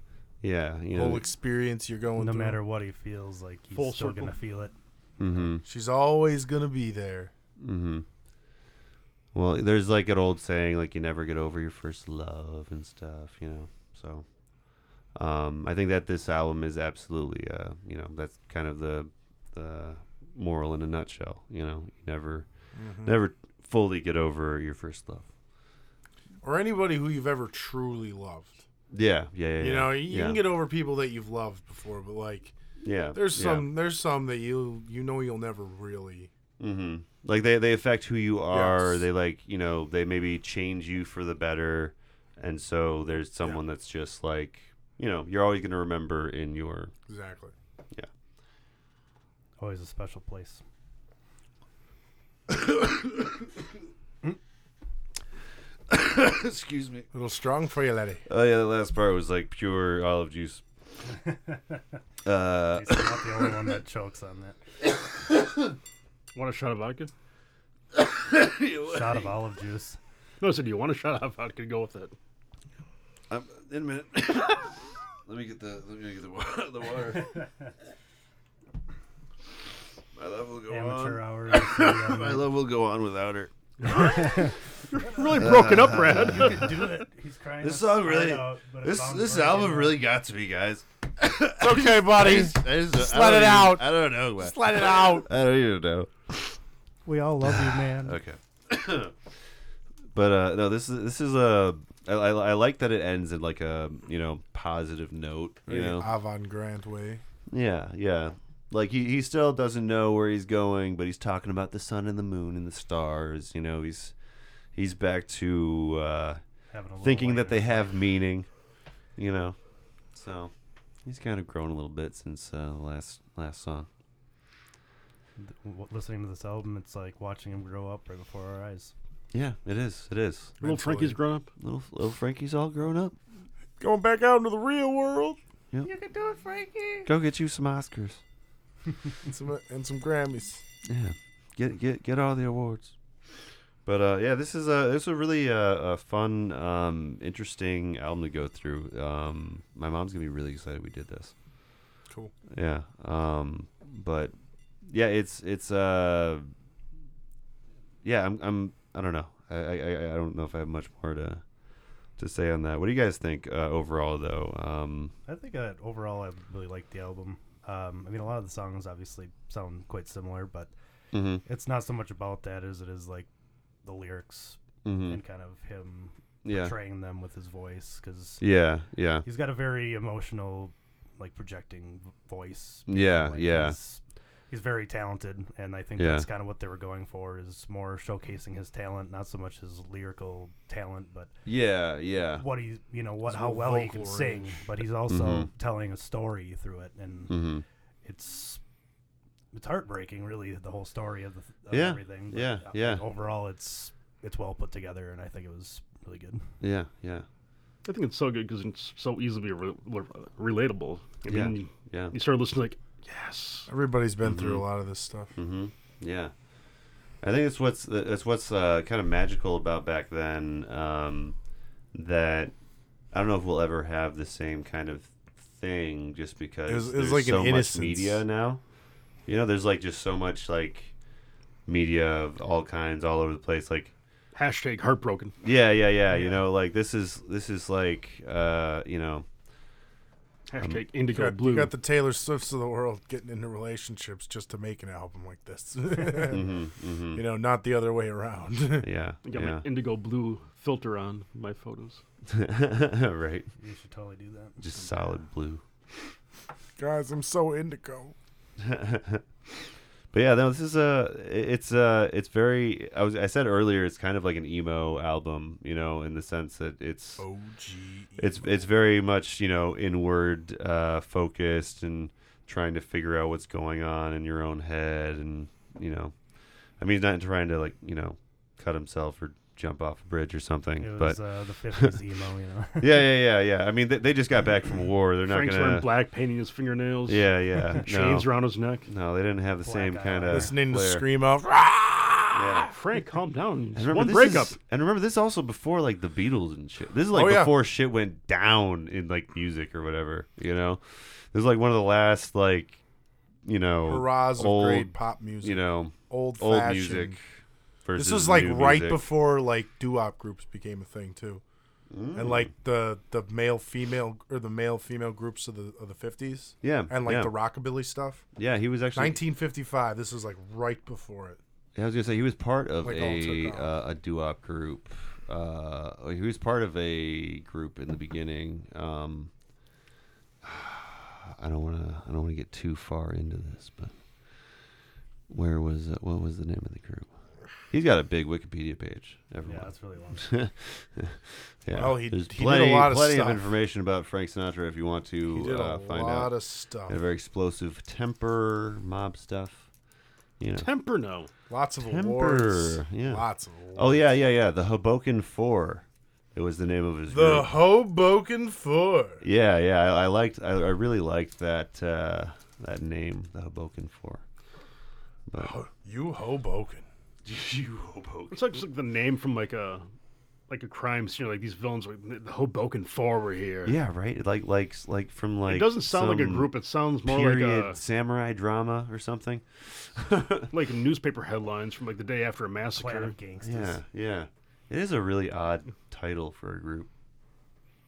S1: Yeah, you know,
S3: whole experience you're going
S4: No
S3: through.
S4: matter what he feels like, he's
S2: Full
S4: still
S2: circle.
S4: gonna feel it.
S1: mm-hmm.
S3: She's always gonna be there.
S1: Mm-hmm. Well, there's like an old saying, like you never get over your first love and stuff, you know. So, um, I think that this album is absolutely, uh, you know, that's kind of the the moral in a nutshell. You know, you never
S3: Mm-hmm.
S1: never fully get over your first love.
S3: Or anybody who you've ever truly loved.
S1: Yeah, yeah, yeah.
S3: You
S1: yeah.
S3: know, you
S1: yeah.
S3: can get over people that you've loved before, but like
S1: yeah.
S3: there's
S1: yeah.
S3: some there's some that you you know you'll never really
S1: hmm Like they they affect who you are.
S3: Yes.
S1: They like you know they maybe change you for the better, and so there's someone that's just like you know you're always gonna remember in your
S3: exactly.
S4: Always a special place.
S1: excuse me.
S3: A little strong for
S1: [LAUGHS]
S3: you, Letty.
S1: Oh yeah, the last part was like pure olive [LAUGHS] juice. uh,
S4: He's not the only one that chokes on
S2: [LAUGHS]
S4: that.
S2: Want a shot of vodka?
S4: Shot of olive juice.
S2: No, I said, do you want a shot of vodka? Go with it.
S1: I'm, in a minute. [COUGHS] let me get the let me get the water. [LAUGHS] The water. My love will go
S4: Amateur hour. is
S1: [LAUGHS]
S4: the, uh,
S1: My love will go on without her.
S2: Really broken up,
S4: [LAUGHS]
S2: Brad.
S4: [LAUGHS] do it. He's crying.
S1: This
S4: us
S1: song
S4: right
S1: really-
S4: out, but it
S1: This
S4: sounds
S1: this
S4: great.
S1: album really got to me, guys.
S3: It's okay, buddy.
S1: Just
S3: let it out.
S1: I don't know. man.
S3: Just let
S1: [LAUGHS]
S3: it out.
S1: I don't even know.
S4: We all love you, man.
S1: Okay. [COUGHS] but uh, no, this is this is a. I, I, I like that it ends in like a you know positive note. You know.
S3: Avant Grant way.
S1: Yeah, yeah. Like he, he still doesn't know where he's going, but he's talking about the sun and the moon and the stars. You know, he's he's back to uh,
S4: [SIGHS] Having a little
S1: thinking
S4: later.
S1: that they have meaning. You know, so he's kind of grown a little bit since uh, the last last song.
S4: W- listening to this album, it's like watching him grow up right before our eyes.
S1: Yeah, it is. It is.
S2: Little Frankie's grown up.
S1: Little little Frankie's all grown up.
S3: Going back out into the real world.
S1: Go get you some Oscars.
S3: And some and some Grammys.
S1: Yeah, get get get all the awards. But uh, yeah, this is a this is a really uh, a fun, um, interesting album to go through. Um, my mom's gonna be really excited we did this.
S3: Cool.
S1: Yeah. Um, but yeah, it's it's uh, yeah. I'm I'm I don't know. I, I I- I don't know if I have much more to to say on that. What do you guys think uh, overall though? Um,
S4: I think that overall, I really like the album. Um, I mean, a lot of the songs obviously sound quite similar, but
S1: mhm,
S4: it's not so much about that as it is like the lyrics
S1: mhm.
S4: and kind of him
S1: Yeah.
S4: portraying them with his voice because
S1: Yeah. Yeah.
S4: he's got a very emotional, like projecting v- voice.
S1: Yeah.
S4: Like,
S1: Yeah.
S4: He's, he's very talented, and I think
S1: Yeah.
S4: that's kind of what they were going for is more showcasing his talent, not so much his lyrical talent, but
S1: Yeah. Yeah.
S4: what he, you know, what
S3: His
S4: how well he can
S3: vocal
S4: sing.
S3: range.
S4: But he's also
S1: Mhm.
S4: telling a story through it, and
S1: Mm-hmm.
S4: it's it's heartbreaking, really, the whole story of, the, of
S1: Yeah,
S4: everything.
S1: yeah,
S4: uh,
S1: yeah.
S4: Overall, it's it's well put together, and I think it was really good.
S1: Yeah. Yeah.
S2: I think it's so good because it's so easily re- re- relatable. I
S1: Yeah.
S2: mean,
S1: Yeah.
S2: you start listening like, yes.
S3: Everybody's been through a lot of this stuff.
S1: Mm-hmm. Yeah, I think it's what's that's what's uh, kind of magical about back then. Um, that I don't know if we'll ever have the same kind of thing, just because
S3: It was- it was
S1: there's
S3: like an
S1: so much
S3: innocence.
S1: media now. You know, there's like just so much like media of all kinds all over the place. Like
S2: Hashtag heartbroken.
S1: yeah, yeah, yeah. You know, like this is this is like uh, you know.
S2: Hashtag
S1: Um,
S2: indigo
S3: You got,
S2: blue.
S3: you got the Taylor Swifts of the world getting into relationships just to make an album like this. [LAUGHS]
S1: hmm hmm
S3: You know, not the other way around. [LAUGHS]
S1: Yeah.
S2: I got
S1: Yeah.
S2: my indigo blue filter on my photos.
S1: [LAUGHS] right.
S4: You should totally do that.
S1: Just solid blue.
S3: Guys, I'm so indigo.
S1: [LAUGHS] but yeah, no, this is a it's a it's very I was I said earlier it's kind of like an emo album, you know, in the sense that it's
S3: OG.
S1: it's it's very much, you know, inward uh focused and trying to figure out what's going on in your own head and, you know, I mean, he's not trying to like, you know, cut himself or jump off a bridge or something,
S4: It
S1: but
S4: was uh, the fifties emo, you know.
S1: [LAUGHS] yeah, yeah, yeah, yeah. I mean, they, they just got back from war. They're not
S2: Frank's
S1: gonna.
S2: wearing black, painting his fingernails.
S1: Yeah, yeah.
S2: Chains
S1: no.
S2: around his neck.
S1: no, they didn't have the
S4: Black
S1: same
S4: eye.
S1: kind of
S3: Listening to
S1: flair.
S3: scream out.
S2: ah, Frank, calm down.
S1: And
S2: It's
S1: remember,
S2: One
S1: this
S2: breakup.
S1: is- and remember, this is also before like the Beatles and shit. This is like
S3: Oh, yeah.
S1: before shit went down in like music or whatever. You know, this is like one of the last like, you know,
S3: Hurrahs
S1: old,
S3: of great pop music.
S1: you know,
S3: old
S1: old
S3: fashioned.
S1: music. Versus
S3: This was like
S1: new
S3: right
S1: music.
S3: before like doo-wop groups became a thing too,
S1: Mm.
S3: and like the the male female or the male female groups of the of the fifties.
S1: Yeah,
S3: and like
S1: yeah.
S3: the rockabilly stuff.
S1: Yeah, he was actually.
S3: 1955. This is like right before it.
S1: I was gonna say he was part of
S3: Like, all
S1: a
S3: took off.
S1: uh, a doo-wop group. Uh, he was part of a group in the beginning. Um, [SIGHS] I don't want to. I don't want to get too far into this, but where was uh, what was the name of the group? He's got a big Wikipedia page.
S4: Yeah,
S1: Everyone.
S4: that's really long.
S1: Yeah.
S3: Well, Oh, he-
S1: There's
S3: he did a
S1: plenty,
S3: lot of
S1: plenty
S3: stuff.
S1: information about Frank Sinatra if you want
S3: He
S1: to
S3: did
S1: uh,
S3: a
S1: find
S3: lot
S1: out.
S3: of stuff.
S1: Had a very explosive temper, mob stuff. You know.
S2: Temper no.
S3: Lots of
S1: Temper,
S3: awards.
S1: yeah.
S3: Lots of awards.
S1: Oh yeah, yeah, yeah. The Hoboken Four. It was the name of his
S3: The
S1: group.
S3: Hoboken Four.
S1: yeah, yeah. I, I liked. I, I really liked that uh, that name, the Hoboken Four. But
S3: You Hoboken.
S1: you Hoboken.
S2: It's like, it's like the name from like a like a crime scene. Like these villains, like the Hoboken Four were here.
S1: Yeah, right. Like, like, like from like.
S2: it doesn't sound like a
S1: some
S2: group. It sounds more like
S1: Period
S2: a
S1: samurai drama or something.
S2: like newspaper headlines from like the day after a
S4: Plan
S2: massacre.
S4: of gangsters.
S1: Yeah, yeah. It is a really odd title for a group.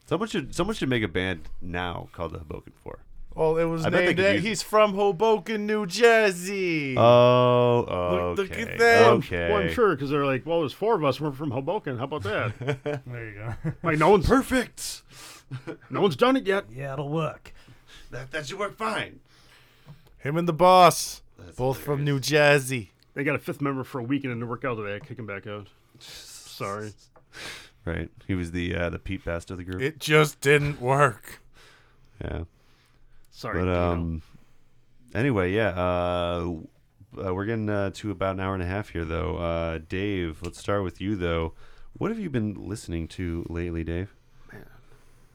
S1: Someone should someone should make a band now called the Hoboken Four.
S3: Well, it was
S1: I bet they
S3: named.
S1: could
S3: a-
S1: use-
S3: He's from Hoboken, New Jersey.
S1: Oh,
S3: Look-
S1: okay.
S3: look at them.
S1: Okay.
S2: Well, I'm sure because they're like, well, there's four of us. We're from Hoboken. How about that?
S4: [LAUGHS]
S2: [LAUGHS]
S4: There you go.
S2: like no one's
S1: Perfect.
S2: no one's done it yet.
S4: yeah, it'll work.
S1: That that should work fine.
S3: Him and the boss, both from New Jersey.
S2: They got a fifth member for a week and didn't work out today. I Kick him back out. Sorry.
S1: Right. He was the uh, the Pete Best of the group.
S3: It just didn't work.
S1: yeah.
S2: Sorry.
S1: But
S2: Dino.
S1: um. Anyway, yeah. Uh, uh, we're getting uh, to about an hour and a half here, though. Uh, Dave, let's start with you, though. What have you been listening to lately, Dave?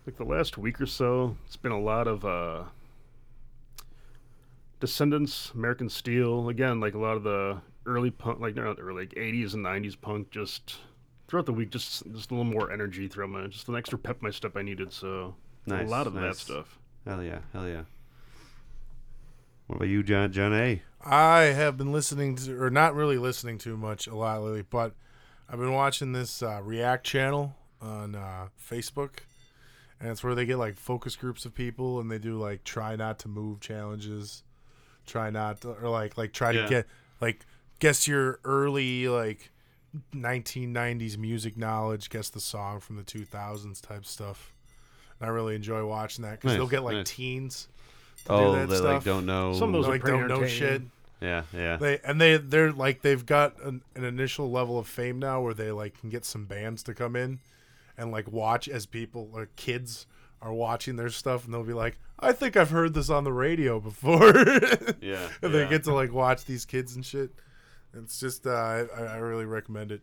S2: like the last week or so, it's been a lot of uh, Descendants, American Steel. Again, like a lot of the early punk, like not early, like '80s and '90s punk. Just throughout the week, just just a little more energy throughout my, just an extra pep in my step I needed. So
S1: Nice,
S2: a lot of that
S1: nice.
S2: stuff.
S1: Hell yeah, hell yeah. What about you, John? John A.
S3: I have been listening to, or not really listening to much a lot lately, but I've been watching this uh, React channel on uh, Facebook, and it's where they get like focus groups of people, and they do like try not to move challenges, try not to, or like like try
S1: Yeah.
S3: to get like guess your early like 1990s music knowledge, guess the song from the 2000s type stuff. And I really enjoy watching that because
S1: Nice,
S3: they'll get like
S1: nice.
S3: teens. To
S1: Oh,
S3: do that
S1: they
S3: stuff.
S1: like don't know.
S2: Some of
S3: They're,
S2: those-
S3: like
S2: are pretty
S3: don't know shit.
S2: entertaining.
S1: Yeah, yeah.
S3: They and they they're like they've got an, an initial level of fame now where they like can get some bands to come in and like watch as people like kids are watching their stuff and they'll be like, I think I've heard this on the radio before. [LAUGHS] and
S1: yeah.
S3: they
S1: yeah.
S3: get to like watch these kids and shit. It's just uh, I I really recommend it.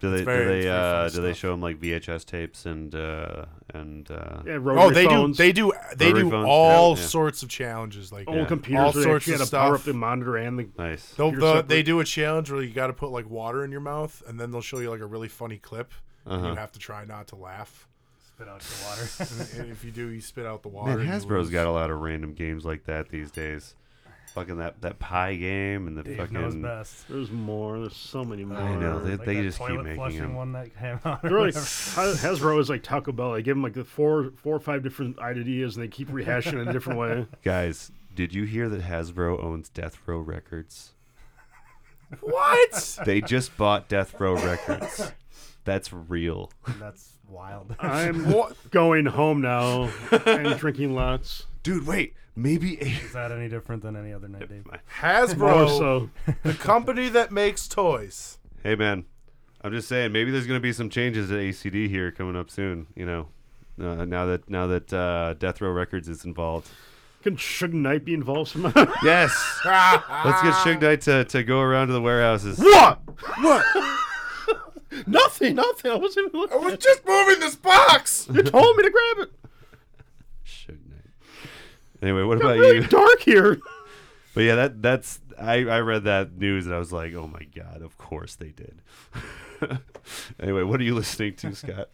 S1: do they
S3: very-
S1: do they
S3: it's very
S1: uh,
S3: fun
S1: do they
S3: stuff.
S1: show them like VHS tapes and uh, and uh,
S2: Yeah, rotary
S3: oh, they
S2: phones.
S3: do they do they
S1: Rotary
S3: do
S1: phones,
S3: all
S1: yeah, Oh, yeah.
S3: sorts of challenges like
S2: old
S1: Yeah.
S2: computers.
S3: all
S2: where they
S3: sorts
S2: actually
S3: of
S2: had to power up
S3: stuff.
S2: the monitor and the.
S1: nice?
S3: They'll,
S2: You're
S3: they'll-
S2: separate.
S3: they do a challenge where you got to put like water in your mouth, and then they'll show you like a really funny clip, and
S1: Uh-huh.
S3: you have to try not to laugh.
S4: Spit out the water.
S3: And- and if you do, you spit out the water.
S1: Man,
S3: and you
S1: Hasbro's
S3: lose.
S1: got a lot of random games like that these days. Fucking that that pie game and
S4: [LAUGHS]
S1: the
S4: Dave knows
S1: fucking
S4: best.
S2: There's more. There's so many more.
S1: I know, they-
S4: Like
S1: they
S4: that
S1: just keep
S4: toilet
S1: making
S4: flushing
S1: them.
S4: one that came out. or
S2: They're like
S4: whatever.
S2: Ha- Hasbro is like Taco Bell. They give them like the four, four or five different ideas, and they keep rehashing it a different way.
S1: guys. Did you hear that Hasbro owns Death Row Records?
S3: what?
S1: [LAUGHS] They just bought Death Row Records. That's real.
S4: That's wild.
S2: [LAUGHS] I'm
S3: What?
S2: going home now [LAUGHS] and drinking lots.
S1: Dude, wait. Maybe
S4: Is that any different than any other night, Dave?
S2: More
S3: Hasbro,
S2: so,
S3: the company that
S1: [LAUGHS]
S3: makes toys.
S1: Hey man, I'm just saying maybe there's gonna be some changes at ACD here coming up soon. You know, uh, now that now that uh, Death Row Records is involved.
S2: can Suge Knight be involved somehow?
S1: Yes, let's get Suge Knight to, to go around to the warehouses.
S2: what? What? [LAUGHS] nothing, nothing. I wasn't even
S3: I
S2: looking.
S3: was just moving this box.
S2: [LAUGHS] You told me to grab it.
S1: Suge Knight. Anyway, what
S2: Got
S1: about
S2: really
S1: Uh, you?
S2: dark here.
S1: But yeah, that that's I, I read that news and I was like, oh my god, of course they did. [LAUGHS] anyway, what are you listening [LAUGHS] to, Scott?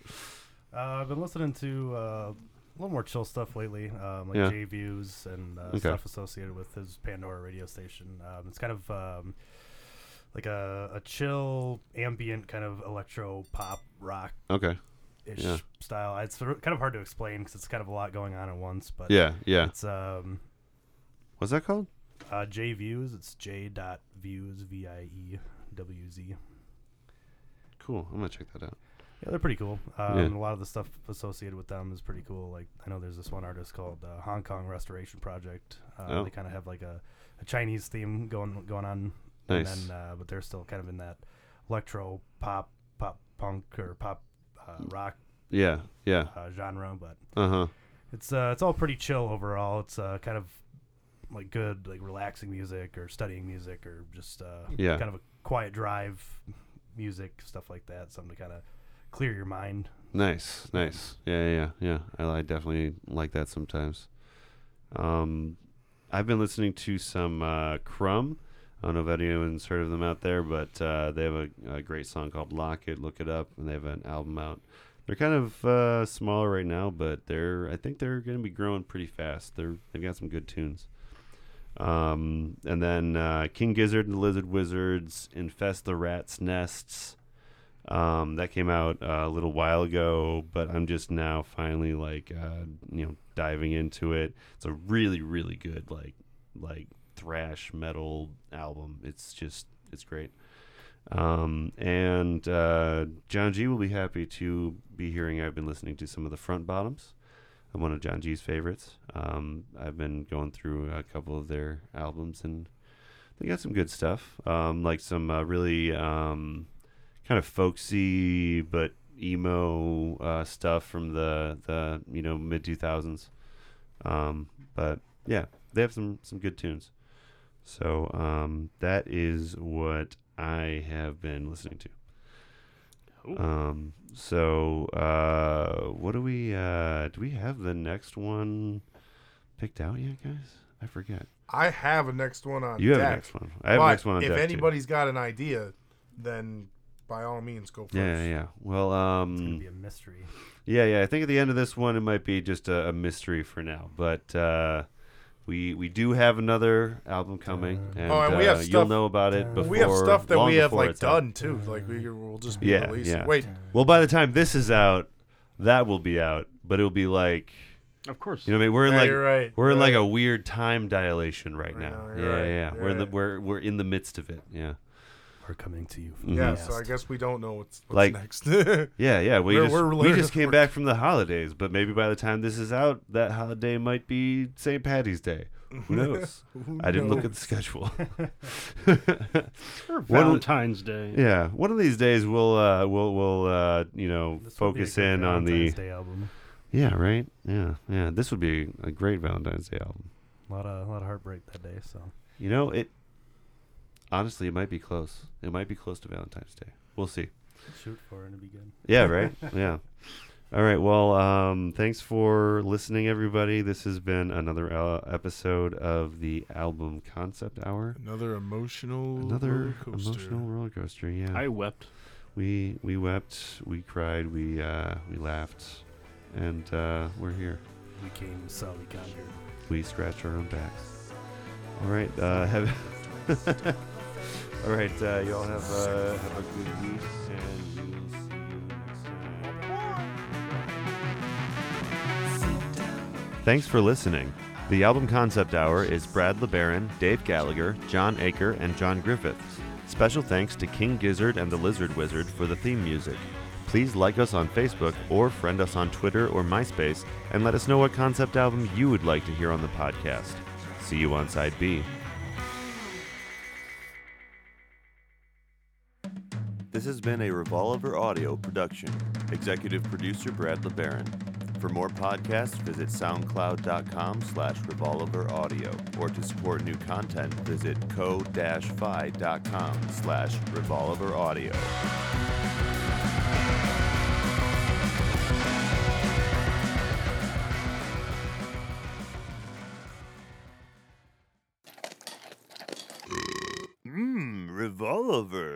S4: Uh, I've been listening to uh, a little more chill stuff lately, um, like
S1: Yeah.
S4: J Views and uh,
S1: Okay.
S4: stuff associated with his Pandora radio station. Um, it's kind of um, like a, a chill, ambient kind of electro pop rock
S1: Okay.
S4: ish
S1: Yeah.
S4: style. It's sort of- kind of hard to explain because it's kind of a lot going on at once. But
S1: Yeah, yeah.
S4: it's um,
S1: What's that called?
S4: uh, J Views. It's J dot Views V I E W Z.
S1: Cool. I'm gonna check that out.
S4: Yeah, they're pretty cool. Um,
S1: Yeah.
S4: A lot of the stuff associated with them is pretty cool. Like I know there's this one artist called uh, Hong Kong Restoration Project. Uh,
S1: Oh.
S4: They kind of have like a, a Chinese theme going going on.
S1: Nice.
S4: And then, uh, but they're still kind of in that electro pop, pop punk or pop uh, rock
S1: Yeah, yeah.
S4: uh, genre. But
S1: Uh huh.
S4: it's uh, it's all pretty chill overall. It's uh, kind of like good, like relaxing music or studying music or just uh,
S1: Yeah.
S4: kind of a quiet drive music stuff like that. Something to kind of clear your mind.
S1: Nice, nice. Yeah, yeah, yeah. yeah. I, I definitely like that sometimes. Um, I've been listening to some uh, Crumb. I don't know if anyone's heard of them out there, but uh, they have a, a great song called "Lock It." Look it up, and they have an album out. They're kind of uh, smaller right now, but they're I think they're going to be growing pretty fast. They're they've got some good tunes. Um, and then uh, King Gizzard and the Lizard Wizards infest the rats' nests. Um, that came out uh, a little while ago, but I'm just now finally like uh, you know diving into it. It's a really really good like like thrash metal album. It's just it's great. Um, and uh, John G will be happy to be hearing. I've been listening to some of the front bottoms. I'm one of John G's favorites. Um, I've been going through a couple of their albums, and they got some good stuff. Um, like some uh, really um, kind of folksy but emo uh, stuff from the the you know mid two thousands. Um, but yeah, they have some some good tunes. So um, that is what I have been listening to.
S2: Ooh.
S1: Um, so uh, what do we uh, do? We have the next one picked out yet, guys? I forget.
S3: I have a next one on
S1: You have
S3: deck,
S1: the next one. I have
S3: but
S1: the next one on
S3: if
S1: deck, too.
S3: anybody's got an idea, then by all means go first.
S1: Yeah, yeah, yeah. Well, um,
S4: It's gonna be a mystery.
S1: Yeah, yeah. I think at the end of this one, it might be just a, a mystery for now. But uh, we we do have another album coming, and,
S3: Oh, and we
S1: uh,
S3: have
S1: you'll
S3: stuff-
S1: know about it before.
S3: we have stuff that
S1: long
S3: we have
S1: before
S3: like
S1: it's out.
S3: done too. Like we will just be
S1: Yeah,
S3: releasing.
S1: yeah.
S3: Wait,
S4: Uh,
S1: Well, by the time this is out, that will be out, but it'll be like
S2: Of course.
S1: you know, what I mean, we're in
S3: Yeah,
S1: like
S3: you're right,
S1: we're in
S3: you're
S1: like a weird time dilation right, now.
S3: now,
S1: Yeah,
S3: you're right,
S1: yeah, yeah.
S3: you're
S1: We're in the
S3: right.
S1: we're we're in the midst of it. Yeah,
S4: We're coming to you.
S1: Mm-hmm.
S4: From
S3: yeah.
S4: the
S3: So I
S4: past.
S3: guess we don't know what's, what's
S1: Like-
S3: next. [LAUGHS] yeah,
S1: yeah, yeah. We
S3: We're-
S1: just
S3: we're
S1: we just
S3: learning-
S1: came back from the holidays, but maybe by the time this is out, that holiday might be St. Patty's Day.
S3: [LAUGHS]
S1: Who knows? I didn't look at
S4: [LAUGHS]
S1: the schedule. [LAUGHS]
S2: Or
S1: One-
S2: Valentine's Day.
S1: yeah, one of these days we'll uh, we'll we'll uh, you know
S4: This would be a
S1: focus
S4: good
S1: in on the
S4: Valentine's Day album.
S1: yeah right yeah yeah this would be a great Valentine's Day album.
S4: A lot of a lot of heartbreak that day. So
S1: You know it. Honestly, it might be close. It might be close to Valentine's Day. We'll see.
S4: shoot for it and it'd be good.
S1: Yeah,
S4: [LAUGHS]
S1: right. yeah. All right. Well, um, thanks for listening, everybody. This has been another uh, episode of the Album Concept Hour.
S3: Another emotional.
S1: Another
S3: roller coaster.
S1: emotional roller coaster. Yeah.
S2: I wept.
S1: we we wept, we cried, we uh, we laughed, and uh, we're here.
S4: We came, saw, we conquered.
S1: We scratched our own backs. All right, uh, [LAUGHS] have all right, uh, y'all have uh, have a good week, and we will see you next time. Thanks for listening. The album concept hour is Brad LeBaron, Dave Gallagher, John Aker, and John Griffiths. Special thanks to King Gizzard and the Lizard Wizard for the theme music. Please like us on Facebook or friend us on Twitter or MySpace and let us know what concept album you would like to hear on the podcast. See you on Side B.
S6: This has been a Revolver Audio production. Executive producer Brad LeBaron. For more podcasts, visit soundcloud.com slash revolver audio. Or to support new content, visit co-fi.com slash revolver audio. Revolver